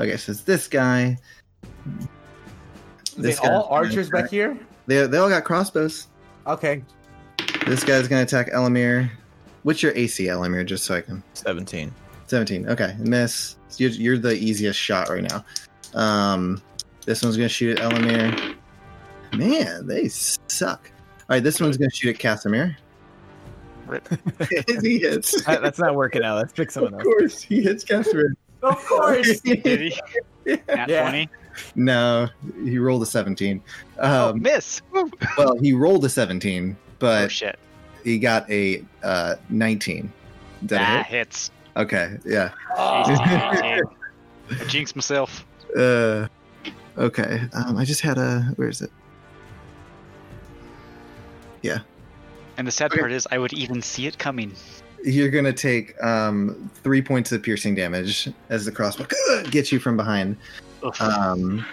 [SPEAKER 2] Okay, so it's this guy.
[SPEAKER 4] They
[SPEAKER 2] This guy's
[SPEAKER 4] all
[SPEAKER 2] gonna
[SPEAKER 4] archers back
[SPEAKER 2] attack-
[SPEAKER 4] here.
[SPEAKER 2] They, they all got crossbows.
[SPEAKER 4] Okay.
[SPEAKER 2] This guy's going to attack Elamir. What's your AC, Elamir? Just so I can.
[SPEAKER 3] 17.
[SPEAKER 2] 17. Okay, miss. You're, you're the easiest shot right now. Um, this one's going to shoot at Elamir. Man, they suck. All right, this one's going to shoot at Casimir.
[SPEAKER 1] Rip.
[SPEAKER 2] he hits.
[SPEAKER 3] That- That's not working out. Let's pick someone
[SPEAKER 2] Of
[SPEAKER 3] else.
[SPEAKER 2] course, he hits Casimir.
[SPEAKER 4] Of course.
[SPEAKER 1] Did he? Nat
[SPEAKER 4] Yeah.
[SPEAKER 1] 20.
[SPEAKER 2] No, he rolled a 17.
[SPEAKER 1] oh,
[SPEAKER 2] Um,
[SPEAKER 1] miss. Woo.
[SPEAKER 2] well, he rolled a 17,
[SPEAKER 1] Oh,
[SPEAKER 2] but
[SPEAKER 1] shit.
[SPEAKER 2] he got a uh, 19. Did it
[SPEAKER 1] That
[SPEAKER 2] hit?
[SPEAKER 1] hits.
[SPEAKER 2] Okay, yeah.
[SPEAKER 1] I jinxed myself.
[SPEAKER 2] Uh, okay. Um, I just had a. Where is it?
[SPEAKER 1] And the sad
[SPEAKER 2] Okay.
[SPEAKER 1] part is, I would even see it coming.
[SPEAKER 2] You're gonna take um three points of piercing damage as the crossbow gets you from behind.
[SPEAKER 1] Ugh.
[SPEAKER 2] Um,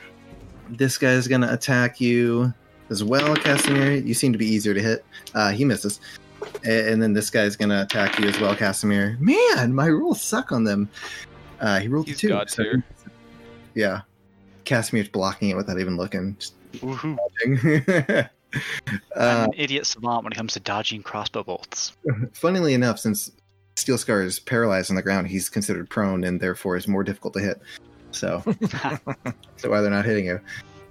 [SPEAKER 2] this guy's gonna attack you as well, Casimir. You seem to be easier to hit. Uh, he misses. A- And then this guy's gonna attack you as well, Casimir. Man, my rules suck on them. Uh, he rolled a
[SPEAKER 5] He's
[SPEAKER 2] two.
[SPEAKER 5] God
[SPEAKER 2] so-
[SPEAKER 5] tier.
[SPEAKER 2] yeah, Casimir's blocking it without even looking. Just
[SPEAKER 1] Woohoo.
[SPEAKER 2] dodging. uh,
[SPEAKER 1] I'm an idiot savant when it comes to dodging crossbow bolts.
[SPEAKER 2] funnily enough, since Steel Scar is paralyzed on the ground, he's considered prone and therefore is more difficult to hit. So, so why they're not hitting you?
[SPEAKER 3] Big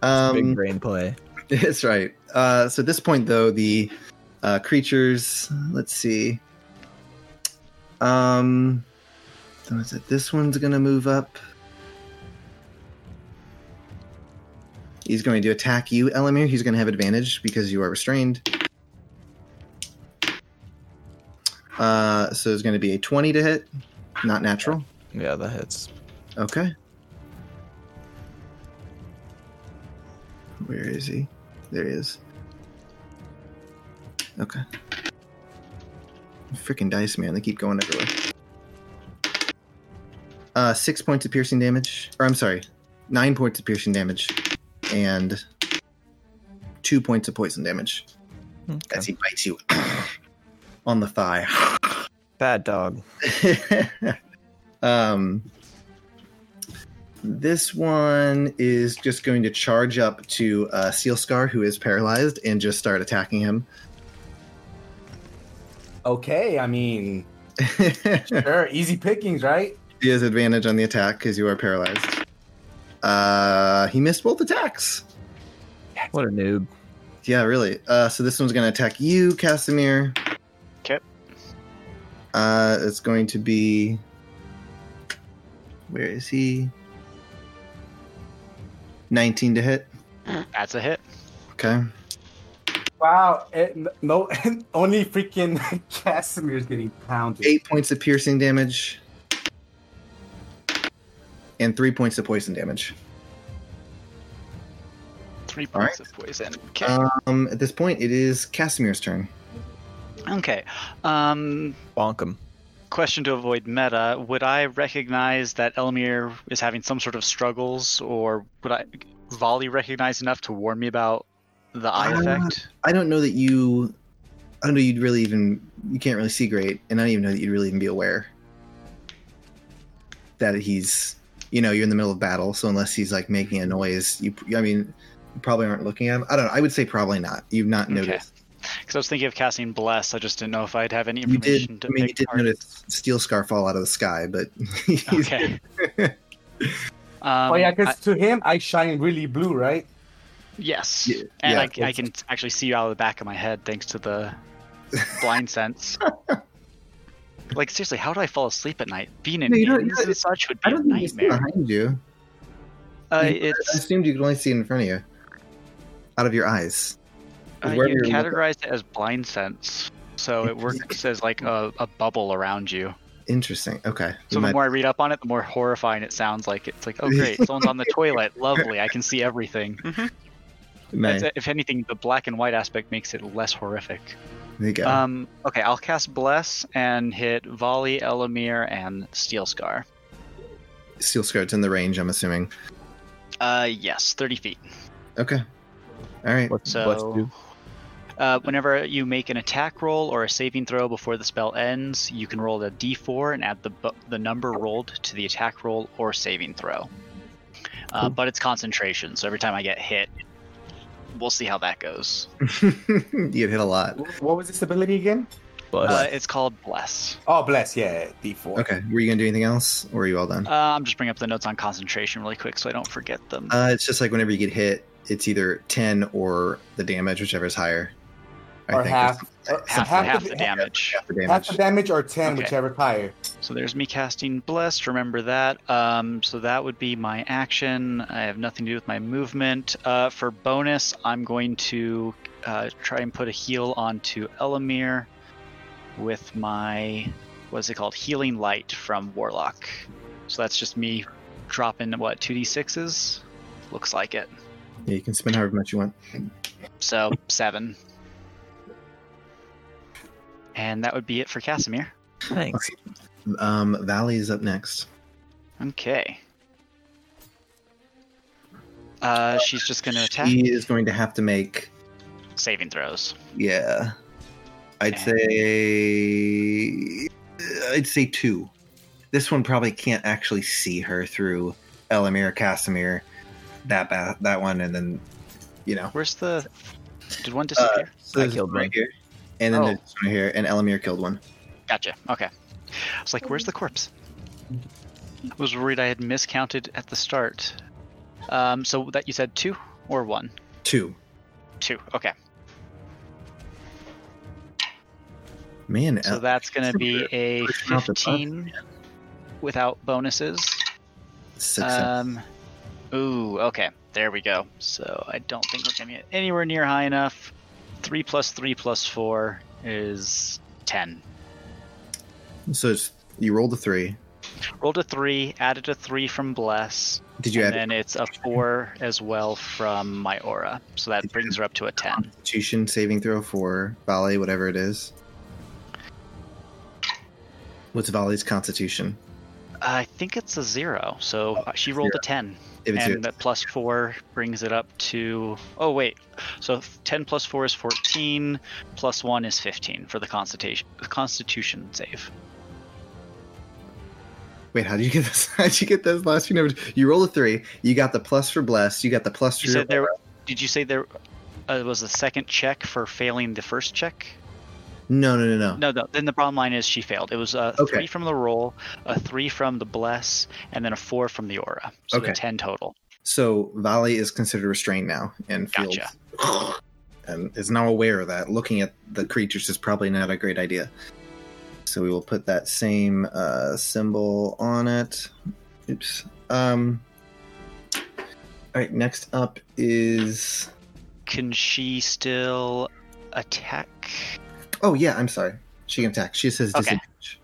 [SPEAKER 2] Um,
[SPEAKER 3] brain play.
[SPEAKER 2] that's right. Uh, so at this point, though, the uh, creatures. Let's see. Um, so is it this one's gonna move up? He's going to attack you, Elamir. He's going to have advantage because you are restrained. Uh, so it's going to be a twenty to hit, not natural.
[SPEAKER 3] Yeah, that hits.
[SPEAKER 2] Okay. Where is he? There he is. Okay. Freaking dice, man. They keep going everywhere. Uh, six points of piercing damage. Or, I'm sorry, nine points of piercing damage. And two points of poison damage
[SPEAKER 3] Okay.
[SPEAKER 2] as he bites you on the thigh.
[SPEAKER 3] Bad dog.
[SPEAKER 2] um, this one is just going to charge up to uh, Seal Scar, who is paralyzed, and just start attacking him.
[SPEAKER 4] Okay, I mean,
[SPEAKER 2] he
[SPEAKER 4] sure, easy pickings, right?
[SPEAKER 2] has advantage on the attack because you are paralyzed. Uh, he missed both attacks.
[SPEAKER 3] What a noob.
[SPEAKER 2] Yeah, really. Uh, so this one's going to attack you, Casimir.
[SPEAKER 1] 'Kay.
[SPEAKER 2] Uh, it's going to be. Where is he? 19 to hit.
[SPEAKER 1] That's a hit.
[SPEAKER 2] Okay.
[SPEAKER 4] Wow, it, no, only freaking Casimir's getting pounded.
[SPEAKER 2] Eight points of piercing damage. And three points of poison damage.
[SPEAKER 1] Three
[SPEAKER 2] All right.
[SPEAKER 1] points of poison. Okay.
[SPEAKER 2] Um, at this point, it is Casimir's turn.
[SPEAKER 1] okay. Um,
[SPEAKER 3] Bonk him.
[SPEAKER 1] question to avoid meta would i recognize that elmir is having some sort of struggles or would i volley recognize enough to warn me about the eye
[SPEAKER 2] Uh,
[SPEAKER 1] effect
[SPEAKER 2] I don't know that you. I don't know you'd really even. You can't really see great, and I don't even know that you'd really even be aware that he's. You know, you're in the middle of battle, so unless he's like making a noise, you. I mean, you probably aren't looking at him. I don't know. I would say probably not. You've not
[SPEAKER 1] Okay.
[SPEAKER 2] noticed.
[SPEAKER 1] because i was thinking of casting bless i just didn't know if i'd have any
[SPEAKER 2] You
[SPEAKER 1] information
[SPEAKER 2] did.
[SPEAKER 1] to
[SPEAKER 2] I mean,
[SPEAKER 1] pick
[SPEAKER 2] you did
[SPEAKER 1] apart.
[SPEAKER 2] notice steel scar fall out of the sky, but. he's-
[SPEAKER 1] okay um,
[SPEAKER 4] oh yeah, because
[SPEAKER 1] I-
[SPEAKER 4] to him, I shine really blue, right?
[SPEAKER 1] yes
[SPEAKER 2] Yeah,
[SPEAKER 1] and
[SPEAKER 2] yeah,
[SPEAKER 1] I, I can actually see you out of the back of my head thanks to the blind sense like seriously how do i fall asleep at night being in
[SPEAKER 2] No, you don't-
[SPEAKER 1] inns and such would
[SPEAKER 2] I
[SPEAKER 1] be a
[SPEAKER 2] don't think he's
[SPEAKER 1] nightmare
[SPEAKER 2] behind you.
[SPEAKER 1] uh,
[SPEAKER 2] I I
[SPEAKER 1] it's
[SPEAKER 2] assumed you could only see it in front of you, out of your eyes.
[SPEAKER 1] Uh,
[SPEAKER 2] Wherever
[SPEAKER 1] you
[SPEAKER 2] you're looking.
[SPEAKER 1] categorized it as blind sense, so it works as like a, a bubble around you.
[SPEAKER 2] Interesting. Okay. You
[SPEAKER 1] So the
[SPEAKER 2] might-
[SPEAKER 1] more I read up on it, the more horrifying it sounds like. It's like, oh great, someone's on the toilet. Lovely, I can see everything.
[SPEAKER 2] might-
[SPEAKER 1] That's it. If anything, the black and white aspect makes it less horrific.
[SPEAKER 2] There you go.
[SPEAKER 1] Um, okay, I'll cast Bless and hit Volley, Elamir, and Steel Scar.
[SPEAKER 2] Steel Scout's in the range, I'm assuming.
[SPEAKER 1] Uh, yes, thirty feet.
[SPEAKER 2] Okay. All right.
[SPEAKER 3] What's
[SPEAKER 1] So-
[SPEAKER 3] what's do?
[SPEAKER 1] Uh, whenever you make an attack roll or a saving throw before the spell ends, you can roll a d4 and add the, bu- the number rolled to the attack roll or saving throw. Uh, But it's concentration, so every time I get hit, we'll see how that goes.
[SPEAKER 2] you get hit a lot.
[SPEAKER 4] Wh- What was this ability again?
[SPEAKER 3] Bless.
[SPEAKER 1] Uh, it's called Bless.
[SPEAKER 4] Oh, bless, yeah, D4.
[SPEAKER 2] Okay. Were you going to do anything else, or are you all done?
[SPEAKER 1] Uh, I'm just bringing up the notes on concentration really quick so I don't forget them.
[SPEAKER 2] Uh, it's just like whenever you get hit, it's either 10 or the damage, whichever is higher.
[SPEAKER 4] Or half,
[SPEAKER 2] it's
[SPEAKER 4] or
[SPEAKER 1] half,
[SPEAKER 4] half
[SPEAKER 1] half
[SPEAKER 4] the-
[SPEAKER 1] the damage.
[SPEAKER 2] half the
[SPEAKER 4] Half
[SPEAKER 2] damage.
[SPEAKER 4] the damage or 10,
[SPEAKER 1] Okay.
[SPEAKER 4] whichever higher.
[SPEAKER 1] So there's me casting Blessed, remember that. Um, so that would be my action. I have nothing to do with my movement. Uh, for bonus, I'm going to uh, try and put a heal onto Elamir with my, what's it called? Healing Light from Warlock. So that's just me dropping, what, 2d6s? Looks like it.
[SPEAKER 2] Yeah, you can spend however much you want.
[SPEAKER 1] So seven. And that would be it for Casimir.
[SPEAKER 3] Thanks.
[SPEAKER 2] Um, Valley is up next.
[SPEAKER 1] Okay. Uh, she's just going to attack.
[SPEAKER 2] He is going to have to make,
[SPEAKER 1] Saving throws.
[SPEAKER 2] yeah, I'd say, I'd say two. This one probably can't actually see her through Elamir, Casimir, that ba- that one, and then, you know.
[SPEAKER 1] Where's the? Did one disappear?
[SPEAKER 2] So
[SPEAKER 3] I
[SPEAKER 2] there's
[SPEAKER 3] killed
[SPEAKER 2] one
[SPEAKER 3] one.
[SPEAKER 2] right here, and then
[SPEAKER 1] Oh.
[SPEAKER 2] there's one here, and Elamir killed one.
[SPEAKER 1] gotcha. Okay. I was like, where's the corpse? I was worried I had miscounted at the start. Um, so that you said two or one?
[SPEAKER 2] Two.
[SPEAKER 1] Two. Okay.
[SPEAKER 2] Man,
[SPEAKER 1] So
[SPEAKER 2] El-
[SPEAKER 1] that's going to be a
[SPEAKER 2] Pushing out the buff.
[SPEAKER 1] fifteen without bonuses.
[SPEAKER 2] success.
[SPEAKER 1] Um, ooh, okay. There we go. So I don't think we're going to get anywhere near high enough. 3 plus 3 plus 4 is 10.
[SPEAKER 2] so it's, you rolled a three.
[SPEAKER 1] Rolled a 3, added a 3 from Bless,
[SPEAKER 2] Did you
[SPEAKER 1] and
[SPEAKER 2] add
[SPEAKER 1] then it's a 4 as well from my aura. So that brings her up to a 10.
[SPEAKER 2] Constitution saving throw for Valley, whatever it is? What's Valley's Constitution?
[SPEAKER 1] I think it's a zero. So
[SPEAKER 2] Oh,
[SPEAKER 1] uh, she rolled a ten,
[SPEAKER 2] If it's
[SPEAKER 1] and
[SPEAKER 2] your,
[SPEAKER 1] that plus four brings it up to. Oh wait, so ten plus four is fourteen, plus one is fifteen for the Constitution Constitution save.
[SPEAKER 2] wait, how did you get this? How did you get those last few numbers? You roll a three. You got the plus for blessed. You got the plus for
[SPEAKER 1] You
[SPEAKER 2] your
[SPEAKER 1] said there. Did you say there uh, was a second check for failing the first check?
[SPEAKER 2] No, no, no, no.
[SPEAKER 1] No, no. Then the bottom line is she failed. It was a
[SPEAKER 2] Okay.
[SPEAKER 1] three from the roll, a three from the bless, and then a four from the aura. So
[SPEAKER 2] Okay.
[SPEAKER 1] a ten total.
[SPEAKER 2] So Valley is considered restrained now and feels and is now aware that looking at the creatures is probably not a great idea. So we will put that same uh, symbol on it. Oops. Um, all right. Next up is
[SPEAKER 1] Can she still attack?
[SPEAKER 2] oh yeah, I'm sorry. She can attack. She says
[SPEAKER 1] Okay.
[SPEAKER 2] disadvantage.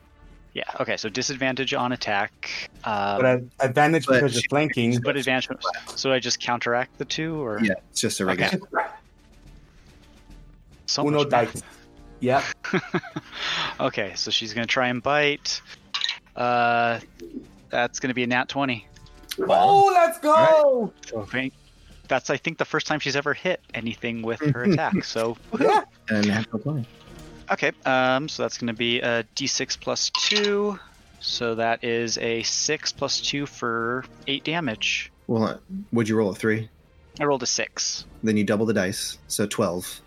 [SPEAKER 1] Yeah. Okay. So disadvantage on attack. Um,
[SPEAKER 4] But
[SPEAKER 1] but,
[SPEAKER 4] ad- advantage
[SPEAKER 2] Uh, But-
[SPEAKER 4] because you're flanking.
[SPEAKER 1] advantage. So I just counteract the two, or
[SPEAKER 2] Yeah, it's just a regular.
[SPEAKER 1] Okay. So
[SPEAKER 4] Uno
[SPEAKER 1] much math.
[SPEAKER 4] dice. Yep.
[SPEAKER 1] Okay. So she's gonna try and bite. Uh, that's gonna be a nat twenty.
[SPEAKER 4] Oh, let's go!
[SPEAKER 1] Okay. That's I think the first time she's ever hit anything with her attack. So
[SPEAKER 4] Yeah.
[SPEAKER 2] And a natural 20.
[SPEAKER 1] Okay, um, so that's going to be a d6 plus 2. So that is a 6 plus 2 for 8 damage.
[SPEAKER 2] Well, uh, would you roll a three?
[SPEAKER 1] I rolled a 6.
[SPEAKER 2] Then you double the dice, so twelve.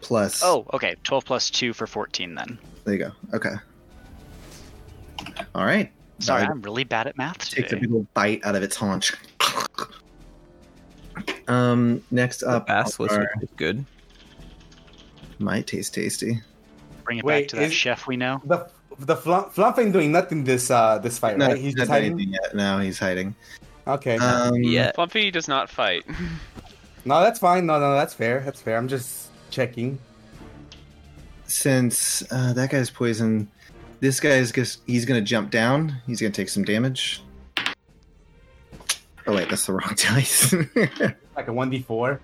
[SPEAKER 2] Plus.
[SPEAKER 1] Oh, okay, 12 plus 2 for 14 then.
[SPEAKER 2] There you go. Okay. All right.
[SPEAKER 1] Sorry,
[SPEAKER 2] Valley
[SPEAKER 1] I'm really bad at math
[SPEAKER 2] takes a
[SPEAKER 1] today.
[SPEAKER 2] big old bite out of its haunch. Um, next
[SPEAKER 3] The
[SPEAKER 2] up,
[SPEAKER 3] bass was
[SPEAKER 2] are-
[SPEAKER 3] good.
[SPEAKER 2] might taste tasty.
[SPEAKER 1] Bring it back
[SPEAKER 4] Wait,
[SPEAKER 1] to that
[SPEAKER 4] is-
[SPEAKER 1] chef we know.
[SPEAKER 4] The the Fluff, Fluff ain't doing nothing this uh this fight,
[SPEAKER 2] No,
[SPEAKER 4] right? He's just
[SPEAKER 2] not doing
[SPEAKER 4] hiding.
[SPEAKER 2] anything yet. No, he's hiding.
[SPEAKER 4] Okay.
[SPEAKER 2] Um,
[SPEAKER 3] Yeah.
[SPEAKER 5] Flumpy does not fight.
[SPEAKER 4] no, that's fine. No, no, that's fair. That's fair. I'm just checking.
[SPEAKER 2] Since uh, that guy's poison, this guy's just he's gonna jump down. He's gonna take some damage. Oh wait, that's the wrong dice.
[SPEAKER 4] Like a one d four.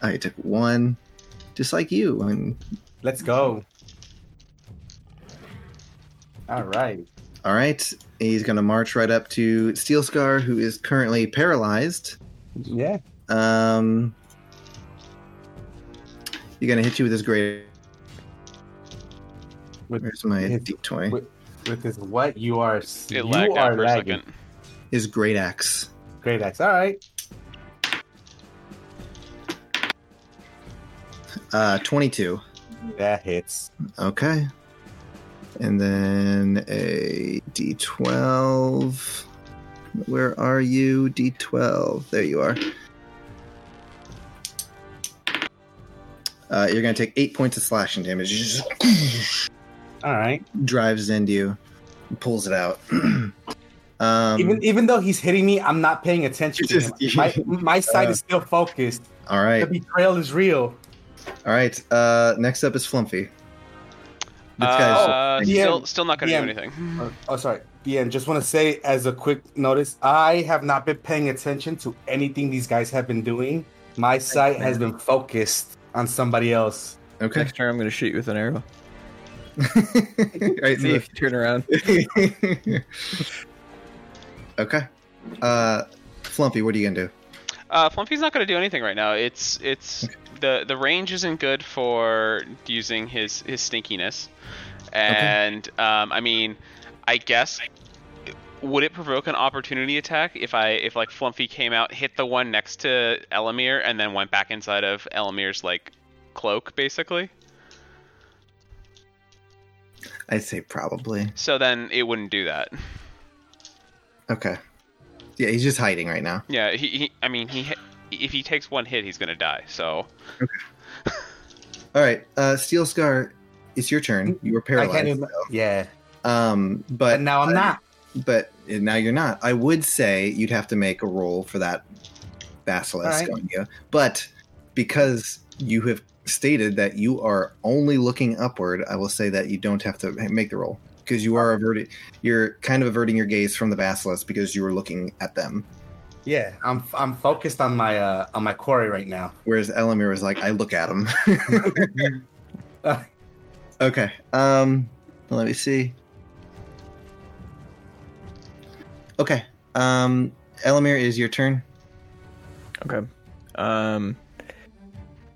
[SPEAKER 2] I took one, just like you. And
[SPEAKER 4] Let's go. All right.
[SPEAKER 2] all right, he's gonna march right up to Steel Scar, who is currently paralyzed.
[SPEAKER 4] Yeah.
[SPEAKER 2] Um, you're gonna hit you with this great.
[SPEAKER 4] With-
[SPEAKER 2] Where's my
[SPEAKER 4] with-
[SPEAKER 2] d20?
[SPEAKER 4] with- With this, what you are? s-
[SPEAKER 5] It
[SPEAKER 4] you are
[SPEAKER 5] lagged out for
[SPEAKER 4] lagging.
[SPEAKER 5] a second.
[SPEAKER 2] His great axe.
[SPEAKER 4] Great axe. All right.
[SPEAKER 2] Uh, 22.
[SPEAKER 4] That hits.
[SPEAKER 2] Okay. And then a d12. Where are you? D12. There you are. Uh, you're gonna take eight points of slashing damage.
[SPEAKER 4] All right.
[SPEAKER 2] drives into you, and pulls it out. um,
[SPEAKER 4] even even though he's hitting me, I'm not paying attention. To him.
[SPEAKER 2] Just-
[SPEAKER 4] My my sight is still focused.
[SPEAKER 2] all right,
[SPEAKER 4] The betrayal is real.
[SPEAKER 2] all right. Uh, next up is Flumpy. This
[SPEAKER 5] Uh, oh,
[SPEAKER 2] guy's
[SPEAKER 4] yeah.
[SPEAKER 5] still, still not gonna
[SPEAKER 4] Yeah.
[SPEAKER 5] do anything.
[SPEAKER 4] Oh, oh, sorry. Yeah, just want to say as a quick notice, I have not been paying attention to anything these guys have been doing. My sight has been focused on somebody else.
[SPEAKER 2] okay.
[SPEAKER 3] Next turn, I'm going to shoot you with an arrow.
[SPEAKER 2] all right,
[SPEAKER 3] See if you turn around.
[SPEAKER 2] okay. Uh, Flumpy, what are you gonna do?
[SPEAKER 5] Uh, Flumpy's not going to do anything right now. It's it's the the range isn't good for using his his sneakiness, and um, I mean, I guess would it provoke an opportunity attack if I if like Flumpy came out, hit the one next to Elamir, and then went back inside of Elamir's like cloak basically?
[SPEAKER 2] I'd say probably.
[SPEAKER 5] So then it wouldn't do that.
[SPEAKER 2] Okay. Yeah, he's just hiding right now.
[SPEAKER 5] Yeah, he, he I mean he hit- if he takes one hit, he's going to die. So
[SPEAKER 2] All right, uh, Steel Scar, it's your turn. You were paralyzed.
[SPEAKER 4] I can't even. Yeah,
[SPEAKER 2] Um,
[SPEAKER 4] but
[SPEAKER 2] but
[SPEAKER 4] now I'm not.
[SPEAKER 2] But now you're not. I would say you'd have to make a roll for that basilisk
[SPEAKER 4] All right.
[SPEAKER 2] on you, but because you have stated that you are only looking upward, I will say that you don't have to make the roll because you are averted. You're kind of averting your gaze from the basilisk because you were looking at them.
[SPEAKER 4] Yeah, I'm I'm focused on my uh on my quarry right now.
[SPEAKER 2] Whereas Elamir was like, I look at him.
[SPEAKER 4] Uh,
[SPEAKER 2] okay. Um, let me see. Okay. Um, Elamir, it is your turn.
[SPEAKER 3] Okay. Um,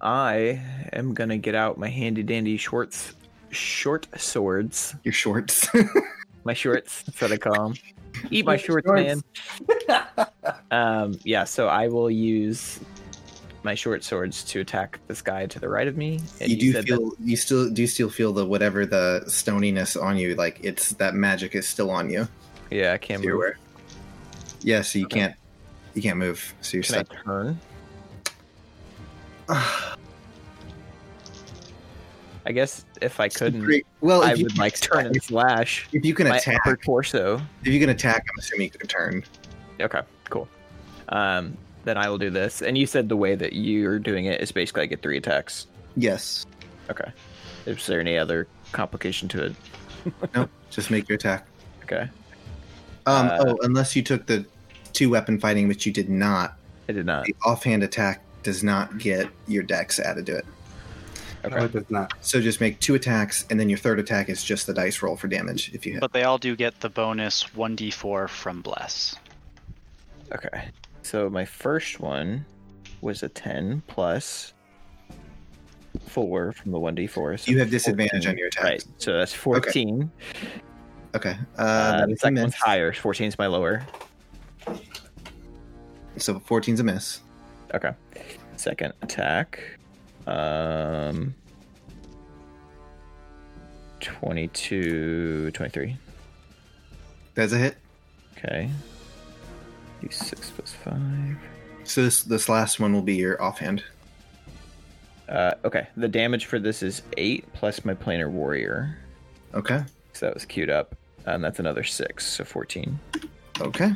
[SPEAKER 3] I am gonna get out my handy dandy shorts, short swords,
[SPEAKER 2] Your shorts.
[SPEAKER 3] my shorts. That's what I call them. Eat my shorts, man. um, yeah. So I will use my short swords to attack this guy to the right of me. And
[SPEAKER 2] you do
[SPEAKER 3] said
[SPEAKER 2] feel you still do still feel the whatever the stoniness on you. Like it's that magic is still on you.
[SPEAKER 3] that- yeah, I can't
[SPEAKER 2] So you're
[SPEAKER 3] move.
[SPEAKER 2] aware. Yeah. So you
[SPEAKER 3] Okay.
[SPEAKER 2] can't you can't move. So you're
[SPEAKER 3] Can I
[SPEAKER 2] stuck.
[SPEAKER 3] turn? I guess if I couldn't,
[SPEAKER 2] Great. Well,
[SPEAKER 3] I
[SPEAKER 2] if you,
[SPEAKER 3] would like turn and slash
[SPEAKER 2] if you can
[SPEAKER 3] my
[SPEAKER 2] attack,
[SPEAKER 3] upper torso.
[SPEAKER 2] if you can attack, I'm assuming you can turn.
[SPEAKER 3] Okay, cool. Um, then I will do this. And you said the way that you're doing it is basically I get three attacks.
[SPEAKER 2] Yes.
[SPEAKER 3] Okay. Is there any other complication to it?
[SPEAKER 2] No. Just make your attack.
[SPEAKER 3] Okay.
[SPEAKER 2] Um,
[SPEAKER 3] Uh,
[SPEAKER 2] oh, unless you took the two weapon fighting, which you did not.
[SPEAKER 3] I did not.
[SPEAKER 2] The offhand attack does not get your dex added to it.
[SPEAKER 4] No, it does not.
[SPEAKER 2] So just make two attacks, and then your third attack is just the dice roll for damage if you hit.
[SPEAKER 1] But they all do get the bonus 1d4 from Bless.
[SPEAKER 3] Okay. So my first one was a 10 plus 4 from the 1d4. So
[SPEAKER 2] You have disadvantage on your attacks.
[SPEAKER 3] Right. So that's 14.
[SPEAKER 2] Okay. Uh,
[SPEAKER 3] Uh,
[SPEAKER 2] that
[SPEAKER 3] the
[SPEAKER 2] is a
[SPEAKER 3] second one's
[SPEAKER 2] miss.
[SPEAKER 3] higher. 14 is my lower.
[SPEAKER 2] So 14's a miss.
[SPEAKER 3] Okay. Second attack. Um 22 23.
[SPEAKER 2] That's a hit.
[SPEAKER 3] Okay. D6 plus 5.
[SPEAKER 2] So this this last one will be your offhand.
[SPEAKER 3] Uh, okay. The damage for this is 8 plus my planar warrior.
[SPEAKER 2] Okay.
[SPEAKER 3] So that was queued up. And that's another 6, so 14.
[SPEAKER 2] Okay.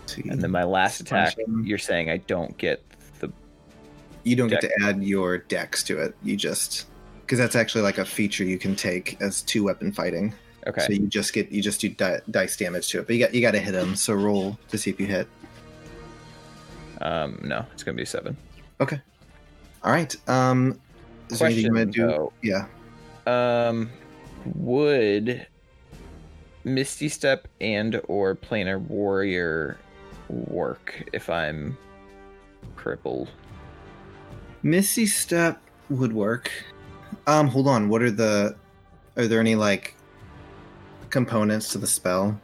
[SPEAKER 2] Let's see.
[SPEAKER 3] And then my last attack,
[SPEAKER 2] Slashing.
[SPEAKER 3] you're saying I don't get the
[SPEAKER 2] you don't get
[SPEAKER 3] dex.
[SPEAKER 2] to add your dex to it. You just because that's actually like a feature you can take as two weapon fighting.
[SPEAKER 3] Okay.
[SPEAKER 2] So you just get you just do di- dice damage to it, but you got you got to hit him. So roll to see if you hit.
[SPEAKER 3] um no, it's going to be 7.
[SPEAKER 2] All right. Um, is there anything you want to do?
[SPEAKER 3] Question, though.
[SPEAKER 2] Yeah.
[SPEAKER 3] Um, would Misty Step and or Planar Warrior work if I'm crippled?
[SPEAKER 2] Misty Step would work. Um, hold on. What are the? Are there any like components to the spell?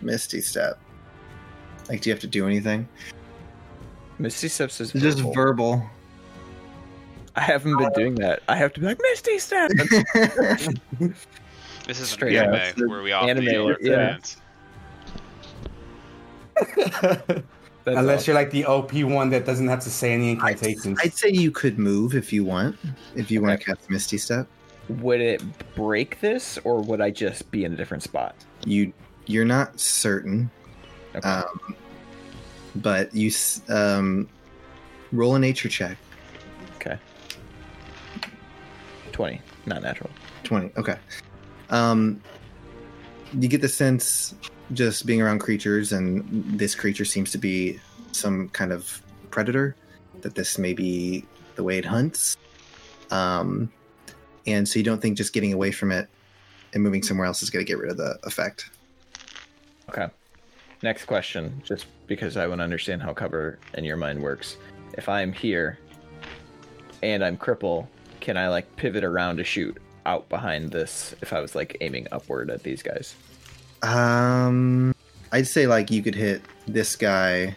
[SPEAKER 2] Misty Step. Like, do you have to do anything?
[SPEAKER 3] Misty Steps is
[SPEAKER 2] It's just
[SPEAKER 3] verbal.
[SPEAKER 2] verbal.
[SPEAKER 3] I haven't been doing that. I have to be like Misty Step.
[SPEAKER 5] This is
[SPEAKER 3] Straight
[SPEAKER 5] Straight
[SPEAKER 3] up.
[SPEAKER 5] anime
[SPEAKER 2] It's the
[SPEAKER 5] where we all
[SPEAKER 3] anime,
[SPEAKER 5] feel our
[SPEAKER 3] yeah.
[SPEAKER 5] friends.
[SPEAKER 3] That's
[SPEAKER 4] Unless
[SPEAKER 3] all.
[SPEAKER 4] you're like the OP one that doesn't have to say any incantations.
[SPEAKER 2] I'd say you could move if you want. If you want
[SPEAKER 3] Okay.
[SPEAKER 2] to cast Misty Step,
[SPEAKER 3] would it break this, or would I just be in a different spot?
[SPEAKER 2] you you're not certain,
[SPEAKER 3] Okay.
[SPEAKER 2] um, but you s- um, roll a nature check.
[SPEAKER 3] okay. Twenty, not natural.
[SPEAKER 2] 20 okay um you get the sense just being around creatures and this creature seems to be some kind of predator that this may be the way it hunts um and so you don't think just getting away from it and moving somewhere else is going to get rid of the effect
[SPEAKER 3] Okay. Next question, just because I want to understand how cover in your mind works. If I'm here and I'm cripple, can I like pivot around to shoot out behind this if I was like aiming upward at these guys?
[SPEAKER 2] um i'd say like you could hit this guy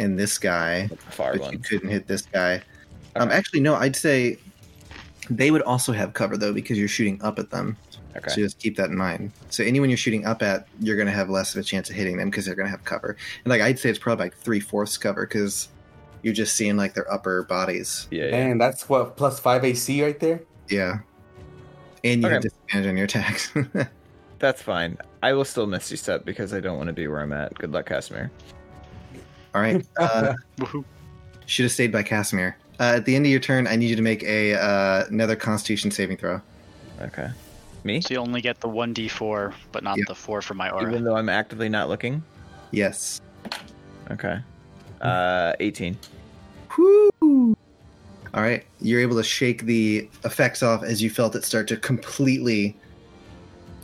[SPEAKER 2] and this guy
[SPEAKER 3] Like the far
[SPEAKER 2] but you
[SPEAKER 3] ones.
[SPEAKER 2] couldn't hit this guy um
[SPEAKER 3] Okay.
[SPEAKER 2] actually no i'd say they would also have cover though because you're shooting up at them
[SPEAKER 3] Okay.
[SPEAKER 2] So just keep that in mind. So anyone you're shooting up at, you're going to have less of a chance of hitting them because they're going to have cover. And like I'd say, it's probably like three fourths cover because you're just seeing like their upper bodies.
[SPEAKER 3] Yeah, yeah.
[SPEAKER 4] Man, that's what plus five AC right there.
[SPEAKER 2] Yeah. And you have
[SPEAKER 3] Okay.
[SPEAKER 2] disadvantage on your attacks.
[SPEAKER 3] That's fine. I will still misty step because I don't want to be where I'm at. Good luck, Casimir.
[SPEAKER 2] All right. Uh,
[SPEAKER 1] Woohoo.
[SPEAKER 2] Should have stayed by Casimir. Uh, at the end of your turn, I need you to make a uh, another Constitution saving throw.
[SPEAKER 3] Okay. Me?
[SPEAKER 1] So you only get the 1d4, but not
[SPEAKER 2] Yeah.
[SPEAKER 1] the 4 from my aura.
[SPEAKER 3] Even though I'm actively not looking?
[SPEAKER 2] Yes.
[SPEAKER 3] Okay.
[SPEAKER 2] Hmm.
[SPEAKER 3] Uh 18.
[SPEAKER 2] Woo! All right, you're able to shake the effects off as you felt it start to completely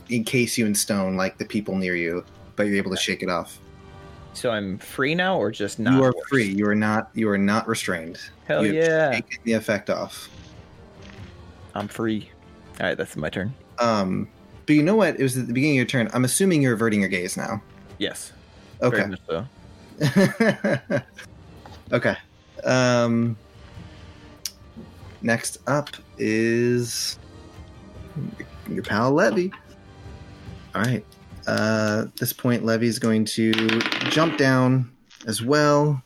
[SPEAKER 2] encase you in stone like the people near you, but you're able to shake it off.
[SPEAKER 3] So I'm free now, or just not?
[SPEAKER 2] you are free. You are not. You are not restrained.
[SPEAKER 3] Hell
[SPEAKER 2] you
[SPEAKER 3] yeah,
[SPEAKER 2] Taking the effect off.
[SPEAKER 3] I'm free. All right, that's my turn.
[SPEAKER 2] Um, but you know what? It was at the beginning of your turn. I'm assuming you're averting your gaze now.
[SPEAKER 3] Yes. very
[SPEAKER 2] Okay.
[SPEAKER 3] much so.
[SPEAKER 2] okay. Um, next up is your pal Levy. All right. Uh, at this point, Levy's going to jump down as well.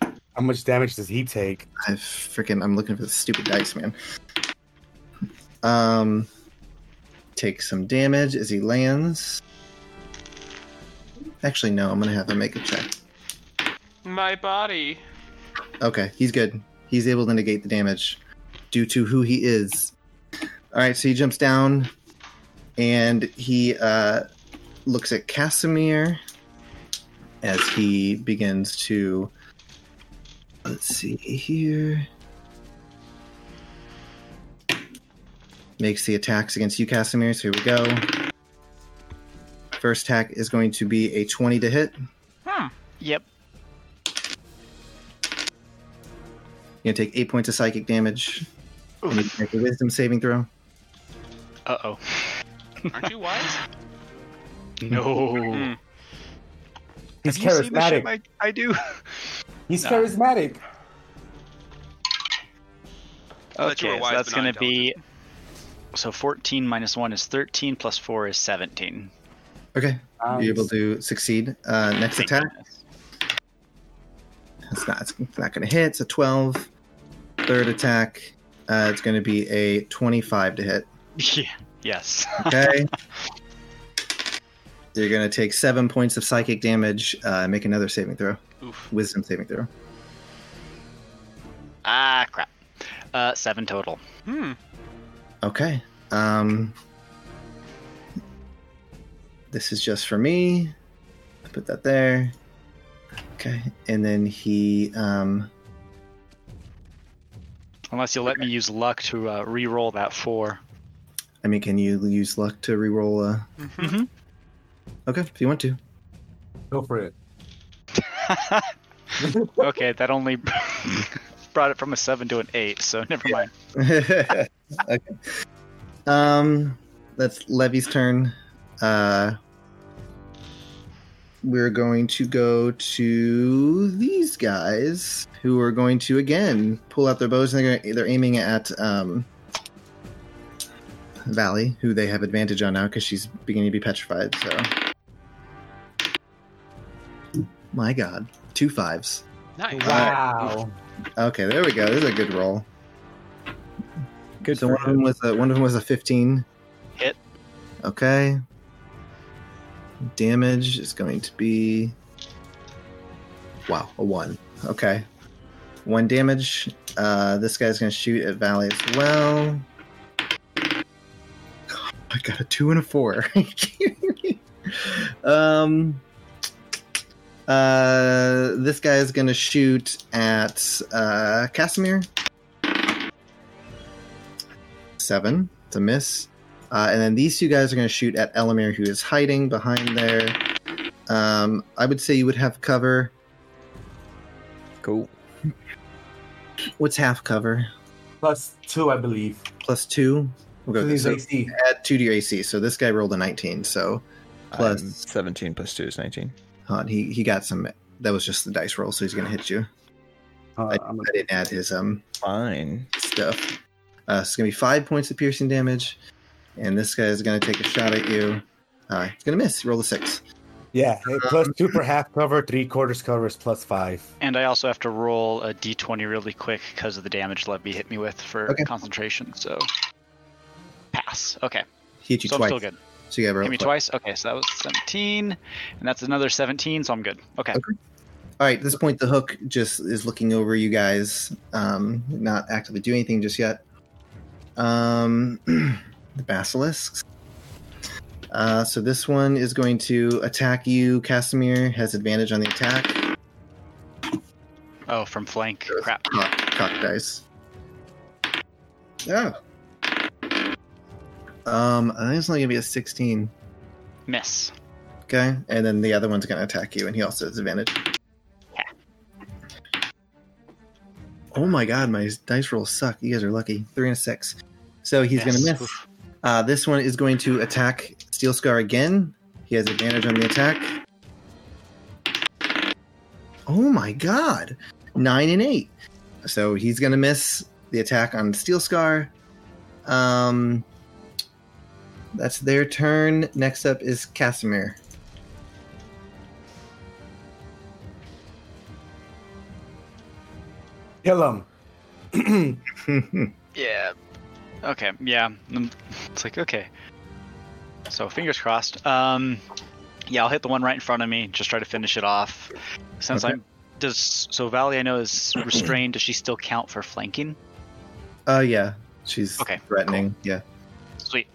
[SPEAKER 4] How much damage does he take?
[SPEAKER 2] I freaking I'm looking for the stupid dice, man. Um, takes some damage as he lands. Actually, no. I'm gonna have him make a check.
[SPEAKER 5] My body.
[SPEAKER 2] Okay, he's good. He's able to negate the damage due to who he is. All right, so he jumps down and he uh, looks at Casimir as he begins to. Let's see here. Makes the attacks against you, Casimir. So here we go. First attack is going to be a 20 to hit.
[SPEAKER 1] Yep.
[SPEAKER 2] You're going to take 8 points of psychic damage. You need to make a wisdom saving throw.
[SPEAKER 1] Uh oh.
[SPEAKER 5] Aren't you wise?
[SPEAKER 1] No.
[SPEAKER 4] He's
[SPEAKER 1] Have you seen the
[SPEAKER 4] charismatic.
[SPEAKER 1] shit I, I do?
[SPEAKER 4] He's
[SPEAKER 5] Nah.
[SPEAKER 4] charismatic.
[SPEAKER 5] I thought you
[SPEAKER 1] Okay,
[SPEAKER 5] were
[SPEAKER 1] so
[SPEAKER 5] wise,
[SPEAKER 1] Oh, that's
[SPEAKER 5] but
[SPEAKER 1] going
[SPEAKER 5] not
[SPEAKER 1] to be. So 14 minus 1 is 13, plus 4 is 17.
[SPEAKER 2] Okay,
[SPEAKER 4] Um,
[SPEAKER 2] you're able to succeed. Uh, next
[SPEAKER 1] Thank
[SPEAKER 2] attack.
[SPEAKER 1] goodness.
[SPEAKER 2] It's not. It's not going to hit. It's a twelve. Third attack. Uh, it's going to be a twenty-five to hit.
[SPEAKER 1] Yeah. Yes.
[SPEAKER 2] Okay. you're going to take seven points of psychic damage. Uh, make another saving throw.
[SPEAKER 5] Oof.
[SPEAKER 2] Wisdom saving throw.
[SPEAKER 1] ah, crap. Uh, 7 total.
[SPEAKER 5] Hmm.
[SPEAKER 2] Okay. Um, this is just for me. I put that there. Okay, and then he. Um,
[SPEAKER 1] Unless you'll let me use luck to uh, re roll that 4.
[SPEAKER 2] I mean, can you use luck to reroll? Uh...
[SPEAKER 1] Mm-hmm.
[SPEAKER 4] Mm-hmm.
[SPEAKER 2] Okay, if you want to.
[SPEAKER 4] Go for it.
[SPEAKER 1] okay, that only brought it from a 7 to an 8, so never mind.
[SPEAKER 2] okay. Um, that's Levy's turn. Uh, we're going to go to these guys who are going to again pull out their bows and they're gonna, they're aiming at um Valley, who they have advantage on now because she's beginning to be petrified. So, my God, two fives.
[SPEAKER 5] Nice.
[SPEAKER 4] Wow.
[SPEAKER 2] Okay, there we go. This is a good roll.
[SPEAKER 3] Good
[SPEAKER 2] So
[SPEAKER 3] for
[SPEAKER 2] one of them was a one of them was a fifteen.
[SPEAKER 1] Hit.
[SPEAKER 2] Okay. Damage is going to be Wow, a one. Okay. One damage. Uh this guy's gonna shoot at Valley as well. God, I got a two and a four. Are you kidding me? um uh this guy is gonna shoot at uh Casimir. Seven. It's a miss. Uh, and then these two guys are going to shoot at Elamir, who is hiding behind there. Um, I would say you would have cover.
[SPEAKER 3] Cool.
[SPEAKER 2] What's half cover?
[SPEAKER 4] Plus two, I believe.
[SPEAKER 2] Plus two. We'll
[SPEAKER 4] So
[SPEAKER 2] go
[SPEAKER 4] these
[SPEAKER 2] so
[SPEAKER 4] AC.
[SPEAKER 2] add two to your AC. So this guy rolled a 19. So Plus-
[SPEAKER 3] I'm 17 plus two is 19.
[SPEAKER 2] hold on, he he got some. That was just the dice roll, so he's going to hit you.
[SPEAKER 4] Uh, I'm
[SPEAKER 2] I didn't add his um
[SPEAKER 3] Fine.
[SPEAKER 2] stuff. Uh, so it's going to be five points of piercing damage, and this guy is going to take a shot at you. Uh, he's going to miss. Roll a six.
[SPEAKER 4] Yeah, hey, plus two for half cover, three quarters cover is plus five.
[SPEAKER 1] And I also have to roll a d20 really quick because of the damage Levy hit me with for
[SPEAKER 2] Okay.
[SPEAKER 1] concentration, so. Pass. Okay,
[SPEAKER 2] He hit you
[SPEAKER 1] so
[SPEAKER 2] twice.
[SPEAKER 1] I'm still good.
[SPEAKER 2] So you got to roll
[SPEAKER 1] Hit me
[SPEAKER 2] twice.
[SPEAKER 1] twice. Okay, so that was 17, and that's another 17, so I'm good. Okay.
[SPEAKER 2] All right, at this point, the hook just is looking over you guys, um, not actively doing anything just yet. Um, the basilisks. Uh, so this one is going to attack you. Casimir has advantage on the attack.
[SPEAKER 1] Oh, from flank. Crap.
[SPEAKER 2] Cock, cock dice. Oh. Um, I think it's only gonna be a sixteen.
[SPEAKER 1] Miss.
[SPEAKER 2] Okay, and then the other one's gonna attack you, and he also has advantage.
[SPEAKER 1] Yeah.
[SPEAKER 2] Oh my god, my dice rolls suck. You guys are lucky. Three and a six. So he's
[SPEAKER 1] Yes.
[SPEAKER 2] gonna miss.
[SPEAKER 1] Oof.
[SPEAKER 2] Uh, this one is going to attack Steel Scar again. He has advantage on the attack. Oh my god. Nine and eight. So he's going to miss the attack on Steel Scar. Um, that's their turn. Next up is Casimir.
[SPEAKER 4] Kill him.
[SPEAKER 1] Yeah. Okay. Yeah. Mm, It's like okay. So fingers crossed. Um, yeah, I'll hit the one right in front of me. Just try to finish it off. Since
[SPEAKER 2] Okay.
[SPEAKER 1] I'm does so Valley, I know is restrained. Does she still count for flanking?
[SPEAKER 2] Oh, yeah. She's
[SPEAKER 1] Okay,
[SPEAKER 2] threatening. Yeah.
[SPEAKER 1] Sweet.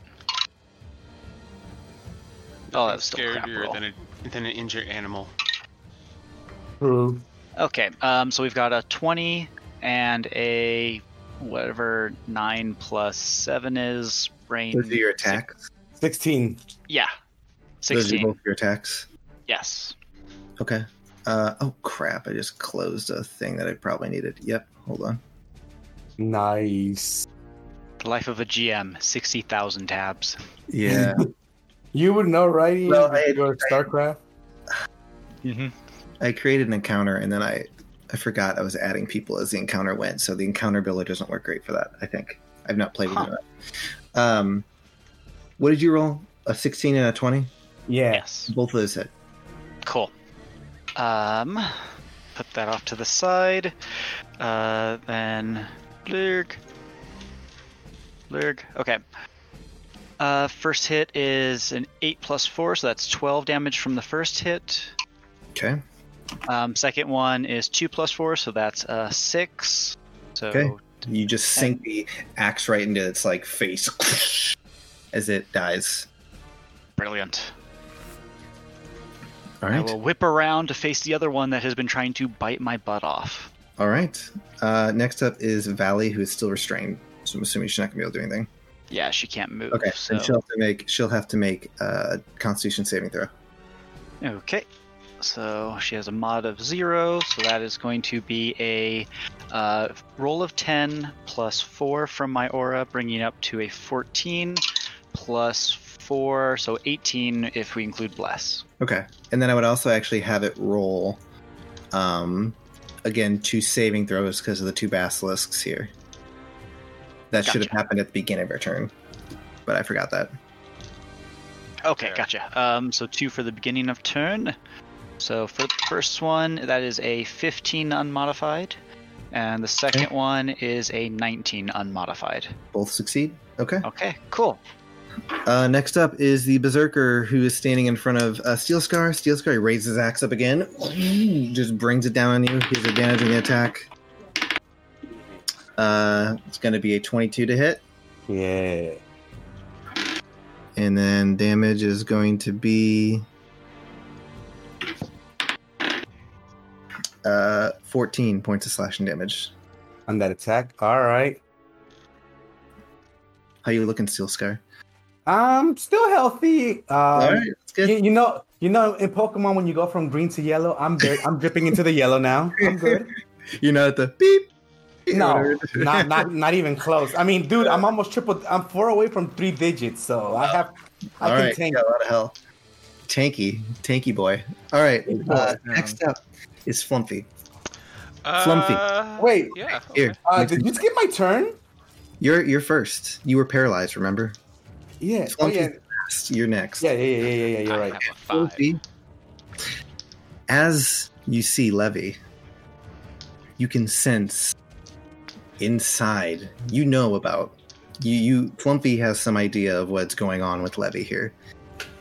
[SPEAKER 1] Oh, that's still a crap
[SPEAKER 5] Scarier
[SPEAKER 1] roll.
[SPEAKER 5] than a than an injured animal.
[SPEAKER 4] True.
[SPEAKER 1] Okay, um, so we've got a 20 and a whatever 9 plus 7 is, brain.
[SPEAKER 2] Those are your attacks.
[SPEAKER 4] Sixteen.
[SPEAKER 1] Yeah.
[SPEAKER 2] Those are
[SPEAKER 1] 16.
[SPEAKER 2] both your attacks.
[SPEAKER 1] Yes.
[SPEAKER 2] Okay. Uh, oh, crap. I just closed a thing that I probably needed. Yep. Hold on.
[SPEAKER 4] Nice.
[SPEAKER 1] The life of a GM, 60,000 tabs.
[SPEAKER 2] Yeah.
[SPEAKER 4] You would know, right? Ian,
[SPEAKER 2] Well,
[SPEAKER 4] if
[SPEAKER 2] I-
[SPEAKER 4] you go to StarCraft.
[SPEAKER 1] Mm-hmm.
[SPEAKER 2] I created an encounter and then I I forgot I was adding people as the encounter went, so the encounter builder doesn't work great for that. I think I've not played
[SPEAKER 1] Huh.
[SPEAKER 2] with it. enough. Um, what did you roll? A sixteen and a twenty.
[SPEAKER 4] Yeah.
[SPEAKER 1] Yes.
[SPEAKER 2] Both of those hit.
[SPEAKER 1] Cool. Um, put that off to the side. Uh, then Lurg. Lurg. Okay. Uh, first hit is an 8 plus 4, so that's 12 damage from the first hit.
[SPEAKER 2] Okay.
[SPEAKER 1] Um, second one is 2 plus 4, so that's uh, 6. So
[SPEAKER 2] Okay. You just sink the axe right into its like face as it dies.
[SPEAKER 1] brilliant.
[SPEAKER 2] All
[SPEAKER 1] I
[SPEAKER 2] right.
[SPEAKER 1] will whip around to face the other one that has been trying to bite my butt off.
[SPEAKER 2] All right. Uh, next up is Valley, who is still restrained. So I'm assuming she's not gonna be able to do anything.
[SPEAKER 1] Yeah, she can't move.
[SPEAKER 2] Okay.
[SPEAKER 1] so-
[SPEAKER 2] And she'll have to make she'll have to make a Constitution saving throw.
[SPEAKER 1] Okay. So she has a mod of zero, so that is going to be a uh, roll of 10 plus four from my aura, bringing up to a 14 plus four, so 18 if we include bless.
[SPEAKER 2] Okay. And then I would also actually have it roll um again two saving throws because of the two basilisks here. That should have
[SPEAKER 1] Gotcha.
[SPEAKER 2] happened at the beginning of her turn. But I forgot that.
[SPEAKER 1] Okay,
[SPEAKER 5] Fair.
[SPEAKER 1] gotcha. Um, so two for the beginning of turn. So for the first one, that is a 15 unmodified, and the second one is a 19 unmodified.
[SPEAKER 2] Both succeed. Okay.
[SPEAKER 1] Okay, cool.
[SPEAKER 2] Uh, next up is the berserker who is standing in front of uh, Steel Scar. Steel Scar he raises his axe up again, just brings it down on you. He's advantage on the attack. Uh, it's going to be a 22 to hit.
[SPEAKER 4] Yeah.
[SPEAKER 2] And then damage is going to be uh 14 points of slashing damage.
[SPEAKER 4] On that attack. All right.
[SPEAKER 2] How you looking, Steel Scar?
[SPEAKER 4] I'm still healthy. Um,
[SPEAKER 2] All right, that's good.
[SPEAKER 4] you, you know, you know, in Pokemon, when you go from green to yellow, I'm di- I'm dripping into the yellow now. I'm good.
[SPEAKER 2] You're not at the beep.
[SPEAKER 4] No, not not not even close. I mean, dude, I'm almost triple. I'm far away from three digits, so I have I
[SPEAKER 2] All
[SPEAKER 4] can
[SPEAKER 2] right,
[SPEAKER 4] tank.
[SPEAKER 2] got a lot of hell. Tanky, tanky boy. All right,
[SPEAKER 4] Tanky boy,
[SPEAKER 2] uh,
[SPEAKER 4] yeah.
[SPEAKER 2] next up is Flumpy. Flumpy.
[SPEAKER 5] Uh,
[SPEAKER 4] Wait.
[SPEAKER 5] Yeah.
[SPEAKER 2] Here,
[SPEAKER 5] okay.
[SPEAKER 4] Uh, did you skip my turn?
[SPEAKER 2] you're you're first. You were paralyzed, remember?
[SPEAKER 4] Yeah. Oh
[SPEAKER 2] Flumpy's
[SPEAKER 4] yeah.
[SPEAKER 2] last. You're next.
[SPEAKER 4] Yeah, yeah, yeah, yeah, yeah. You're
[SPEAKER 5] I
[SPEAKER 4] right.
[SPEAKER 5] have a five.
[SPEAKER 2] Sophie, As you see Levy, you can sense inside. You know about you. You Flumpy has some idea of what's going on with Levy here,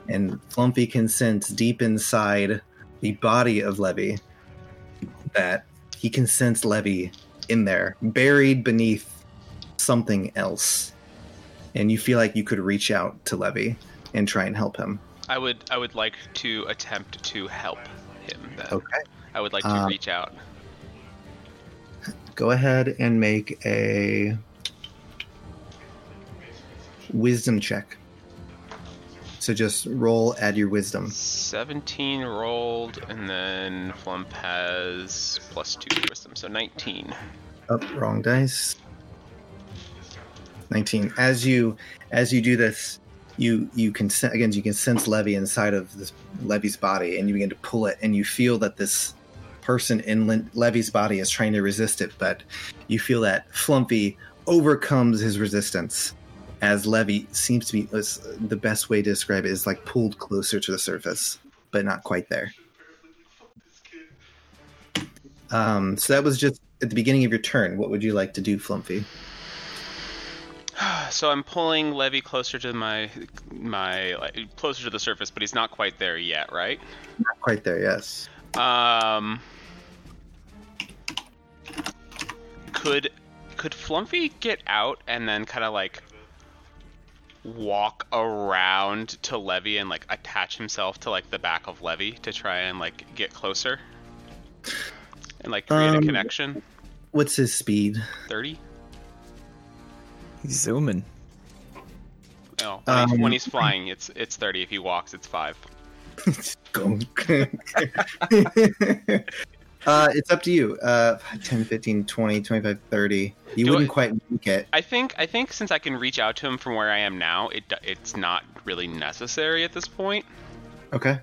[SPEAKER 2] and Flumpy can sense deep inside the body of Levy that he can sense Levy in there, buried beneath something else. And you feel like you could reach out to Levy and try and help him.
[SPEAKER 5] I would I would like to attempt to help him then.
[SPEAKER 2] Okay.
[SPEAKER 5] I would like to
[SPEAKER 4] Um,
[SPEAKER 2] Uh,
[SPEAKER 5] reach out.
[SPEAKER 2] go ahead and make a wisdom check. So just roll, add your wisdom.
[SPEAKER 5] 17 rolled, and then Flump has plus two to wisdom, so 19.
[SPEAKER 2] Up, wrong dice. 19. As you as you do this, you you can sen- again you can sense Levy inside of this Levy's body, and you begin to pull it, and you feel that this person in Lin- Levy's body is trying to resist it, but you feel that Flumpy overcomes his resistance. As Levy seems to be is- the best way to describe it is like pulled closer to the surface, but not quite there. Um, so that was just at the beginning of your turn. What would you like to do, Flumpy?
[SPEAKER 5] So I'm pulling Levy closer to my my like, closer to the surface, but he's not quite there yet, right?
[SPEAKER 2] Not quite there, yes.
[SPEAKER 5] Um, could could Flumpy get out and then kind of like walk around to Levy and like attach himself to like the back of Levy to try and like get closer and like create a
[SPEAKER 2] Um,
[SPEAKER 5] connection?
[SPEAKER 2] What's his speed?
[SPEAKER 5] Thirty?
[SPEAKER 3] He's zooming.
[SPEAKER 5] No, when, he's, when
[SPEAKER 2] um,
[SPEAKER 5] he's flying, it's it's thirty. If he walks, it's five.
[SPEAKER 2] Gonk. uh, it's up to you. Uh, 10, 15, 20, 25, 30. You
[SPEAKER 5] Do
[SPEAKER 2] wouldn't
[SPEAKER 5] I-
[SPEAKER 2] quite make it.
[SPEAKER 5] I think I think since I can reach out to him from where I am now, it do- it's not really necessary at this point.
[SPEAKER 2] Okay.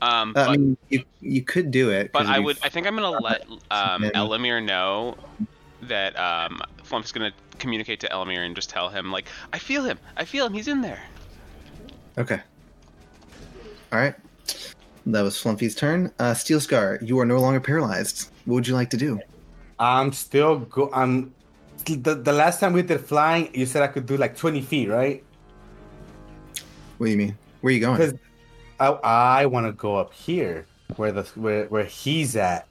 [SPEAKER 5] Um,
[SPEAKER 2] Uh,
[SPEAKER 5] but
[SPEAKER 2] I mean, you, you could do it.
[SPEAKER 5] but
[SPEAKER 2] 'cause
[SPEAKER 5] I
[SPEAKER 2] you-
[SPEAKER 5] would I think I'm gonna let um,
[SPEAKER 2] Yeah.
[SPEAKER 5] Elamir know that um, Flump's gonna communicate to Elamir and just tell him like I feel him, I feel him, he's in there.
[SPEAKER 2] Okay. All right. That was Flumpy's turn. Uh, Steel Scar, you are no longer paralyzed. What would you like to do?
[SPEAKER 4] I'm still go. I'm the, the last time we did flying, you said I could do like 20 feet, right?
[SPEAKER 2] What do you mean? Where are you going?
[SPEAKER 4] Because I I want to go up here where the where where he's at,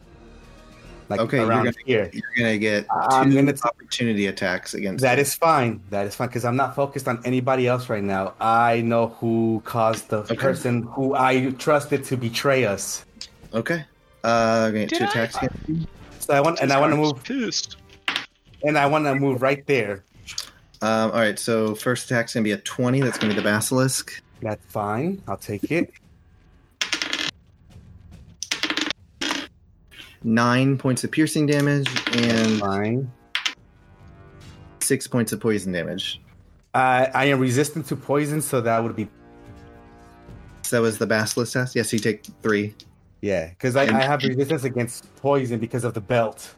[SPEAKER 4] like
[SPEAKER 2] Okay, you're
[SPEAKER 4] around
[SPEAKER 2] gonna-
[SPEAKER 4] here.
[SPEAKER 2] You're going to get 2
[SPEAKER 4] I'm gonna t-
[SPEAKER 2] opportunity attacks against
[SPEAKER 4] That is fine. That is fine because I'm not focused on anybody else right now. I know who caused the
[SPEAKER 2] Okay.
[SPEAKER 4] person who I trusted to betray us.
[SPEAKER 2] Okay. Uh, okay,
[SPEAKER 5] Did
[SPEAKER 2] two
[SPEAKER 5] I-
[SPEAKER 2] attacks against you.
[SPEAKER 4] So I want and I want to move
[SPEAKER 5] Pissed.
[SPEAKER 4] and I want to move right there.
[SPEAKER 2] Um, all right, so first attack's going to be a 20. That's going to be the Basilisk.
[SPEAKER 4] That's fine. I'll take it.
[SPEAKER 2] nine points of piercing damage and
[SPEAKER 4] Fine.
[SPEAKER 2] six points of poison damage.
[SPEAKER 4] I I am resistant to poison, so that would be
[SPEAKER 2] So that was the basilisk test. Yes, you take three.
[SPEAKER 4] yeah. Because I,
[SPEAKER 2] And-
[SPEAKER 4] I have resistance against poison because of the belt.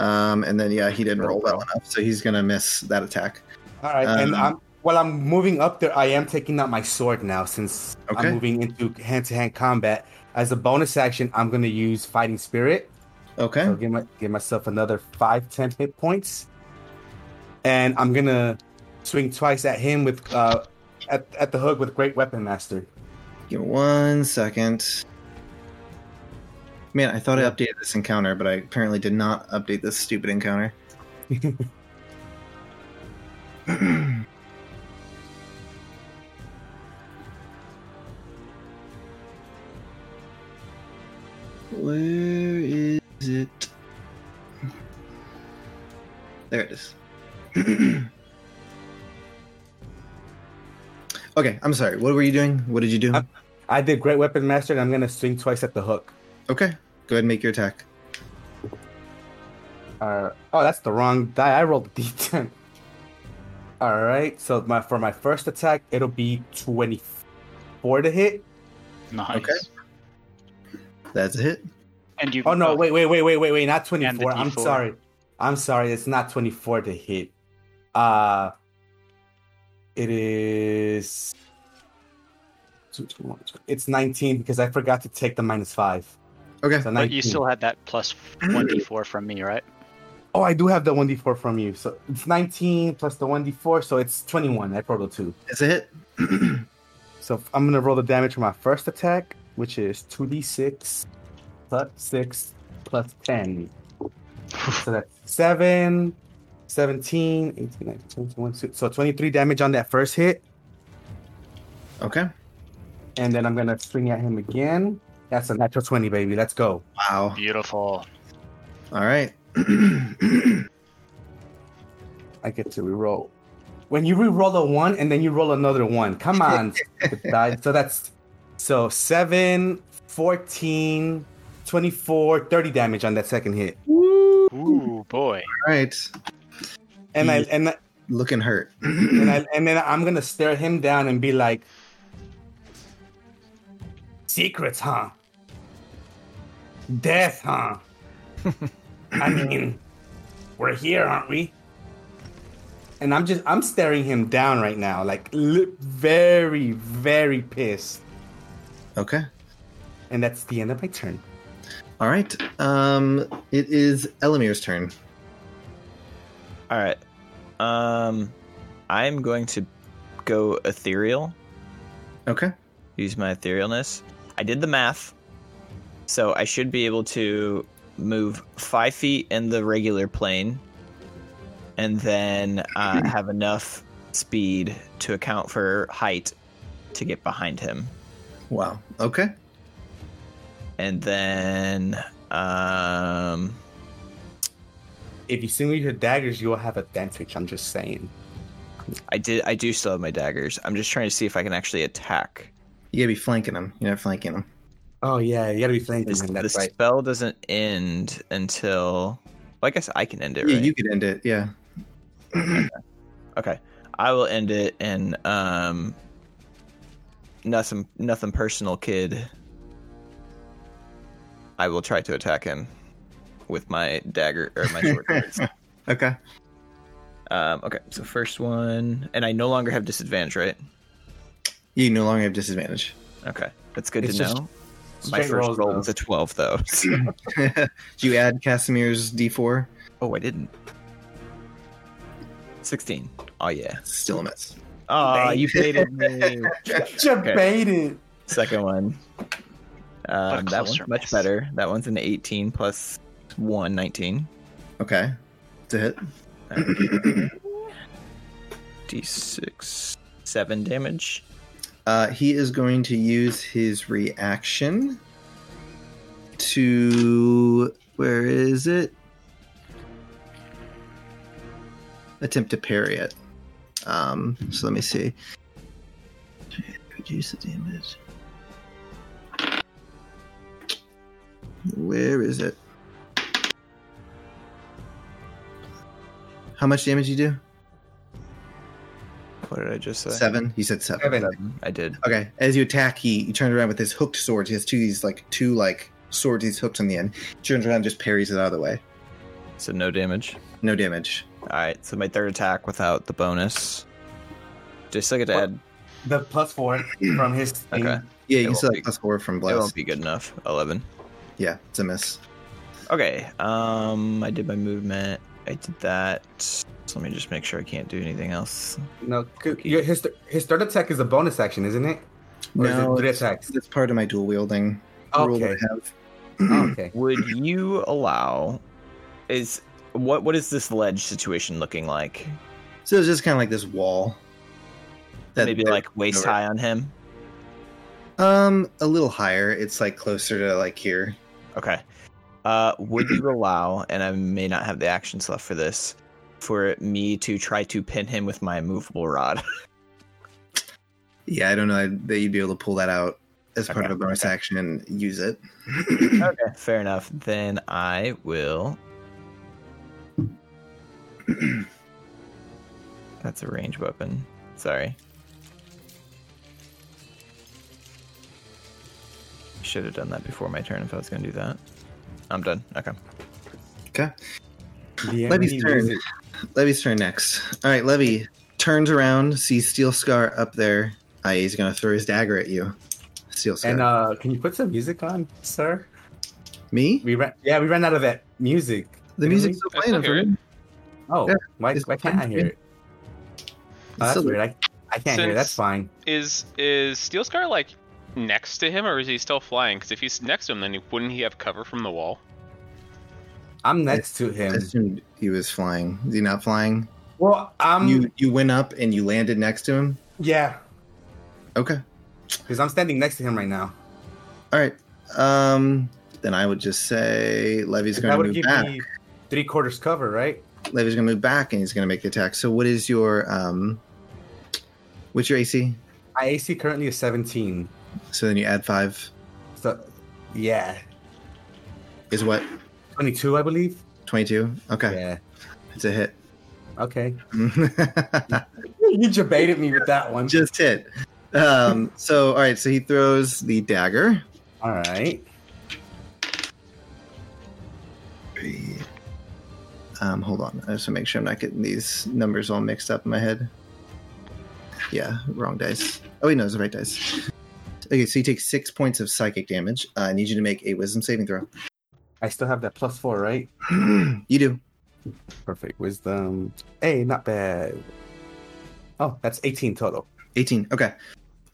[SPEAKER 2] Um, and then yeah, he didn't roll well enough, so he's gonna miss that attack.
[SPEAKER 4] All right,
[SPEAKER 2] Um,
[SPEAKER 4] and I'm while I'm moving up there, I am taking out my sword now since
[SPEAKER 2] Okay.
[SPEAKER 4] I'm moving into hand-to-hand combat. As a bonus action, I'm gonna use fighting spirit.
[SPEAKER 2] Okay.
[SPEAKER 4] So give my give myself another five, ten hit points, and I'm gonna swing twice at him with uh at, at the hook with great weapon master.
[SPEAKER 2] Give me one second. Man, I thought I updated this encounter, but I apparently did not update this stupid encounter. Where is it? There it is. okay, I'm sorry. What were you doing? What did you do?
[SPEAKER 4] I'm- I did great weapon master, and I'm gonna swing twice at the hook.
[SPEAKER 2] Okay, go ahead and make your attack.
[SPEAKER 4] Uh, oh, that's the wrong die. I rolled a d10. All right, so my for my first attack, it'll be 24 to hit.
[SPEAKER 1] Nice.
[SPEAKER 2] Okay. That's a hit.
[SPEAKER 1] And you. uh,
[SPEAKER 4] Oh no,
[SPEAKER 1] okay.
[SPEAKER 4] wait, wait, wait, wait, wait, wait, not
[SPEAKER 1] the
[SPEAKER 4] 24. I'm
[SPEAKER 1] D4.
[SPEAKER 4] sorry. I'm sorry, it's not 24 to hit. Uh it is it's 19 because I forgot to take the minus 5.
[SPEAKER 2] Okay.
[SPEAKER 4] So 19.
[SPEAKER 1] But you still had that plus one d four from me, right?
[SPEAKER 4] Oh, I do have the 1d4 from you. So it's 19 plus the 1d4, so it's 21. I rolled a 2.
[SPEAKER 2] It's a hit.
[SPEAKER 4] So I'm gonna roll the damage for my first attack, which is two d six plus six plus ten. so that's seven, 17, 18, 19, 20, 21, so 23 damage on that first hit,
[SPEAKER 2] Okay.
[SPEAKER 4] and then I'm gonna swing at him again. That's a natural 20, baby. Let's go.
[SPEAKER 2] Wow.
[SPEAKER 1] Beautiful.
[SPEAKER 2] All right.
[SPEAKER 4] I get to reroll. when you re-roll a one and then you roll another one. Come on. guys. so that's so 7, 14, 24, 30 damage on that second hit.
[SPEAKER 1] Ooh boy.
[SPEAKER 2] All right,
[SPEAKER 4] And I and I-
[SPEAKER 2] looking hurt.
[SPEAKER 4] and, I, and then I'm gonna stare him down and be like, "Secrets, huh? Death, huh? I mean, we're here, aren't we?" And I'm just I'm staring him down right now, like li- very very pissed.
[SPEAKER 2] okay.
[SPEAKER 4] And that's the end of my turn.
[SPEAKER 2] All right. Um, it is Elamir's turn.
[SPEAKER 3] All right. Um, I'm going to go ethereal.
[SPEAKER 2] Okay.
[SPEAKER 3] Use my etherealness. I did the math, so I should be able to move five feet in the regular plane, and then uh, have enough speed to account for height to get behind him.
[SPEAKER 2] Wow. Okay.
[SPEAKER 3] And then, um,
[SPEAKER 4] If you swing with your daggers, you will have advantage. I'm just saying.
[SPEAKER 3] I did. I do still have my daggers. I'm just trying to see if I can actually attack.
[SPEAKER 2] You gotta be flanking him. You're not flanking him.
[SPEAKER 4] Oh yeah, you gotta be flanking
[SPEAKER 3] This,
[SPEAKER 4] him.
[SPEAKER 3] the
[SPEAKER 4] That's right.
[SPEAKER 3] spell doesn't end until. Well, I guess I can end it,
[SPEAKER 2] Yeah,
[SPEAKER 3] right?
[SPEAKER 2] you could end it. Yeah.
[SPEAKER 3] Okay, I will end it, and um, nothing, nothing personal, kid. I will try to attack him with my dagger or my short swords.
[SPEAKER 2] Okay.
[SPEAKER 3] um, okay, so first one, and I no longer have disadvantage, right?
[SPEAKER 2] You no longer have disadvantage.
[SPEAKER 3] Okay, that's good
[SPEAKER 4] It's
[SPEAKER 3] to
[SPEAKER 4] just
[SPEAKER 3] know.
[SPEAKER 4] Straight
[SPEAKER 3] My first
[SPEAKER 4] rolls,
[SPEAKER 3] roll
[SPEAKER 4] though.
[SPEAKER 3] was a twelve, though.
[SPEAKER 2] Did you add Casimir's D4?
[SPEAKER 3] oh, I didn't. Sixteen. Oh yeah.
[SPEAKER 2] Still a miss.
[SPEAKER 3] Oh,
[SPEAKER 4] Dang.
[SPEAKER 3] you baited me.
[SPEAKER 4] You're
[SPEAKER 3] Okay.
[SPEAKER 4] baited.
[SPEAKER 3] Second one. Um, that one's
[SPEAKER 1] closer
[SPEAKER 3] much
[SPEAKER 1] miss.
[SPEAKER 3] better. That one's an 18 plus 1, 19.
[SPEAKER 2] Okay. It's a hit.
[SPEAKER 3] Uh, D6, 7 damage.
[SPEAKER 2] Uh, he is going to use his reaction to. Where is it? Attempt to parry it. Um, so let me see. Reduce the damage. Where is it? How much damage you do?
[SPEAKER 3] What did I just say?
[SPEAKER 2] Seven. You said seven.
[SPEAKER 4] Seven.
[SPEAKER 3] I did.
[SPEAKER 2] Okay. As you attack, he, he turns around with his hooked swords. He has two of these like two like swords he's hooked on the end. turns around and just parries it out of the way.
[SPEAKER 3] So no damage.
[SPEAKER 2] No damage.
[SPEAKER 3] All right. So my third attack without the bonus. Do I still get to
[SPEAKER 4] What?
[SPEAKER 3] add?
[SPEAKER 4] The plus four from his thing.
[SPEAKER 3] Okay.
[SPEAKER 2] Yeah,
[SPEAKER 3] It
[SPEAKER 2] you can
[SPEAKER 3] won't
[SPEAKER 2] still
[SPEAKER 3] be-
[SPEAKER 2] have plus four from
[SPEAKER 3] It won't
[SPEAKER 2] blast.
[SPEAKER 3] be good enough. 11.
[SPEAKER 2] Yeah, it's a miss.
[SPEAKER 3] Okay. Um, I did my movement. I did that. So let me just make sure I can't do anything else.
[SPEAKER 4] No, c- your, his, th- his third attack is a bonus action, isn't it? Or is
[SPEAKER 2] No,
[SPEAKER 4] it three
[SPEAKER 2] it's-
[SPEAKER 4] attacks?
[SPEAKER 2] that's part of my dual wielding rule
[SPEAKER 4] Okay.
[SPEAKER 2] that I have.
[SPEAKER 4] okay.
[SPEAKER 3] Would you allow? Is what what is this ledge situation looking like?
[SPEAKER 2] So it's just kind of like this wall.
[SPEAKER 3] Maybe
[SPEAKER 2] that-
[SPEAKER 3] like waist
[SPEAKER 2] over.
[SPEAKER 3] high on him.
[SPEAKER 2] um a little higher. It's like closer to like here.
[SPEAKER 3] Okay. Uh, would you allow? And I may not have the actions left for this. For me to try to pin him with my movable rod.
[SPEAKER 2] Yeah, I don't know that you'd be able to pull that out as part
[SPEAKER 3] Okay,
[SPEAKER 2] of a bonus action and use it.
[SPEAKER 3] okay, fair enough. Then I will. That's a range weapon. Sorry. Should have done that before my turn if I was going to do that. I'm done. Okay.
[SPEAKER 2] Okay.
[SPEAKER 4] The
[SPEAKER 2] Levy's
[SPEAKER 4] enemy
[SPEAKER 2] turn.
[SPEAKER 4] loses.
[SPEAKER 2] Levy's turn next. All right, Levy turns around, sees Steel Scar up there. Ah, he's gonna throw his dagger at you. Steel Scar.
[SPEAKER 4] And uh, can you put some music on, sir?
[SPEAKER 2] Me?
[SPEAKER 4] We ran. Yeah, we ran out of that music.
[SPEAKER 2] The
[SPEAKER 4] didn't
[SPEAKER 2] music's
[SPEAKER 4] we?
[SPEAKER 2] still
[SPEAKER 5] I
[SPEAKER 2] playing.
[SPEAKER 5] still hear
[SPEAKER 2] I'm
[SPEAKER 4] Oh,
[SPEAKER 2] yeah,
[SPEAKER 4] why,
[SPEAKER 2] it's
[SPEAKER 4] why can't I hear it? Oh, that's
[SPEAKER 2] still-
[SPEAKER 4] weird. I, I can't hear. it. That's
[SPEAKER 5] Since-
[SPEAKER 4] fine.
[SPEAKER 5] Is is Steel Scar like next to him, or is he still flying? Because if he's next to him, then he, wouldn't he have cover from the wall?
[SPEAKER 4] I'm next to
[SPEAKER 2] I
[SPEAKER 4] him.
[SPEAKER 2] assumed he was flying. Is he not flying?
[SPEAKER 4] Well, I'm.
[SPEAKER 2] you you went up and you landed next to him.
[SPEAKER 4] Yeah,
[SPEAKER 2] Okay.
[SPEAKER 4] because I'm standing next to him right now.
[SPEAKER 2] All right. Um. Then I would just say Levy's
[SPEAKER 4] That
[SPEAKER 2] gonna
[SPEAKER 4] would
[SPEAKER 2] move
[SPEAKER 4] give
[SPEAKER 2] back.
[SPEAKER 4] me three quarters cover, right?
[SPEAKER 2] Levy's gonna move back and he's gonna make the attack. So what is your um what's your AC?
[SPEAKER 4] My AC currently is 17.
[SPEAKER 2] So then you add five
[SPEAKER 4] So, yeah,
[SPEAKER 2] is what?
[SPEAKER 4] 22, I believe.
[SPEAKER 2] Twenty two? Okay.
[SPEAKER 4] Yeah.
[SPEAKER 2] It's a hit.
[SPEAKER 4] Okay. You debated me with that one.
[SPEAKER 2] Just hit. Um so all right, so he throws the dagger.
[SPEAKER 4] All right.
[SPEAKER 2] Um, hold on. I just want to make sure I'm not getting these numbers all mixed up in my head. Yeah, wrong dice. Oh, wait, no, it's the right dice. Okay, so you take six points of psychic damage. Uh, I need you to make a wisdom saving throw.
[SPEAKER 4] I still have that plus four, right?
[SPEAKER 2] you do.
[SPEAKER 4] Perfect. Wisdom. Hey, not bad. Oh, that's 18 total.
[SPEAKER 2] 18. Okay.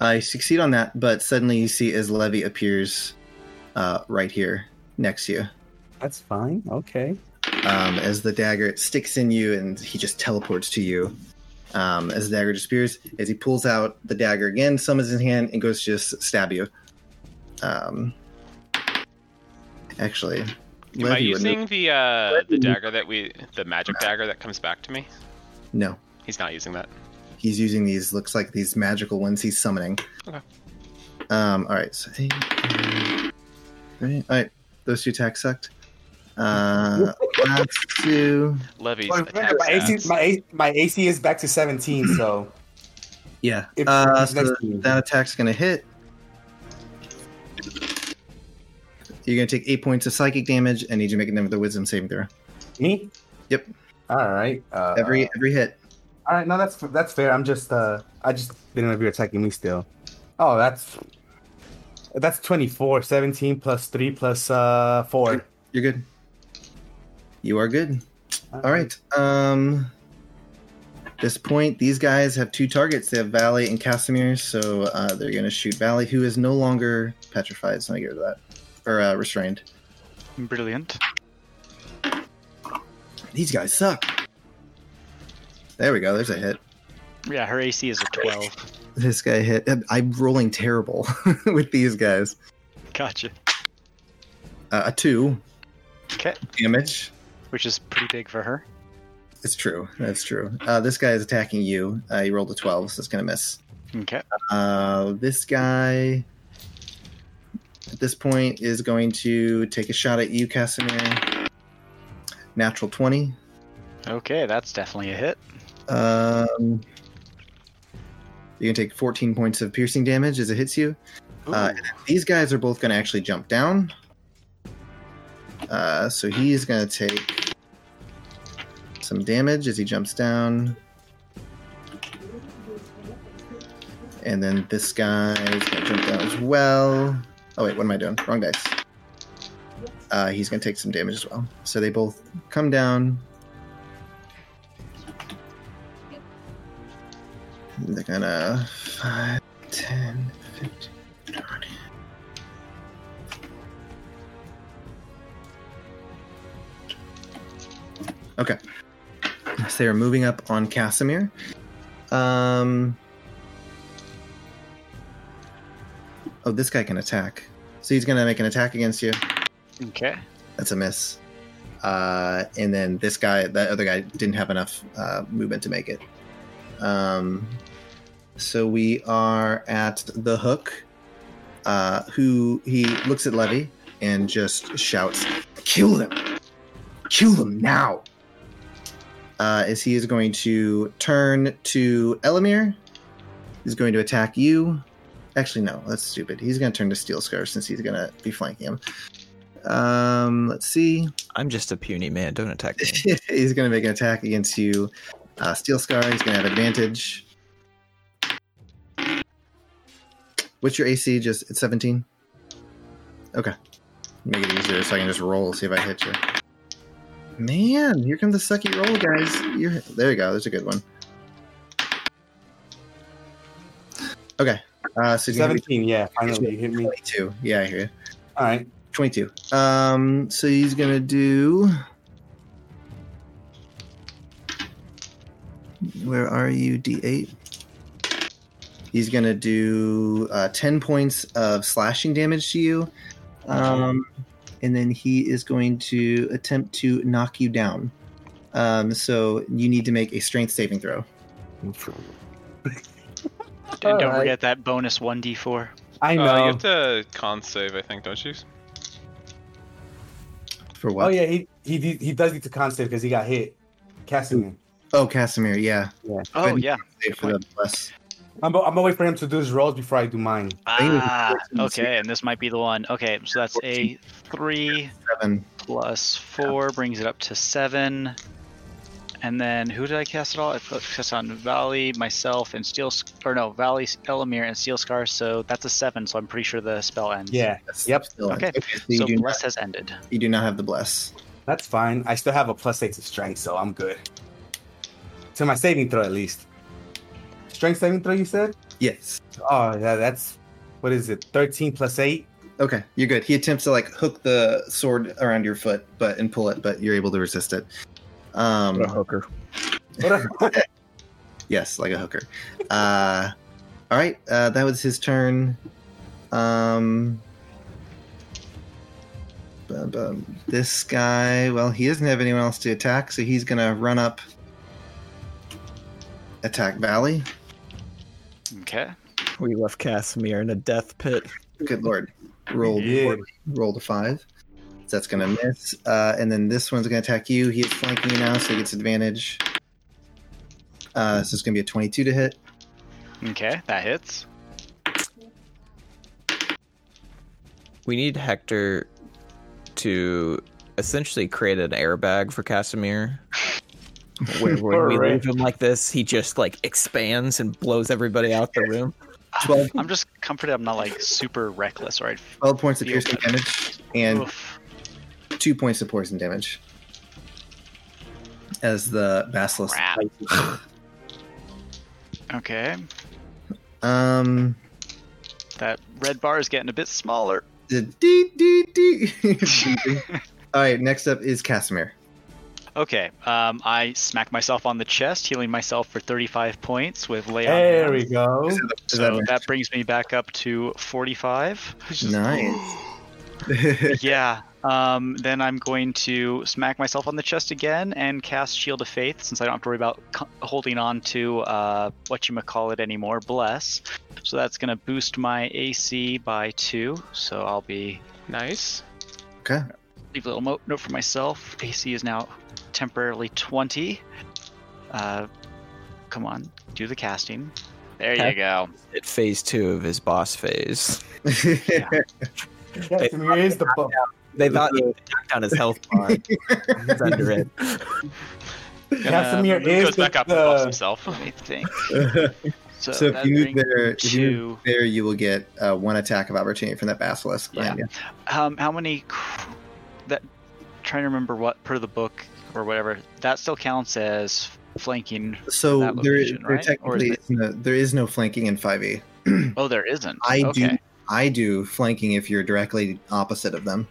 [SPEAKER 2] I succeed on that, but suddenly you see as Levy appears uh, right here next to you.
[SPEAKER 4] That's fine. Okay.
[SPEAKER 2] um, as the dagger sticks in you and he just teleports to you. Um, as the dagger disappears, as he pulls out the dagger again, summons his hand and goes to just stab you. Um, actually,
[SPEAKER 5] Am I
[SPEAKER 2] Levy would
[SPEAKER 5] using
[SPEAKER 2] move-
[SPEAKER 5] the uh, the dagger that we the magic dagger that comes back to me?
[SPEAKER 2] No,
[SPEAKER 5] He's not using that.
[SPEAKER 2] he's using these. Looks like these magical ones he's summoning.
[SPEAKER 5] Okay.
[SPEAKER 2] Um. All right. So eight, nine, three. All right. Those two attacks sucked. Uh, last two.
[SPEAKER 5] Levy's
[SPEAKER 4] Well,
[SPEAKER 5] attack
[SPEAKER 4] remember, my, AC,
[SPEAKER 2] uh,
[SPEAKER 5] stats.
[SPEAKER 4] my, A- my AC is back to 17, so
[SPEAKER 2] Yeah.
[SPEAKER 4] If-
[SPEAKER 2] Uh,
[SPEAKER 4] if
[SPEAKER 2] so
[SPEAKER 4] next team-
[SPEAKER 2] that attack's going to hit. You're going to take eight points of psychic damage and need you to make another wisdom saving throw.
[SPEAKER 4] me.
[SPEAKER 2] Yep.
[SPEAKER 4] All right. Uh,
[SPEAKER 2] Every every hit.
[SPEAKER 4] All right. No, that's that's fair. I'm just uh, I just didn't know if you're attacking me still. Oh, that's that's 24, 17 plus three plus uh four.
[SPEAKER 2] You're good. You are good. All right. Um this point, these guys have two targets. They have Valley and Casimir, so uh, they're going to shoot Valley, who is no longer petrified. So I get rid of that, or uh, restrained.
[SPEAKER 1] Brilliant.
[SPEAKER 2] These guys suck. There we go. There's a hit.
[SPEAKER 1] Yeah, her AC is a 12.
[SPEAKER 2] This guy hit. I'm rolling terrible with these guys.
[SPEAKER 1] Gotcha.
[SPEAKER 2] Uh, a two
[SPEAKER 1] Okay.
[SPEAKER 2] damage.
[SPEAKER 1] Which is pretty big for her.
[SPEAKER 2] It's true. That's true. Uh, this guy is attacking you. Uh, he rolled a 12, so it's going to miss.
[SPEAKER 1] Okay.
[SPEAKER 2] Uh, this guy, at this point, is going to take a shot at you, Casimir. Natural 20.
[SPEAKER 1] Okay, that's definitely a hit.
[SPEAKER 2] Um, you can take 14 points of piercing damage as it hits you. Uh, and then these guys are both going to actually jump down. Uh, so he's going to take some damage as he jumps down. And then this guy is going to jump down as well. Oh, wait, what am I doing? Wrong dice. Uh, he's going to take some damage as well. So they both come down. They're going to 5, 10, 15. 20. Okay. So they're moving up on Casimir. Um. Oh, this guy can attack. So he's gonna make an attack against you.
[SPEAKER 1] Okay.
[SPEAKER 2] That's a miss. Uh, and then this guy, that other guy, didn't have enough uh, movement to make it. Um, so we are at the hook. Uh, who he looks at Levy and just shouts, "Kill them! Kill them now!" Uh, as he is going to turn to Elamir. He's going to attack you. Actually, no, that's stupid. He's going to turn to Steel Scar since he's going to be flanking him. Um, let's see.
[SPEAKER 3] I'm just a puny man. Don't attack me.
[SPEAKER 2] he's going to make an attack against you. Uh, Steel Scar, he's going to have advantage. What's your AC? Just it's 17? Okay. Make it easier so I can just roll, see if I hit you. Man, here come the sucky roll, guys. You're, there you go. There's a good one. Okay. Uh, so it's going to be
[SPEAKER 4] 17, yeah. Finally, you hit me.
[SPEAKER 2] 22. Yeah, I hear you.
[SPEAKER 4] All right.
[SPEAKER 2] 22. Um, so he's gonna do. Where are you, D8? He's gonna do uh, 10 points of slashing damage to you. Um, and then he is going to attempt to knock you down. Um, so you need to make a strength saving throw.
[SPEAKER 4] All
[SPEAKER 1] And don't
[SPEAKER 4] right.
[SPEAKER 1] forget that bonus 1d4.
[SPEAKER 4] I know.
[SPEAKER 5] Uh, you have to con save, I think, don't you?
[SPEAKER 2] For what?
[SPEAKER 4] oh yeah, he he did- he does need to con save because he got hit. Casting him.
[SPEAKER 2] Oh, Casimir, yeah.
[SPEAKER 1] Oh,
[SPEAKER 2] Good.
[SPEAKER 1] yeah.
[SPEAKER 2] Save for the plus.
[SPEAKER 4] I'm I'm gonna wait for him to do his rolls before I do mine.
[SPEAKER 2] think it was
[SPEAKER 1] Ah,
[SPEAKER 2] 14, so-
[SPEAKER 1] okay, and this might be the one. Okay, so that's a 3
[SPEAKER 2] Seven.
[SPEAKER 1] plus 4 brings it up to 7. And then who did I cast it all? I put- cast on Valley, myself, and Steel. Sc- Or no, Valley, Elamir, and Steel Scar, so that's a 7, so I'm pretty sure the spell ends.
[SPEAKER 4] Yeah,
[SPEAKER 2] Yes.
[SPEAKER 4] Yep.
[SPEAKER 2] Still.
[SPEAKER 1] Okay.
[SPEAKER 2] so you,
[SPEAKER 1] So
[SPEAKER 2] do
[SPEAKER 1] Bless
[SPEAKER 2] not,
[SPEAKER 1] has ended.
[SPEAKER 2] you do not have the bless.
[SPEAKER 4] that's fine. I still have a plus eight to strength, so I'm good. To my saving throw at least. Strength saving throw, you said?
[SPEAKER 2] Yes.
[SPEAKER 4] Oh yeah, that's what is it? Thirteen plus eight.
[SPEAKER 2] Okay, you're good. He attempts to like hook the sword around your foot, but and pull it, but you're able to resist it. Um,
[SPEAKER 3] What a hooker.
[SPEAKER 4] What a-
[SPEAKER 2] Yes, like a hooker. Uh, all right, uh, that was his turn. Um, bum, bum. this guy, well, he doesn't have anyone else to attack, so he's gonna run up, attack Valley.
[SPEAKER 1] Okay.
[SPEAKER 3] We left Casimir in a death pit.
[SPEAKER 2] Good lord, rolled
[SPEAKER 4] Yeah.
[SPEAKER 2] rolled a five. So that's gonna miss, uh, and then this one's gonna attack you. He is flanking you now, so he gets advantage. Uh, so it's gonna be a twenty-two to hit.
[SPEAKER 1] Okay, that hits.
[SPEAKER 3] We need Hector to essentially create an airbag for Casimir. Where when we
[SPEAKER 4] Alright.
[SPEAKER 3] leave him like this, he just like expands and blows everybody out the room.
[SPEAKER 2] Twelve,
[SPEAKER 1] I'm just comforted I'm not like super reckless, alright?
[SPEAKER 2] 12 points of piercing damage, and two points of poison damage as the basilisk.
[SPEAKER 1] Crap. Okay,
[SPEAKER 2] Um,
[SPEAKER 1] that red bar is getting a bit smaller.
[SPEAKER 2] the dee, dee, dee. All right, next up is Casimir.
[SPEAKER 1] Okay, um, I smack myself on the chest, healing myself for 35 points with lay on
[SPEAKER 4] There
[SPEAKER 1] Hands.
[SPEAKER 4] we go.
[SPEAKER 2] Is that- is
[SPEAKER 1] So
[SPEAKER 2] that-
[SPEAKER 1] that brings me back up to 45.
[SPEAKER 2] nice.
[SPEAKER 1] yeah. Um, then I'm going to smack myself on the chest again and cast Shield of Faith since I don't have to worry about co- holding on to uh, what you call it anymore, Bless. So that's going to boost my AC by two. So I'll be
[SPEAKER 5] Nice.
[SPEAKER 2] okay.
[SPEAKER 1] leave a little mo- note for myself. AC is now temporarily 20. Uh, come on, do the casting. There you
[SPEAKER 3] Okay.
[SPEAKER 1] go.
[SPEAKER 3] At phase two of his boss phase,
[SPEAKER 4] Casimir is the bu-
[SPEAKER 3] they thought he attacked on his health bar. He's under it.
[SPEAKER 4] Casimir
[SPEAKER 1] Um,
[SPEAKER 4] is
[SPEAKER 5] Goes
[SPEAKER 4] the,
[SPEAKER 5] back up and buffs
[SPEAKER 4] the
[SPEAKER 5] himself.
[SPEAKER 1] Let me think. So,
[SPEAKER 2] so if
[SPEAKER 1] that
[SPEAKER 2] you move
[SPEAKER 1] brings
[SPEAKER 2] there, if you
[SPEAKER 1] two.
[SPEAKER 2] move there, you will get uh, one attack of opportunity from that basilisk. behind you.
[SPEAKER 1] Um, how many? cr- That trying to remember what per the book or whatever that still counts as flanking.
[SPEAKER 2] So
[SPEAKER 1] That
[SPEAKER 2] there,
[SPEAKER 1] location,
[SPEAKER 2] there
[SPEAKER 1] right? Or is
[SPEAKER 2] technically
[SPEAKER 1] it-
[SPEAKER 2] is no, there is no flanking in five E.
[SPEAKER 1] Oh, there isn't.
[SPEAKER 2] I
[SPEAKER 1] okay.
[SPEAKER 2] do I do flanking if you're directly opposite of them.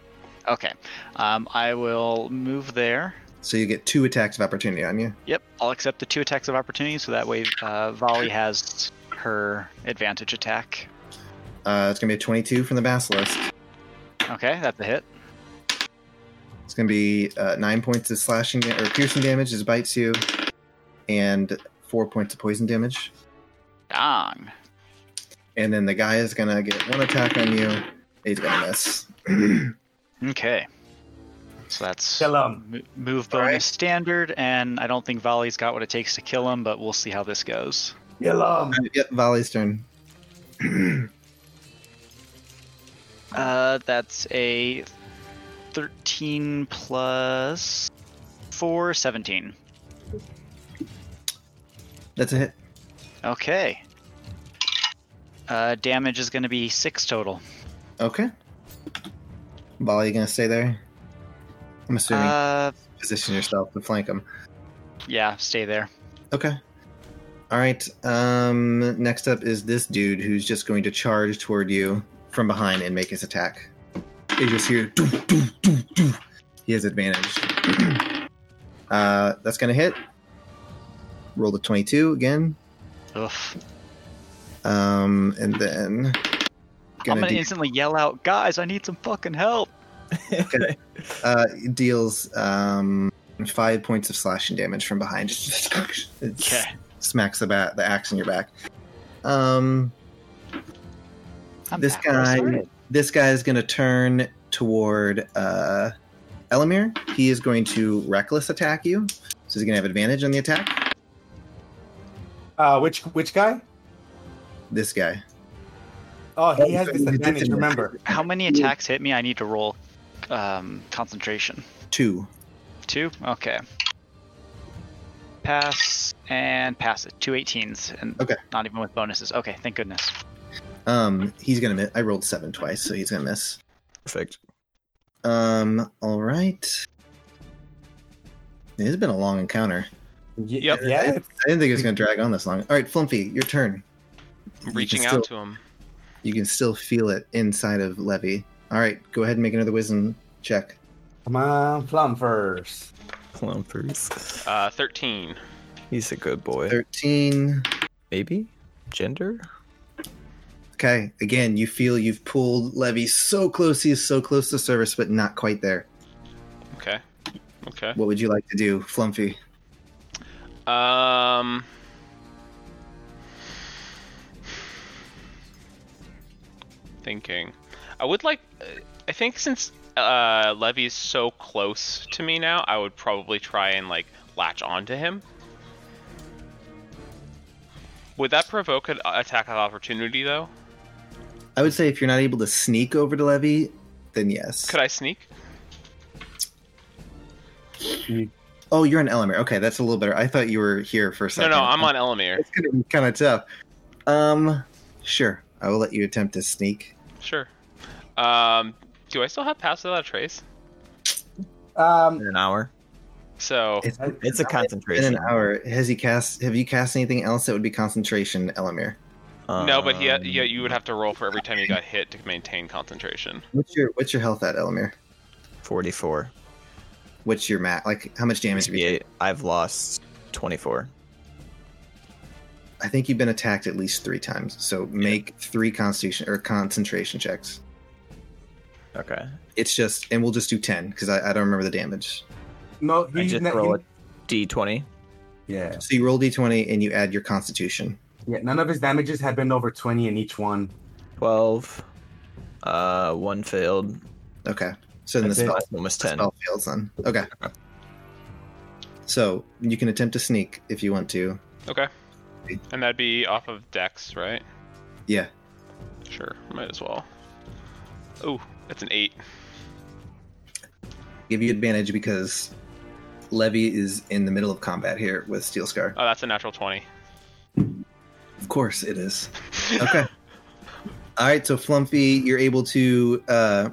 [SPEAKER 1] Okay. Um, I will move there.
[SPEAKER 2] So you get two attacks of opportunity on you.
[SPEAKER 1] Yep. I'll accept the two attacks of opportunity, so that way uh, Volley has her advantage attack.
[SPEAKER 2] Uh, it's gonna be a 22 from the basilisk.
[SPEAKER 1] Okay, that's a hit.
[SPEAKER 2] It's gonna be uh, nine points of slashing da- or piercing damage as it bites you, and four points of poison damage.
[SPEAKER 1] Dong.
[SPEAKER 2] And then the guy is gonna get one attack on you. He's gonna miss.
[SPEAKER 1] Okay. So that's
[SPEAKER 4] Kill 'em.
[SPEAKER 1] mo- move
[SPEAKER 2] All right.
[SPEAKER 1] bonus standard, and I don't think Volley's got what it takes to kill him, but we'll see how this goes.
[SPEAKER 4] Yalum.
[SPEAKER 2] yep, Volley's turn.
[SPEAKER 1] Uh, that's a 13 plus 4, 17.
[SPEAKER 2] That's a hit.
[SPEAKER 1] Okay. Uh, damage is going to be 6 total.
[SPEAKER 2] Okay. Volley, you gonna stay there? I'm assuming
[SPEAKER 1] Uh,
[SPEAKER 2] position yourself to flank him.
[SPEAKER 1] yeah, stay there.
[SPEAKER 2] Okay. All right. Um, next up is this dude who's just going to charge toward you from behind and make his attack. You just hear doo, doo, doo, doo. He has advantage. uh, that's gonna hit. Roll the twenty-two again,
[SPEAKER 1] Oof.
[SPEAKER 2] um, and
[SPEAKER 1] I'm
[SPEAKER 2] then gonna
[SPEAKER 1] going to
[SPEAKER 2] de-
[SPEAKER 1] instantly yell out, guys, I need some fucking help.
[SPEAKER 2] uh, deals um, five points of slashing damage from behind. Just
[SPEAKER 1] Okay.
[SPEAKER 2] smacks the bat, the axe in your back. Um,
[SPEAKER 1] I'm
[SPEAKER 2] this
[SPEAKER 1] back where I
[SPEAKER 2] guy,
[SPEAKER 1] started.
[SPEAKER 2] this guy is going to turn toward uh, Elamir. He is going to reckless attack you, so he's going to have advantage on the attack.
[SPEAKER 4] Uh, which which guy?
[SPEAKER 2] This guy.
[SPEAKER 4] Oh, he has
[SPEAKER 2] Oh,
[SPEAKER 4] this advantage.
[SPEAKER 2] disadvantage.
[SPEAKER 4] Remember,
[SPEAKER 1] How many attacks hit me? I need to roll um, concentration.
[SPEAKER 2] Two.
[SPEAKER 1] Two? Okay. Pass and pass it. Two 18s. And
[SPEAKER 2] Okay.
[SPEAKER 1] Not even with bonuses. Okay, thank goodness.
[SPEAKER 2] Um, he's going to miss. I rolled seven twice, so he's going to miss.
[SPEAKER 3] Perfect.
[SPEAKER 2] Um, all right. It has been a long encounter.
[SPEAKER 4] Y-
[SPEAKER 5] Yep.
[SPEAKER 4] yeah, it's-
[SPEAKER 2] I didn't think it was going to drag on this long. All right, Flumpy, your turn.
[SPEAKER 5] I'm reaching
[SPEAKER 2] you
[SPEAKER 5] out
[SPEAKER 2] can
[SPEAKER 5] to him.
[SPEAKER 2] Still, you can still feel it inside of Levy. All right, go ahead and make another wisdom check.
[SPEAKER 4] come on, Plum first.
[SPEAKER 3] Clumpers.
[SPEAKER 5] Uh, 13.
[SPEAKER 3] He's a good boy.
[SPEAKER 2] Thirteen.
[SPEAKER 3] Maybe? Gender?
[SPEAKER 2] Okay, again, you feel you've pulled Levy so close. He is so close to service, but not quite there.
[SPEAKER 5] Okay. Okay.
[SPEAKER 2] What would you like to do, Flumpy?
[SPEAKER 5] Um. Thinking. I would like. I think since uh, Levy is so close to me now, I would probably try and like latch onto him. Would that provoke an attack of opportunity though?
[SPEAKER 2] I would say if you're not able to sneak over to Levy, then yes.
[SPEAKER 5] Could I sneak?
[SPEAKER 2] Oh, you're on Elamir. Okay, that's a little better. I thought you were here for a
[SPEAKER 5] No,
[SPEAKER 2] second.
[SPEAKER 5] no, I'm on Elamir.
[SPEAKER 2] It's gonna be kind of tough. Um, sure. I will let you attempt to sneak.
[SPEAKER 5] Sure. Um, do I still have pass without a trace?
[SPEAKER 4] Um,
[SPEAKER 3] In an hour.
[SPEAKER 5] So
[SPEAKER 2] It's,
[SPEAKER 3] It's a
[SPEAKER 2] in an
[SPEAKER 3] concentration.
[SPEAKER 2] hour. Has he cast? Have you cast anything else that would be concentration, Elamir?
[SPEAKER 5] no, but he,
[SPEAKER 3] Um,
[SPEAKER 5] yeah, you would have to roll for every time you got hit to maintain concentration.
[SPEAKER 2] What's your What's your health at, Elamir?
[SPEAKER 3] Um, 44.
[SPEAKER 2] What's your mat? Like, how much damage have you?
[SPEAKER 3] Yeah, I've lost 24.
[SPEAKER 2] I think you've been attacked at least three times. So make three Constitution or concentration checks.
[SPEAKER 3] Okay.
[SPEAKER 2] It's just, and we'll just do ten because I, I don't remember the damage.
[SPEAKER 4] no,
[SPEAKER 3] I
[SPEAKER 4] he's
[SPEAKER 3] just
[SPEAKER 4] not.
[SPEAKER 3] roll a
[SPEAKER 4] he-
[SPEAKER 3] d20.
[SPEAKER 4] yeah,
[SPEAKER 2] So you roll d20 and you add your Constitution.
[SPEAKER 4] yeah. None of his damages have been over twenty in each one.
[SPEAKER 3] 12. Uh, one failed.
[SPEAKER 2] Okay. So then the
[SPEAKER 4] That's it.
[SPEAKER 2] spell
[SPEAKER 3] Last one was 10.
[SPEAKER 2] spell fails then. Okay. So you can attempt to sneak if you want to.
[SPEAKER 5] Okay. And that'd be off of Dex, right?
[SPEAKER 2] Yeah.
[SPEAKER 5] Sure, might as well. Oh, that's an eight.
[SPEAKER 2] Give you advantage because Levy is in the middle of combat here with Steel Scar.
[SPEAKER 5] Oh, that's a natural twenty.
[SPEAKER 2] Of course it is. Okay. All right, so Flumpy, you're able to. Uh,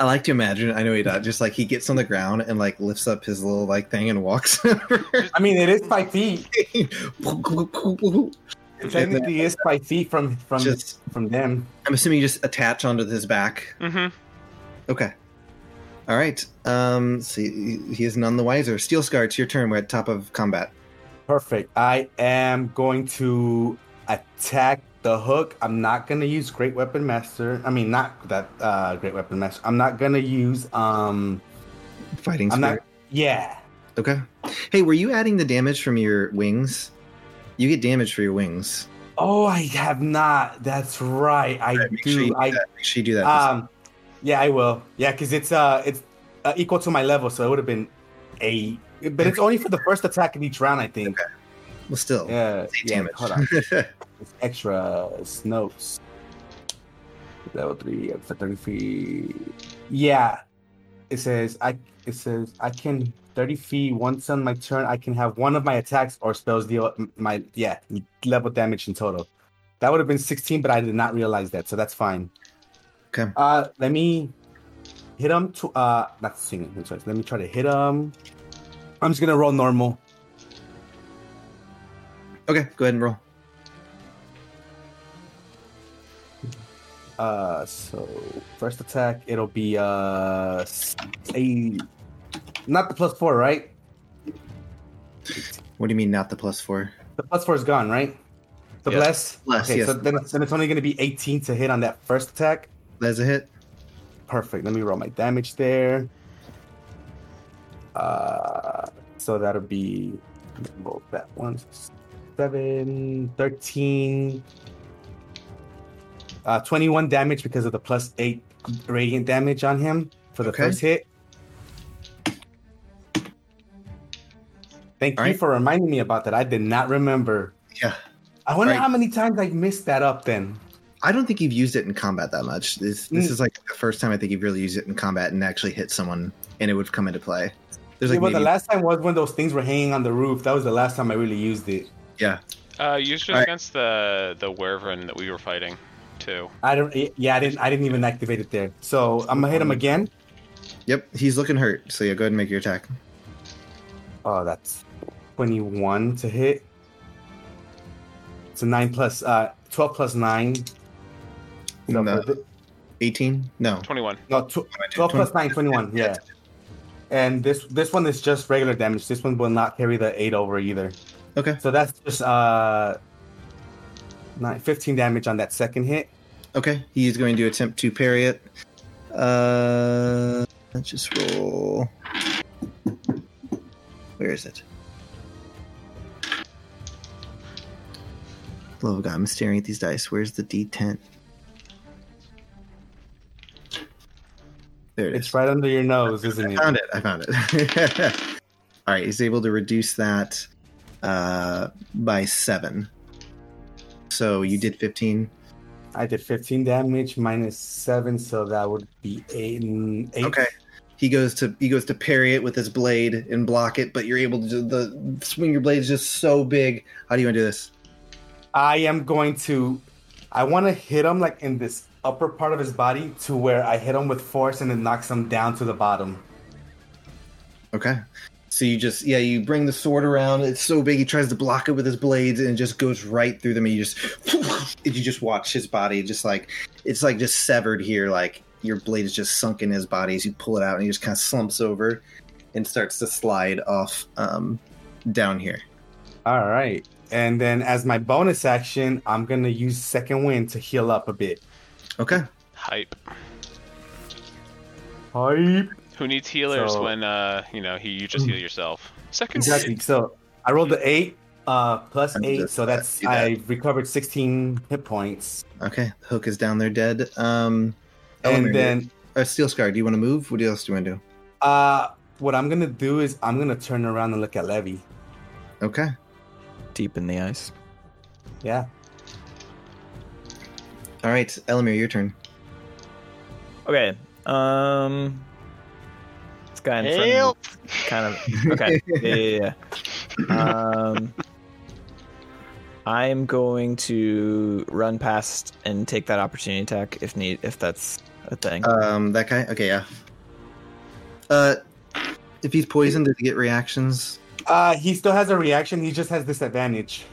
[SPEAKER 2] I like to imagine. I know he does. Just like he gets on the ground and like lifts up his little like thing and walks. over.
[SPEAKER 4] I mean, it is five feet.
[SPEAKER 2] just,
[SPEAKER 4] It technically is five feet from from from them.
[SPEAKER 2] I'm assuming you just attach onto his back.
[SPEAKER 5] Mm-hmm.
[SPEAKER 2] Okay. All right. Um. See, he- he is none the wiser. Steel Scar, it's your turn. We're at top of combat.
[SPEAKER 4] Perfect. I am going to attack the hook. I'm not going to use Great Weapon Master. I mean, not that uh, Great Weapon Master. I'm not going to use. um
[SPEAKER 2] Fighting
[SPEAKER 4] I'm not.
[SPEAKER 2] spirit.
[SPEAKER 4] Yeah.
[SPEAKER 2] Okay. Hey, were you adding the damage from your wings? You get damage for your wings.
[SPEAKER 4] Oh, I have not. That's right. I
[SPEAKER 2] All right, make
[SPEAKER 4] do.
[SPEAKER 2] sure you do
[SPEAKER 4] I
[SPEAKER 2] that. Make sure you do that.
[SPEAKER 4] um. Yeah, I will. Yeah, because it's uh, it's uh, equal to my level, so it would have been eight. But it's only for the first attack in each round, I think.
[SPEAKER 2] well, still,
[SPEAKER 4] Yeah.
[SPEAKER 2] take
[SPEAKER 4] yeah,
[SPEAKER 2] damage.
[SPEAKER 4] Hold on. It's extra snopes. Level three up to thirty feet. Yeah, it says I. It says I can thirty feet once on my turn. I can have one of my attacks or spells deal my yeah level damage in total. That would have been sixteen, but I did not realize that, so that's fine.
[SPEAKER 2] Okay.
[SPEAKER 4] Uh, let me hit him to uh not singing. I'm sorry. Let me try to hit him. I'm just gonna roll normal.
[SPEAKER 2] okay, go ahead and roll.
[SPEAKER 4] Uh, so first attack, it'll be uh s- a not the plus four, right?
[SPEAKER 2] What do you mean, not the plus four?
[SPEAKER 4] The plus four is gone, right? The
[SPEAKER 3] Yes.
[SPEAKER 4] bless.
[SPEAKER 2] Bless,
[SPEAKER 4] okay,
[SPEAKER 2] yes,
[SPEAKER 4] so
[SPEAKER 2] the
[SPEAKER 4] then, then it's only gonna be eighteen to hit on that first attack.
[SPEAKER 2] That's a hit.
[SPEAKER 4] Perfect. Let me roll my damage there. Uh, so that'll be well, that one, seven, 13, uh, 21 damage because of the plus eight radiant damage on him for the
[SPEAKER 2] Okay.
[SPEAKER 4] first hit. Thank
[SPEAKER 2] All
[SPEAKER 4] you
[SPEAKER 2] right.
[SPEAKER 4] for reminding me about that. I did not remember.
[SPEAKER 2] Yeah.
[SPEAKER 4] I wonder
[SPEAKER 2] Right.
[SPEAKER 4] how many times I missed that up then.
[SPEAKER 2] I don't think you've used it in combat that much. This this
[SPEAKER 4] Mm.
[SPEAKER 2] is like the first time I think you've really used it in combat and actually hit someone and it would come into play. There's
[SPEAKER 4] yeah,
[SPEAKER 2] like
[SPEAKER 4] well,
[SPEAKER 2] maybe,
[SPEAKER 4] the last time was when those things were hanging on the roof. That was the last time I really used it.
[SPEAKER 5] Uh, used it
[SPEAKER 2] Alright.
[SPEAKER 5] against the the werven that we were fighting, too.
[SPEAKER 4] I don't. eh, Yeah, I didn't. I didn't even activate it there. So I'm gonna hit him again.
[SPEAKER 2] Yep, he's looking hurt. So yeah, go ahead and make your attack.
[SPEAKER 4] Oh, that's 21 to hit. It's a nine plus uh 12 plus nine. So
[SPEAKER 2] No.
[SPEAKER 4] for the-
[SPEAKER 2] 18? No.
[SPEAKER 5] Twenty-one.
[SPEAKER 4] no, tw- 12 plus 9, 21, yeah. And this this one is just regular damage. This one will not carry the 8 over either.
[SPEAKER 2] Okay.
[SPEAKER 4] So that's just uh nine, 15 damage on that second hit.
[SPEAKER 2] Okay, he's going to attempt to parry it. Uh, let's just roll. Where is it? Love of God, I'm staring at these dice. Where's the D10? There it
[SPEAKER 4] It's
[SPEAKER 2] is.
[SPEAKER 4] right under your nose, isn't
[SPEAKER 2] I
[SPEAKER 4] it?
[SPEAKER 2] found it. I found it. All right, he's able to reduce that uh, by seven. So you did 15.
[SPEAKER 4] I did 15 damage minus 7, so that would be 8 and 8.
[SPEAKER 2] Okay. He goes to he goes to parry it with his blade and block it, but you're able to do the swing your blade is just so big. How do you want to do this?
[SPEAKER 4] I am going to. I want to hit him like in this upper part of his body to where I hit him with force and it knocks him down to the bottom.
[SPEAKER 2] Okay. So you just yeah, you bring the sword around. It's so big he tries to block it with his blades and it just goes right through them and you just and you just watch his body just like it's like just severed here like your blade is just sunk in his body as you pull it out and he just kind of slumps over and starts to slide off um down here.
[SPEAKER 4] All right. And then as my bonus action, I'm going to use second wind to heal up a bit.
[SPEAKER 2] Okay.
[SPEAKER 5] Hype.
[SPEAKER 4] Hype.
[SPEAKER 5] Who needs healers
[SPEAKER 4] So-
[SPEAKER 5] when uh you know he you just heal yourself? Second.
[SPEAKER 4] Exactly. So I rolled the 8 uh, plus
[SPEAKER 2] I did
[SPEAKER 4] 8,
[SPEAKER 2] this.
[SPEAKER 4] so that's.
[SPEAKER 2] I did that.
[SPEAKER 4] I recovered 16 hit points.
[SPEAKER 2] Okay. The hook is down there dead. Um
[SPEAKER 4] And
[SPEAKER 2] Elamir,
[SPEAKER 4] then
[SPEAKER 2] Uh, Steel Scar, do you want to move? What else do you want to do?
[SPEAKER 4] uh, what I'm going to do is I'm going to turn around and look at Levy.
[SPEAKER 2] Okay.
[SPEAKER 3] deep in the ice.
[SPEAKER 4] Yeah.
[SPEAKER 2] All right, Elamir, your turn.
[SPEAKER 3] Okay. Um. This guy in front of me
[SPEAKER 1] Help!
[SPEAKER 3] kind of okay. Yeah, yeah, yeah. Um, I'm going to run past and take that opportunity attack if need if that's a thing.
[SPEAKER 2] Um, that guy. Okay, yeah. Uh, if he's poisoned, does he get reactions?
[SPEAKER 4] Uh, he still has a reaction, he just has disadvantage.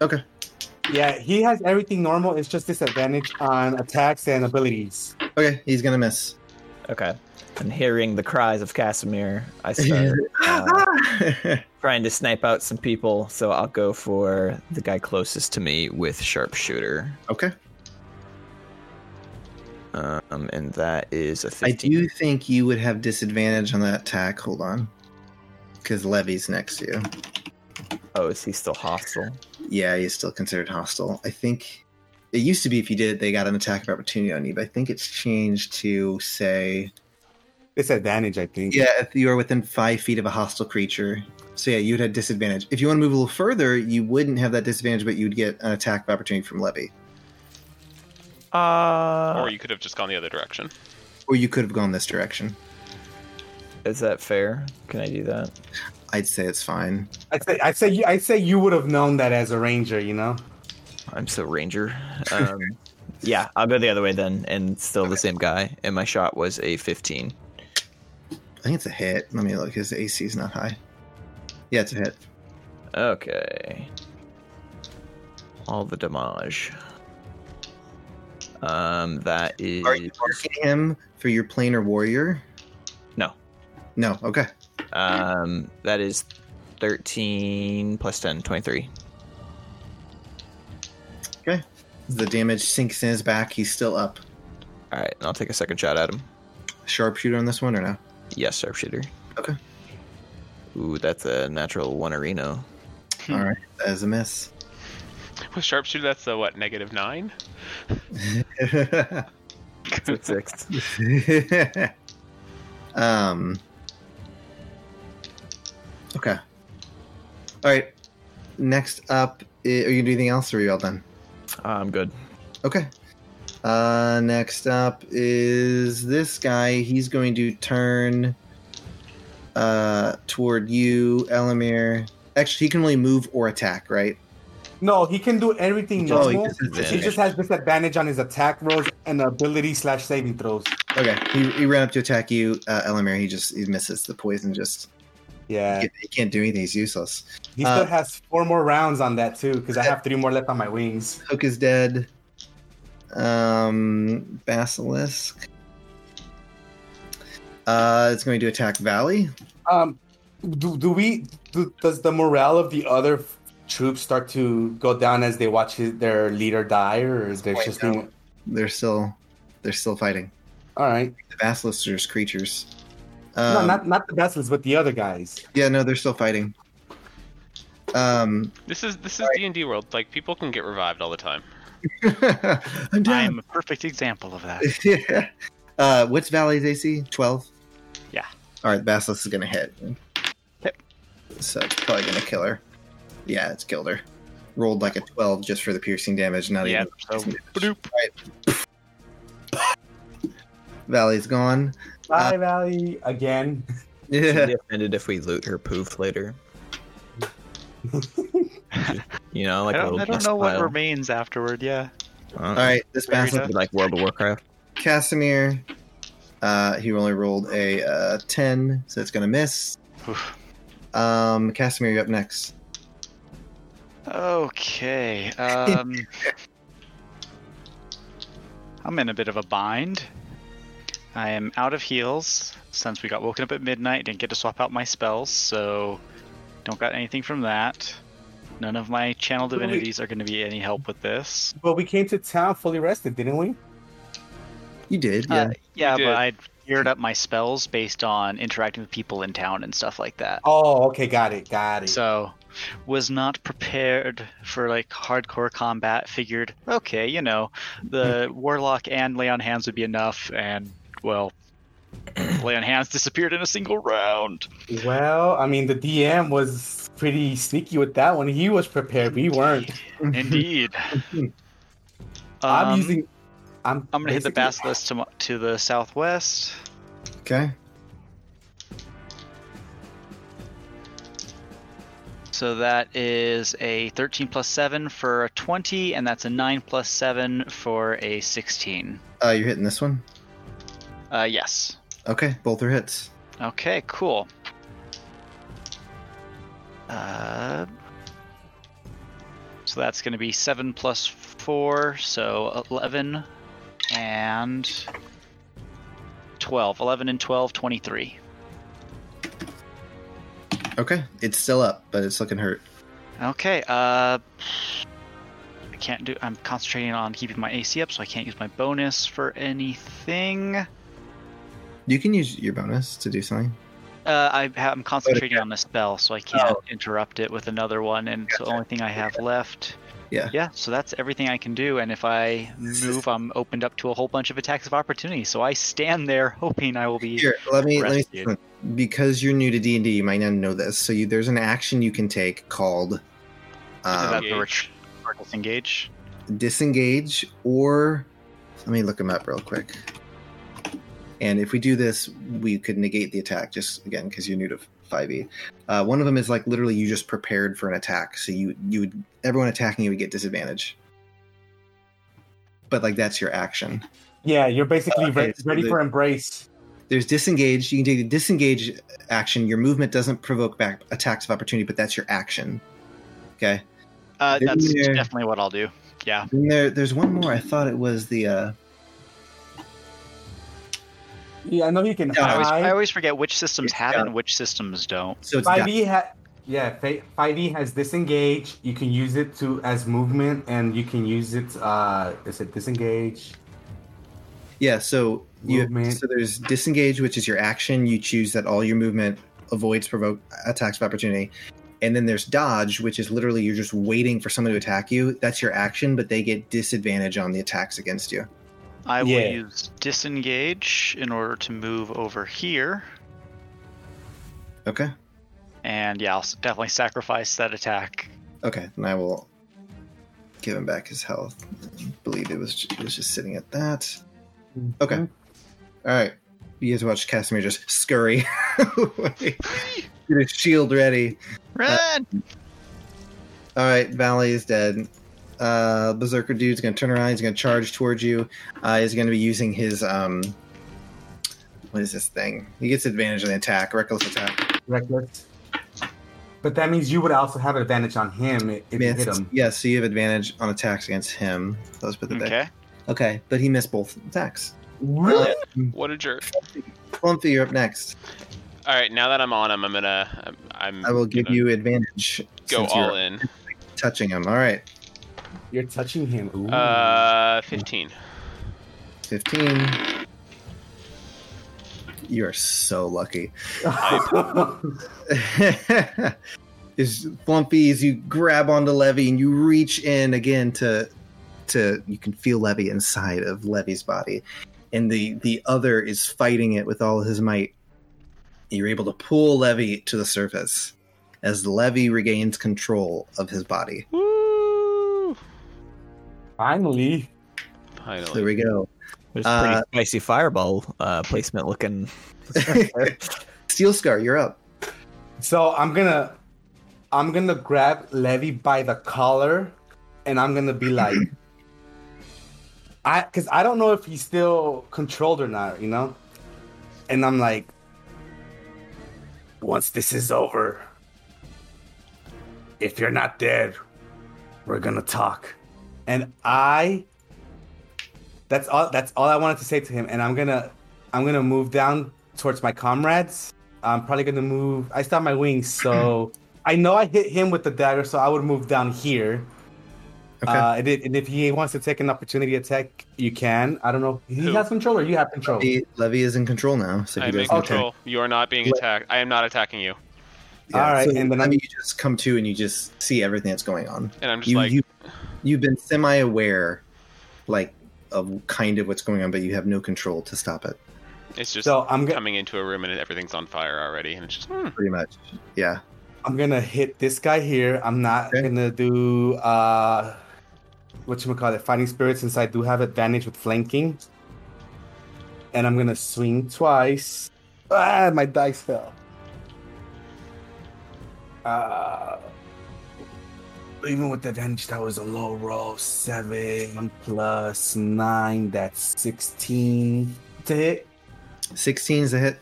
[SPEAKER 2] Okay.
[SPEAKER 4] Yeah, he has everything normal. It's just disadvantage on attacks and abilities.
[SPEAKER 2] Okay, he's gonna miss.
[SPEAKER 3] okay. And hearing the cries of Casimir, I start uh,
[SPEAKER 2] Ah!
[SPEAKER 3] trying to snipe out some people. So I'll go for the guy closest to me with sharpshooter.
[SPEAKER 2] okay.
[SPEAKER 3] Um, and that is a
[SPEAKER 2] I
[SPEAKER 3] 15.
[SPEAKER 2] do think you would have disadvantage on that attack. Hold on, because Levy's next to you.
[SPEAKER 3] Oh, is he still hostile?
[SPEAKER 2] Yeah, he's still considered hostile. I think it used to be if you did, it, they got an attack of opportunity on you, but I think it's changed to say
[SPEAKER 4] Disadvantage, I think.
[SPEAKER 2] Yeah, if you are within five feet of a hostile creature. So yeah, you'd have disadvantage. If you want to move a little further, you wouldn't have that disadvantage, but you'd get an attack of opportunity from Levy.
[SPEAKER 3] Uh,
[SPEAKER 5] Or you could have just gone the other direction.
[SPEAKER 2] Or you could have gone this direction.
[SPEAKER 3] is that fair? Can I do that?
[SPEAKER 2] I'd say it's fine.
[SPEAKER 4] I say, I say, you, I say, you would have known that as a ranger, you know.
[SPEAKER 3] I'm so ranger. Um, yeah, I'll go the other way then, and still the same guy. And my shot was a 15.
[SPEAKER 2] I think it's a hit. Let me look. His AC is not high. Yeah, it's a hit.
[SPEAKER 3] Okay. All the damage. Um, that is
[SPEAKER 2] Are you marking him for your planar warrior?
[SPEAKER 3] no.
[SPEAKER 2] No. Okay.
[SPEAKER 3] Um, that is 13 plus 10, 23.
[SPEAKER 2] The damage sinks in his back. He's still up.
[SPEAKER 3] All right, and I'll take a second shot at him.
[SPEAKER 2] Sharpshooter on this one or no?
[SPEAKER 3] Yes, sharpshooter. Ooh, that's a natural one arena. Hmm.
[SPEAKER 2] All right, that is a miss.
[SPEAKER 5] With sharpshooter, that's a what negative nine.
[SPEAKER 3] six.
[SPEAKER 2] um. Okay. All right. Next up, i- are you gonna do anything else, or are you all done?
[SPEAKER 3] I'm good.
[SPEAKER 2] Okay. Uh, next up is this guy. He's going to turn uh toward you, Elamir. Actually, he can only move or attack, right?
[SPEAKER 4] No, he can do everything
[SPEAKER 2] Oh, he
[SPEAKER 4] normal.
[SPEAKER 2] just has
[SPEAKER 4] he just has disadvantage on his attack rolls and ability slash saving throws.
[SPEAKER 2] Okay. He, he ran up to attack you, uh, Elamir. He just he misses the poison. Just
[SPEAKER 4] Yeah,
[SPEAKER 2] he can't do anything. He's useless.
[SPEAKER 4] he
[SPEAKER 2] Uh,
[SPEAKER 4] still has four more rounds on that too because I have three more left on my wings.
[SPEAKER 2] Hook is dead. Um, Basilisk. Uh, it's going to attack Valley.
[SPEAKER 4] Um, do, do we? Do, does the morale of the other f- troops start to go down as they watch his, their leader die, or is there
[SPEAKER 2] Wait,
[SPEAKER 4] just
[SPEAKER 2] no.
[SPEAKER 4] no?
[SPEAKER 2] They're still, they're still fighting.
[SPEAKER 4] All right,
[SPEAKER 2] The Basilisk are just creatures.
[SPEAKER 4] no,
[SPEAKER 2] Um,
[SPEAKER 4] not not the vessels, but the other guys.
[SPEAKER 2] yeah, no, they're still fighting. Um,
[SPEAKER 5] This is this is D and D world. Like people can get revived all the time.
[SPEAKER 2] I'm
[SPEAKER 1] I'm
[SPEAKER 2] done.
[SPEAKER 1] a perfect example of that.
[SPEAKER 2] yeah. Uh, what's Valley's AC? Twelve.
[SPEAKER 1] Yeah.
[SPEAKER 2] All right, Basilisk is going to hit.
[SPEAKER 1] Yep.
[SPEAKER 2] So it's probably going to kill her. Yeah, it's killed her. Rolled like a twelve just for the piercing damage, not
[SPEAKER 1] Yeah, Oh,
[SPEAKER 2] even
[SPEAKER 1] so
[SPEAKER 2] Bloop. Valley's gone.
[SPEAKER 4] Bye, Valley again.
[SPEAKER 3] She'd
[SPEAKER 2] Yeah.
[SPEAKER 3] be offended if we loot her poof later. you know, like
[SPEAKER 1] I
[SPEAKER 3] a
[SPEAKER 1] don't,
[SPEAKER 3] little
[SPEAKER 1] I don't
[SPEAKER 3] dust
[SPEAKER 1] know what
[SPEAKER 3] pile.
[SPEAKER 1] remains afterward. Yeah.
[SPEAKER 3] All
[SPEAKER 2] All
[SPEAKER 3] right,
[SPEAKER 2] right, this
[SPEAKER 1] Fair
[SPEAKER 2] basilisk
[SPEAKER 1] enough.
[SPEAKER 3] like World of Warcraft.
[SPEAKER 2] Casimir. Uh, he only rolled a uh, ten, so it's gonna miss.
[SPEAKER 1] Oof.
[SPEAKER 2] Um, Casimir, you're up next.
[SPEAKER 1] Okay. Um, I'm in a bit of a bind. I am out of heals since we got woken up at midnight. Didn't get to swap out my spells, so don't got anything from that. None of my channel
[SPEAKER 4] Wait.
[SPEAKER 1] divinities are going to be any help with this.
[SPEAKER 4] But we came to town fully rested, didn't we?
[SPEAKER 2] You did,
[SPEAKER 1] Uh,
[SPEAKER 2] yeah.
[SPEAKER 1] yeah,
[SPEAKER 5] You
[SPEAKER 1] but
[SPEAKER 5] did.
[SPEAKER 1] I geared up my spells based on interacting with people in town and stuff like that.
[SPEAKER 4] Oh, okay, got it, got it.
[SPEAKER 1] So, was not prepared for like hardcore combat. Figured, okay, you know, the
[SPEAKER 4] Hmm.
[SPEAKER 1] warlock and lay on hands would be enough, and well, lay on hands disappeared in a single round.
[SPEAKER 4] Well, I mean, the DM was pretty sneaky with that one. He was prepared. We weren't.
[SPEAKER 1] Indeed.
[SPEAKER 4] I'm
[SPEAKER 1] Um,
[SPEAKER 4] using. I'm.
[SPEAKER 1] I'm gonna hit the
[SPEAKER 4] basically-
[SPEAKER 1] basilisk to, to the southwest.
[SPEAKER 2] okay.
[SPEAKER 1] So that is a 13 plus 7 for a 20, and that's a 9 plus 7 for a 16.
[SPEAKER 2] Uh, you're hitting this one.
[SPEAKER 1] Uh, yes.
[SPEAKER 2] Okay, both are hits.
[SPEAKER 1] Okay, cool. Uh, so that's going to be 7 plus 4, so 11 and 12. 11 and 12, 23.
[SPEAKER 2] Okay, it's still up, but it's looking hurt.
[SPEAKER 1] Okay, uh. I can't do. I'm concentrating on keeping my AC up, so I can't use my bonus for anything. Uh,
[SPEAKER 2] You can use your bonus to do something.
[SPEAKER 1] Uh, I ha- I'm concentrating on the spell, so I can't interrupt it with another one, and it's the
[SPEAKER 2] Oh. Gotcha.
[SPEAKER 1] only thing I have left.
[SPEAKER 2] Yeah.
[SPEAKER 1] Yeah, so that's everything I can do, and if I move, I'm opened up to a whole bunch of attacks of opportunity. So I stand there hoping I will be.
[SPEAKER 2] Here, let me let me
[SPEAKER 1] Rescued.
[SPEAKER 2] because you're new to D and D, you might not know this. So you, there's an action you can take called
[SPEAKER 1] Is
[SPEAKER 2] um,
[SPEAKER 1] that the ret- or disengage?
[SPEAKER 2] disengage or let me look them up real quick and if we do this we could negate the attack just again because you're new to 5e uh, one of them is like literally you just prepared for an attack so you you would everyone attacking you would get disadvantage but like that's your action
[SPEAKER 4] Yeah, you're basically
[SPEAKER 2] Okay,
[SPEAKER 4] re-
[SPEAKER 2] so
[SPEAKER 4] ready
[SPEAKER 2] the-
[SPEAKER 4] for embrace.
[SPEAKER 2] there's disengage you can take the disengage action your movement doesn't provoke back attacks of opportunity but that's your action okay
[SPEAKER 1] Uh, that's
[SPEAKER 2] Yeah.
[SPEAKER 1] definitely what I'll do. Yeah.
[SPEAKER 2] And there there's one more i thought it was the uh
[SPEAKER 4] Yeah, I know you can
[SPEAKER 2] Yeah,
[SPEAKER 1] I always, I
[SPEAKER 4] hide.
[SPEAKER 1] always forget which systems
[SPEAKER 2] It's
[SPEAKER 1] have it
[SPEAKER 2] down.
[SPEAKER 1] and which systems don't.
[SPEAKER 2] so it's
[SPEAKER 4] Five E ha- yeah, five E has disengage. You can use it to as movement, and you can use it. Uh, is it disengage?
[SPEAKER 2] Yeah, so you
[SPEAKER 4] Movement.
[SPEAKER 2] so there's disengage, which is your action. You choose that all your movement avoids provoke attacks of opportunity. And then there's dodge, which is literally you're just waiting for someone to attack you. That's your action, but they get disadvantage on the attacks against you.
[SPEAKER 1] I will
[SPEAKER 4] Yeah.
[SPEAKER 1] use disengage in order to move over here.
[SPEAKER 2] Okay.
[SPEAKER 1] And yeah, I'll s- definitely sacrifice that attack.
[SPEAKER 2] Okay, and I will give him back his health. I believe it was it was just sitting at that. Okay. All right. You guys watch Casimir just scurry away. Get his shield ready.
[SPEAKER 1] Run!
[SPEAKER 2] All right, Valley is dead. Uh, Berserker dude's gonna turn around. He's gonna charge towards you. Uh, he's gonna be using his um, what is this thing? He gets advantage on the attack, reckless attack.
[SPEAKER 4] Reckless. But that means you would also have an advantage on him if you hit
[SPEAKER 2] Miss.
[SPEAKER 4] him.
[SPEAKER 2] Yeah, so you have advantage on attacks against him. Those put the deck.
[SPEAKER 1] okay.
[SPEAKER 2] Okay, but he missed both attacks.
[SPEAKER 4] Really?
[SPEAKER 2] Hmm.
[SPEAKER 5] What a jerk!
[SPEAKER 2] Clumpy, you're up next.
[SPEAKER 5] All right, now that I'm on him, I'm gonna. I'm. I'm
[SPEAKER 2] I will give
[SPEAKER 5] gonna
[SPEAKER 2] you advantage.
[SPEAKER 5] Go
[SPEAKER 2] since
[SPEAKER 5] all
[SPEAKER 2] you're
[SPEAKER 5] in.
[SPEAKER 2] Touching him. All right,
[SPEAKER 4] You're touching him. Ooh.
[SPEAKER 5] Uh, fifteen.
[SPEAKER 2] fifteen. You are so lucky. is Flumpy as you grab onto Levy and you reach in again to to you can feel Levy inside of Levy's body. And the the other is fighting it with all his might. You're able to pull Levy to the surface as Levy regains control of his body.
[SPEAKER 5] Woo!
[SPEAKER 4] Finally.
[SPEAKER 5] Finally.
[SPEAKER 2] There we go.
[SPEAKER 3] There's
[SPEAKER 2] Uh,
[SPEAKER 3] pretty spicy fireball uh, placement looking.
[SPEAKER 2] Steel Scar, you're up.
[SPEAKER 4] So I'm gonna I'm gonna grab Levy by the collar and I'm gonna be like I cause I don't know if he's still controlled or not, you know? And I'm like once this is over, if you're not dead, we're gonna talk. And I that's all that's all I wanted to say to him, and I'm gonna I'm gonna move down towards my comrades. I'm probably gonna move. I stopped my wings, so I know I hit him with the dagger, so I would move down here.
[SPEAKER 2] Okay.
[SPEAKER 4] Uh, and, if, and if he wants to take an opportunity attack, you can. I don't know. He
[SPEAKER 5] Who?
[SPEAKER 4] has control, or you have control.
[SPEAKER 2] Levy, Levy is in control now, so he
[SPEAKER 5] I'm in
[SPEAKER 2] does
[SPEAKER 5] control. You are not being
[SPEAKER 2] Let-
[SPEAKER 5] attacked. I am not attacking you.
[SPEAKER 4] All right,
[SPEAKER 2] so,
[SPEAKER 4] and then
[SPEAKER 2] I
[SPEAKER 4] I'm-
[SPEAKER 2] mean, you just come to and you just see everything that's going on.
[SPEAKER 5] And I'm just
[SPEAKER 2] you,
[SPEAKER 5] like,
[SPEAKER 2] you you've been semi aware like of kind of what's going on but you have no control to stop it
[SPEAKER 5] it's just
[SPEAKER 4] So I'm gonna
[SPEAKER 5] coming into a room and everything's on fire already, and it's just. hmm.
[SPEAKER 2] pretty much yeah
[SPEAKER 4] I'm gonna hit this guy here. I'm not
[SPEAKER 2] Okay.
[SPEAKER 4] gonna do uh, what you call it, fighting spirit, since I do have advantage with flanking. And I'm gonna swing twice. Ah, my dice fell. Uh, even with the advantage, that was a low roll. Seven plus nine, that's sixteen to hit.
[SPEAKER 2] 16 is a hit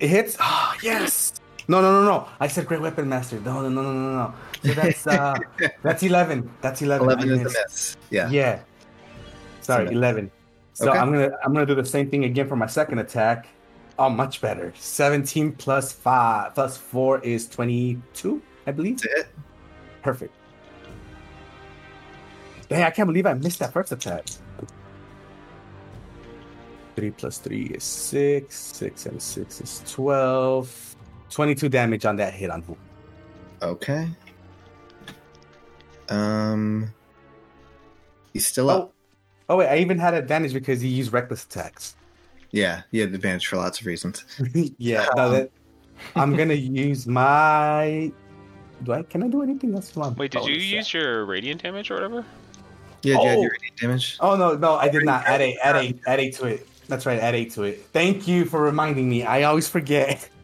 [SPEAKER 4] It hits. Ah, yes. No, no, no, no. I said great weapon master. No, no, no, no, no, no. So that's uh, that's eleven. That's eleven.
[SPEAKER 2] 11
[SPEAKER 4] I
[SPEAKER 2] is a
[SPEAKER 4] missed.
[SPEAKER 2] miss yeah,
[SPEAKER 4] Yeah. Sorry,
[SPEAKER 2] It's a miss.
[SPEAKER 4] eleven. So
[SPEAKER 2] Okay.
[SPEAKER 4] I'm gonna I'm gonna do the same thing again for my second attack. Oh, much better. Seventeen plus five plus four is twenty-two, I believe.
[SPEAKER 2] it's a hit
[SPEAKER 4] Perfect. Dang, I can't believe I missed that first attack. Three plus three is six. Six and six is twelve. Twenty-two damage on that hit on who?
[SPEAKER 2] okay um he's still up
[SPEAKER 4] Oh, oh wait, I even had advantage because he used reckless attacks.
[SPEAKER 2] yeah you have advantage for lots of reasons
[SPEAKER 4] yeah, no, that- Um, I'm gonna use my. Do I? Can I do anything else? Hold on.
[SPEAKER 5] Wait, did
[SPEAKER 4] Oh,
[SPEAKER 5] you
[SPEAKER 4] it's, uh,
[SPEAKER 5] use your radiant damage or whatever?
[SPEAKER 2] yeah do you have your
[SPEAKER 4] Oh.
[SPEAKER 2] radiant damage
[SPEAKER 4] Oh no, no, I did not. Add eight, add eight, add eight to it. That's right, add eight to it. Thank you for reminding me. I always forget.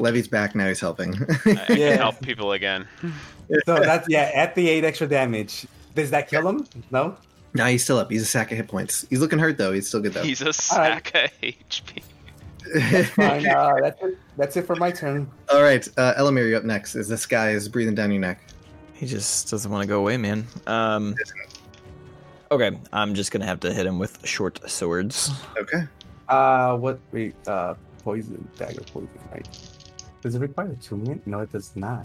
[SPEAKER 2] levy's back now he's helping
[SPEAKER 5] I, I
[SPEAKER 4] Yeah.
[SPEAKER 5] can help people again.
[SPEAKER 4] So that's yeah, at the eight extra damage. Does that kill him? No.
[SPEAKER 2] now he's still up he's a sack of hit points he's looking hurt though he's still good though
[SPEAKER 5] He's a sack of HP.
[SPEAKER 4] Fine. Uh, that's it. That's it for my turn.
[SPEAKER 2] all right uh elamir you're up next as this guy is breathing down your neck
[SPEAKER 3] He just doesn't want to go away, man. Um, okay, I'm just gonna have to hit him with short swords.
[SPEAKER 2] okay
[SPEAKER 4] Uh, what? Wait. Uh, poison dagger, poison. Right. Does it require attunement? No, it does not.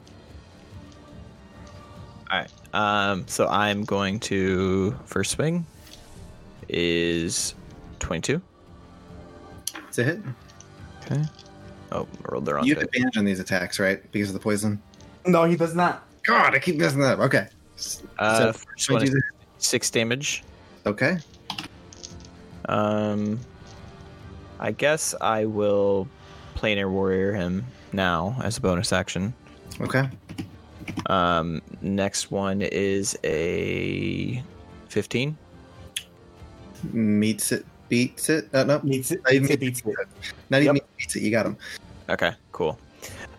[SPEAKER 3] Um, so I'm going to first swing is 22.
[SPEAKER 2] it's a hit
[SPEAKER 3] Okay. Oh, I rolled the wrong
[SPEAKER 2] You have
[SPEAKER 3] die.
[SPEAKER 2] advantage on these attacks, right? Because of the poison.
[SPEAKER 4] No, he does not.
[SPEAKER 2] God, I keep messing that up. Okay. S-
[SPEAKER 3] Uh,
[SPEAKER 2] so,
[SPEAKER 3] first one
[SPEAKER 2] I do
[SPEAKER 3] is
[SPEAKER 2] this?
[SPEAKER 3] six damage.
[SPEAKER 2] okay.
[SPEAKER 3] Um, I guess I will planar warrior him now as a bonus action.
[SPEAKER 2] Okay.
[SPEAKER 3] Um, next one is a fifteen.
[SPEAKER 2] Meets it. Beats it. Uh, no.
[SPEAKER 4] Beats it.
[SPEAKER 2] I
[SPEAKER 4] Beats
[SPEAKER 2] even-
[SPEAKER 4] it. Beats it.
[SPEAKER 2] Not even
[SPEAKER 4] Yep.
[SPEAKER 2] meets, beats it. You got him.
[SPEAKER 3] Okay, cool.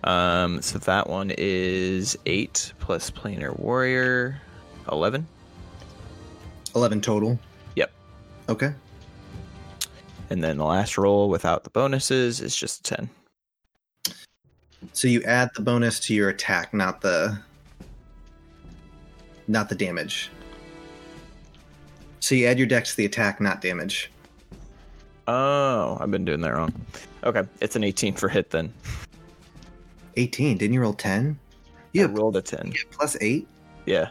[SPEAKER 3] Um, so that one is eight plus planar warrior, eleven.
[SPEAKER 2] 11 total.
[SPEAKER 3] Yep.
[SPEAKER 2] Okay.
[SPEAKER 3] And then the last roll without the bonuses is just a ten.
[SPEAKER 2] So you add the bonus to your attack, not the not the damage. So you add your dex to the attack, not damage.
[SPEAKER 3] Oh, I've been doing that wrong. Okay, it's an eighteen for hit then.
[SPEAKER 2] 18. Didn't you roll 10? You
[SPEAKER 3] Yeah,
[SPEAKER 2] have
[SPEAKER 3] rolled a ten.
[SPEAKER 2] you have plus 8?
[SPEAKER 3] Yeah.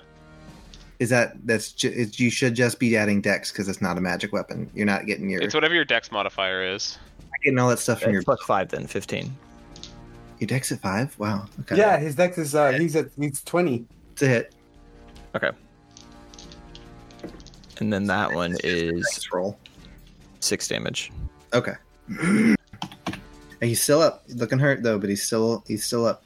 [SPEAKER 2] Is that that's ju- it, you should just be adding dex because it's not a magic weapon. You're not getting your
[SPEAKER 5] It's whatever your dex modifier is.
[SPEAKER 2] getting all that stuff from
[SPEAKER 3] That's
[SPEAKER 2] your
[SPEAKER 3] plus five then, fifteen.
[SPEAKER 2] your dex at five. Wow. Okay.
[SPEAKER 4] Yeah, his dex is uh, he's at he's twenty.
[SPEAKER 2] it's a hit.
[SPEAKER 3] And then that one is
[SPEAKER 2] Dex roll.
[SPEAKER 3] six damage.
[SPEAKER 2] Okay. And he's still up. He's looking hurt though, but he's still he's still up.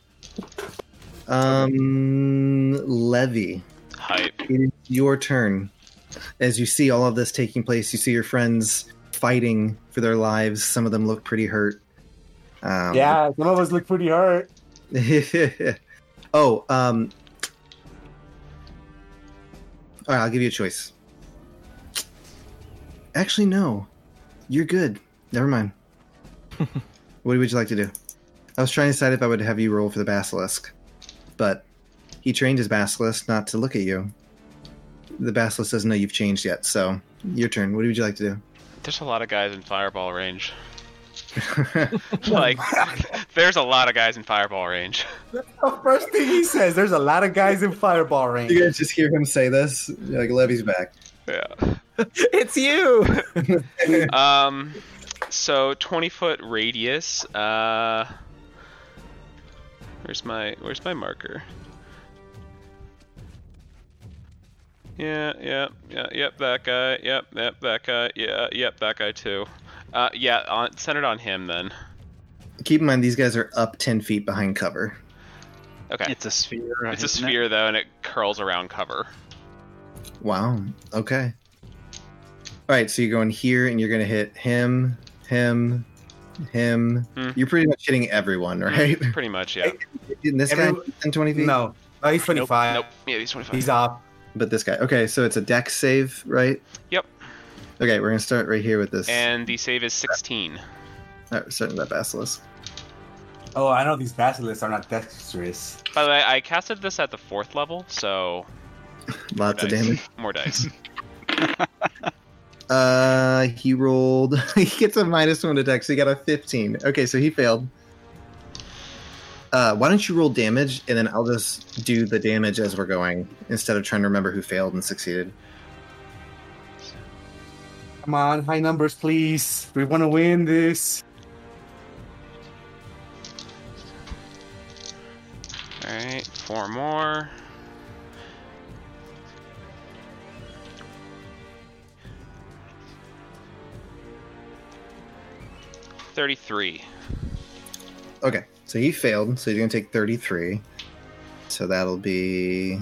[SPEAKER 2] Um, Levy,
[SPEAKER 5] Hype.
[SPEAKER 2] it is your turn. As you see all of this taking place, you see your friends fighting for their lives. Some of them look pretty hurt. Um,
[SPEAKER 4] yeah, some of us look pretty hurt.
[SPEAKER 2] oh, um. All right, I'll give you a choice. Actually, no. You're good. Never mind. what would you like to do? I was trying to decide if I would have you roll for the basilisk, but he trained his basilisk not to look at you. The basilisk doesn't know you've changed yet, so your turn. What would you like to do?
[SPEAKER 5] There's a lot of guys in fireball range. Like, there's a lot of guys in fireball range.
[SPEAKER 4] The first thing he says, there's a lot of guys in fireball range.
[SPEAKER 2] you guys just hear him say this? You're like, Levy's back.
[SPEAKER 5] Yeah.
[SPEAKER 3] It's you.
[SPEAKER 5] Um, so 20 foot radius. Uh, where's my where's my marker? Yeah, yeah, yeah, yep, that guy. Yep, yep, that guy. Yeah, yep, that guy too. Uh, yeah, on, centered on him then.
[SPEAKER 2] Keep in mind, these guys are up 10 feet behind cover.
[SPEAKER 5] Okay.
[SPEAKER 1] It's a sphere.
[SPEAKER 5] It's
[SPEAKER 1] isn't
[SPEAKER 5] a
[SPEAKER 1] it?
[SPEAKER 5] sphere though, and it curls around cover.
[SPEAKER 2] Wow. Okay. All right. So you're going here, and you're going to hit him, him, him.
[SPEAKER 5] Hmm.
[SPEAKER 2] You're pretty much hitting everyone, right?
[SPEAKER 5] Pretty much, yeah.
[SPEAKER 2] Hitting this
[SPEAKER 4] Everyone-
[SPEAKER 2] guy and 20 feet.
[SPEAKER 4] No, no, Oh, he's twenty five.
[SPEAKER 5] Nope. Yeah, he's 25.
[SPEAKER 4] He's off.
[SPEAKER 2] But this guy. Okay. So it's a deck save, right?
[SPEAKER 5] Yep.
[SPEAKER 2] Okay. We're gonna start right here with this.
[SPEAKER 5] And the save is 16.
[SPEAKER 2] uh, starting with that basilisk.
[SPEAKER 4] Oh, I know these basilisks are not dexterous.
[SPEAKER 5] By the way, I casted this at the fourth level, so
[SPEAKER 2] Lots of
[SPEAKER 5] dice.
[SPEAKER 2] damage.
[SPEAKER 5] more dice.
[SPEAKER 2] Uh, he rolled. he gets a minus one to deck, so he got a 15. Okay, so he failed. Uh, why don't you roll damage, and then I'll just do the damage as we're going instead of trying to remember who failed and succeeded.
[SPEAKER 4] Come on, high numbers, please. We want to win this.
[SPEAKER 5] All right, four more. Thirty-three.
[SPEAKER 2] Okay, so he failed, so he's gonna take 33. So that'll be.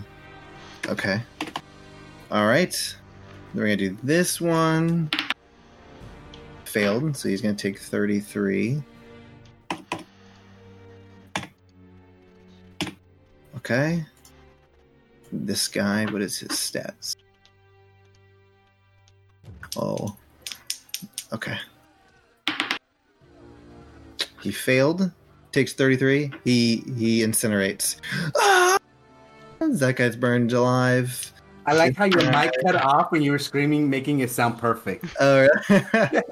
[SPEAKER 2] Okay. Alright. Then we're gonna do this one. Failed, so he's gonna take 33. Okay. This guy, what is his stats? Oh. Okay. He failed takes 33 he he incinerates Ah! that guy's burned alive
[SPEAKER 4] I like how your mic cut off when you were screaming, making it sound perfect.
[SPEAKER 2] oh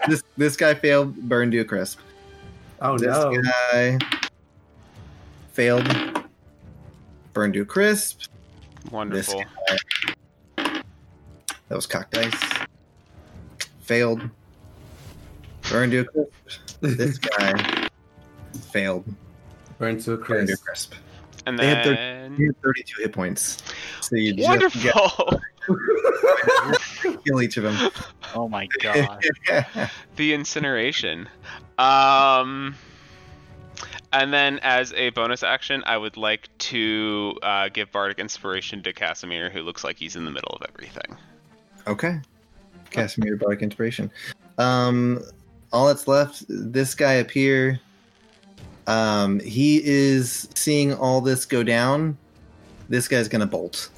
[SPEAKER 2] this this guy failed burned to a crisp
[SPEAKER 4] Oh
[SPEAKER 2] this
[SPEAKER 4] no!
[SPEAKER 2] guy failed burned to a crisp
[SPEAKER 5] Wonderful.
[SPEAKER 2] that was cock dice failed burned to a crisp this guy Failed.
[SPEAKER 4] Burn to a
[SPEAKER 2] Burned to a
[SPEAKER 4] crisp.
[SPEAKER 2] crisp.
[SPEAKER 5] And
[SPEAKER 2] They had their-
[SPEAKER 5] then
[SPEAKER 2] You have 32 hit points. So you just have to get-
[SPEAKER 5] wonderful.
[SPEAKER 2] kill each of them.
[SPEAKER 1] Oh my god.
[SPEAKER 5] the incineration. Um, and then as a bonus action, I would like to uh, give bardic inspiration to Casimir, who looks like he's in the middle of everything.
[SPEAKER 2] okay. Casimir Bardic Inspiration. Um, all that's left, this guy up here, um, he is seeing all this go down. This guy's going to bolt.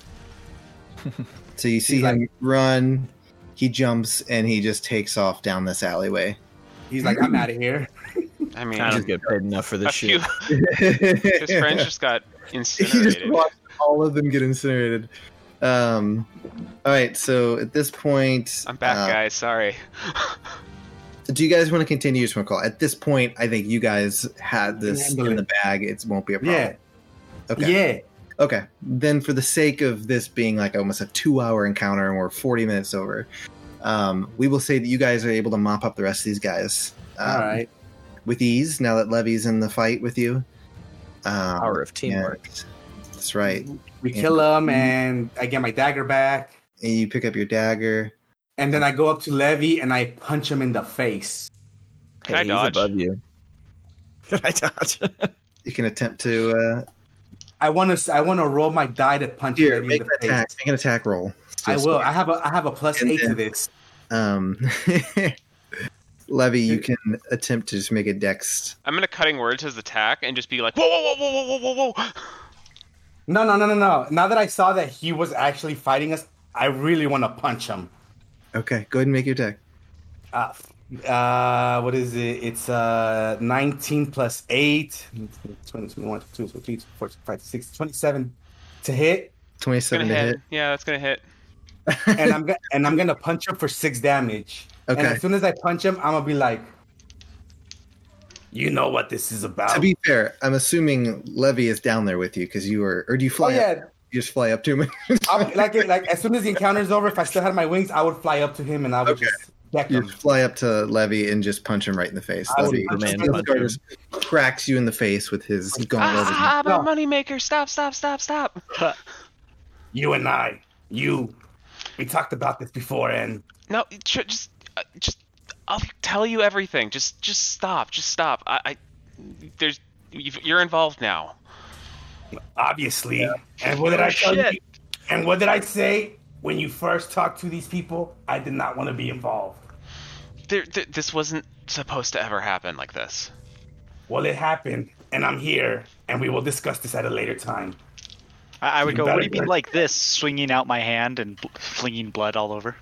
[SPEAKER 2] so you see
[SPEAKER 4] He's like-
[SPEAKER 2] him run. He jumps and he just takes off down this alleyway.
[SPEAKER 4] He's like, I'm out of here.
[SPEAKER 5] I mean,
[SPEAKER 3] I don't get paid enough for
[SPEAKER 5] a
[SPEAKER 3] this
[SPEAKER 5] few,
[SPEAKER 3] shit.
[SPEAKER 5] his friends just got
[SPEAKER 2] he just
[SPEAKER 5] incinerated.
[SPEAKER 2] watched all of them get incinerated. Um, all right, so at this point,
[SPEAKER 5] I'm back,
[SPEAKER 2] uh,
[SPEAKER 5] guys. Sorry.
[SPEAKER 2] Do you guys want to continue? Just want to call. At this point, I think you guys had this
[SPEAKER 4] Handle
[SPEAKER 2] in
[SPEAKER 4] it.
[SPEAKER 2] the bag. It won't be a problem.
[SPEAKER 4] Yeah.
[SPEAKER 2] Okay.
[SPEAKER 4] Yeah.
[SPEAKER 2] Okay. Then, for the sake of this being like almost a two-hour encounter, and we're forty minutes over, um, we will say that you guys are able to mop up the rest of these guys um,
[SPEAKER 4] All right.
[SPEAKER 2] with ease. Now that Levy's in the fight with you, um,
[SPEAKER 3] Power of teamwork.
[SPEAKER 2] and- That's right.
[SPEAKER 4] We
[SPEAKER 2] Yeah.
[SPEAKER 4] kill him, and I get my dagger back.
[SPEAKER 2] And you pick up your dagger.
[SPEAKER 4] And then I go up to Levy and I punch him in the face.
[SPEAKER 5] Can I
[SPEAKER 3] he's
[SPEAKER 5] dodge?
[SPEAKER 3] above you. Can I dodge?
[SPEAKER 2] You can attempt to uh,
[SPEAKER 4] I want to. I want to roll my die to punch
[SPEAKER 2] Here,
[SPEAKER 4] Levy
[SPEAKER 2] make
[SPEAKER 4] in
[SPEAKER 2] an
[SPEAKER 4] the face.
[SPEAKER 2] attack. Make an attack roll.
[SPEAKER 4] I will. I have a. I have a plus
[SPEAKER 2] And
[SPEAKER 4] eight to
[SPEAKER 2] then-
[SPEAKER 4] this.
[SPEAKER 2] Um, Levy, you can attempt to just make a dex.
[SPEAKER 5] I'm gonna cutting words his attack and just be like, whoa, whoa, whoa, whoa, whoa, whoa, whoa.
[SPEAKER 4] No, no, no, no, no. Now that I saw that he was actually fighting us, I really want to punch him.
[SPEAKER 2] Okay, go ahead and make your deck.
[SPEAKER 4] Uh, f- uh, what is it? It's uh, 19 plus 8, 20, 21, 22, 23, 24, 25, 26, 27 to hit.
[SPEAKER 5] It's gonna
[SPEAKER 2] 27 to
[SPEAKER 5] hit.
[SPEAKER 2] hit.
[SPEAKER 5] Yeah, that's gonna hit.
[SPEAKER 4] And I'm, go- and I'm going to punch him for 6 damage. And
[SPEAKER 2] Okay.
[SPEAKER 4] as soon as I punch him, I'm going to be like, you know what this is about.
[SPEAKER 2] To be fair, I'm assuming Levy is down there with you because you were, or do you
[SPEAKER 4] oh,
[SPEAKER 2] fly up?
[SPEAKER 4] yeah.
[SPEAKER 2] You just fly up to him.
[SPEAKER 4] I'm, like, like, as soon as the encounter's over, if I still had my wings, I would fly up to him and I would
[SPEAKER 2] Okay.
[SPEAKER 4] just deck
[SPEAKER 2] you
[SPEAKER 4] him.
[SPEAKER 2] just fly up to Levy and just punch him right in the face.
[SPEAKER 4] I would
[SPEAKER 2] Levy
[SPEAKER 4] punch him
[SPEAKER 2] Levy
[SPEAKER 3] right in the
[SPEAKER 2] just cracks you in the face with his gauntlet.
[SPEAKER 5] Ah, ah, ah,
[SPEAKER 4] No.
[SPEAKER 5] my moneymaker! Stop, stop, stop, stop!
[SPEAKER 4] You and I, you, we talked about this before, and
[SPEAKER 5] No, ju- just, uh, just, I'll tell you everything. Just, just stop. Just stop. I, I there's, you've, you're involved now.
[SPEAKER 4] obviously. And what did I tell
[SPEAKER 5] Shit.
[SPEAKER 4] you? And what did I say when you first talked to these people? I did not want to be involved.
[SPEAKER 5] There, th- this wasn't supposed to ever happen like this.
[SPEAKER 4] Well, it happened, and I'm here, and we will discuss this at a later time.
[SPEAKER 1] I, I would
[SPEAKER 4] You
[SPEAKER 1] go, what do you
[SPEAKER 4] better
[SPEAKER 1] mean
[SPEAKER 4] work.
[SPEAKER 1] like this? Swinging out my hand and bl- flinging blood all over.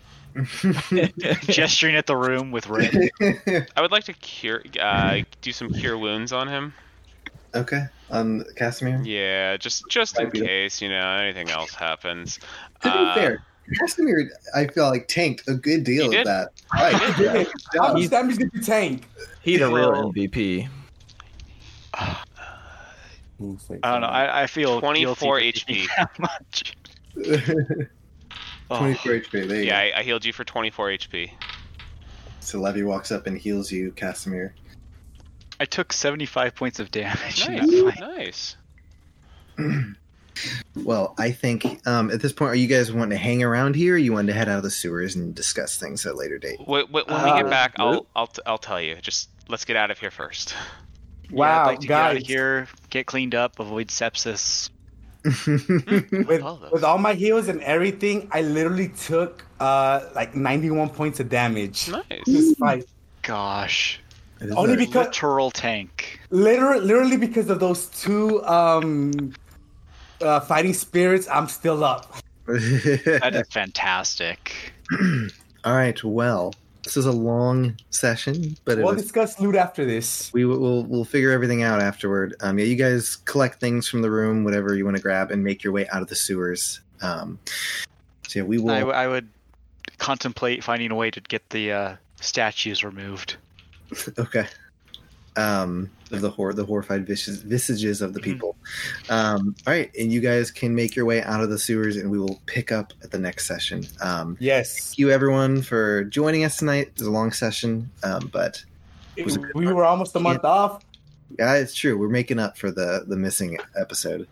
[SPEAKER 1] Gesturing at the room with red.
[SPEAKER 5] I would like to cure, uh, do some cure wounds on him.
[SPEAKER 2] okay, on Casimir.
[SPEAKER 5] ah. Yeah, just, just in
[SPEAKER 2] Might be-
[SPEAKER 5] case you know anything else happens.
[SPEAKER 2] To be
[SPEAKER 5] Uh,
[SPEAKER 2] fair, Casimir, I feel like tanked a good deal
[SPEAKER 5] He
[SPEAKER 2] of
[SPEAKER 5] did.
[SPEAKER 2] that. Right.
[SPEAKER 4] How
[SPEAKER 2] job.
[SPEAKER 4] much damage did you tank?
[SPEAKER 3] He's a real
[SPEAKER 1] Well-
[SPEAKER 3] MVP.
[SPEAKER 1] I don't know. I, I feel guilty for
[SPEAKER 5] 24
[SPEAKER 1] taking
[SPEAKER 5] HP.
[SPEAKER 1] That much. Oh,
[SPEAKER 2] 24 HP. There you
[SPEAKER 5] Oh. Yeah,
[SPEAKER 2] yeah. go.
[SPEAKER 5] I, I healed you for 24 HP.
[SPEAKER 2] So Levy walks up and heals you, Casimir.
[SPEAKER 1] I took 75 points of damage. in that
[SPEAKER 5] Nice,
[SPEAKER 1] fight.
[SPEAKER 5] nice.
[SPEAKER 2] Well, I think um, at this point, are you guys wanting to hang around here? Or you wanting to head out of the sewers and discuss things at a later date?
[SPEAKER 5] Wait, wait, when we
[SPEAKER 4] Uh,
[SPEAKER 5] get back, I'll, I'll, t- I'll tell you. Just let's get out of here first.
[SPEAKER 1] yeah, I'd
[SPEAKER 4] wow,
[SPEAKER 1] like to get out
[SPEAKER 4] guys,
[SPEAKER 1] of here, get cleaned up, avoid sepsis.
[SPEAKER 4] with,
[SPEAKER 5] All those.
[SPEAKER 4] with all my heals and everything, I literally took uh like 91 points of damage.
[SPEAKER 5] Nice.
[SPEAKER 4] This fight.
[SPEAKER 1] Gosh.
[SPEAKER 4] Only
[SPEAKER 2] Alright.
[SPEAKER 4] because
[SPEAKER 1] Literal tank.
[SPEAKER 4] literally, literally because of those two um uh, fighting spirits, I'm still up.
[SPEAKER 1] That is fantastic.
[SPEAKER 2] All right. Well, this is a long session, but it
[SPEAKER 4] We'll
[SPEAKER 2] was,
[SPEAKER 4] discuss loot after this.
[SPEAKER 2] we will we'll, we'll figure everything out afterward. Um, yeah, you guys collect things from the room, whatever you want to grab, and make your way out of the sewers. Um, so yeah, we will.
[SPEAKER 1] I, w- I would contemplate finding a way to get the uh, statues removed.
[SPEAKER 2] Okay. Um, of the hor- the horrified vis- visages of the people. Um, all right, and you guys can make your way out of the sewers, and we will pick up at the next session. Um,
[SPEAKER 4] Yes,
[SPEAKER 2] thank you everyone for joining us tonight. It was a long session, um, but
[SPEAKER 4] we were almost a month off.
[SPEAKER 2] Yeah, it's true. We're making up for the the missing episode.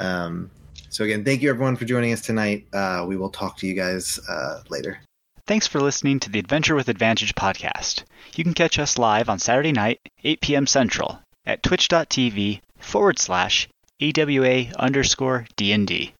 [SPEAKER 2] Um, so again, thank you everyone for joining us tonight. Uh, we will talk to you guys uh, later.
[SPEAKER 1] Thanks for listening to the Adventure with Advantage podcast. You can catch us live on Saturday night, 8 p.m. Central, at twitch.tv forward slash EWA underscore DND.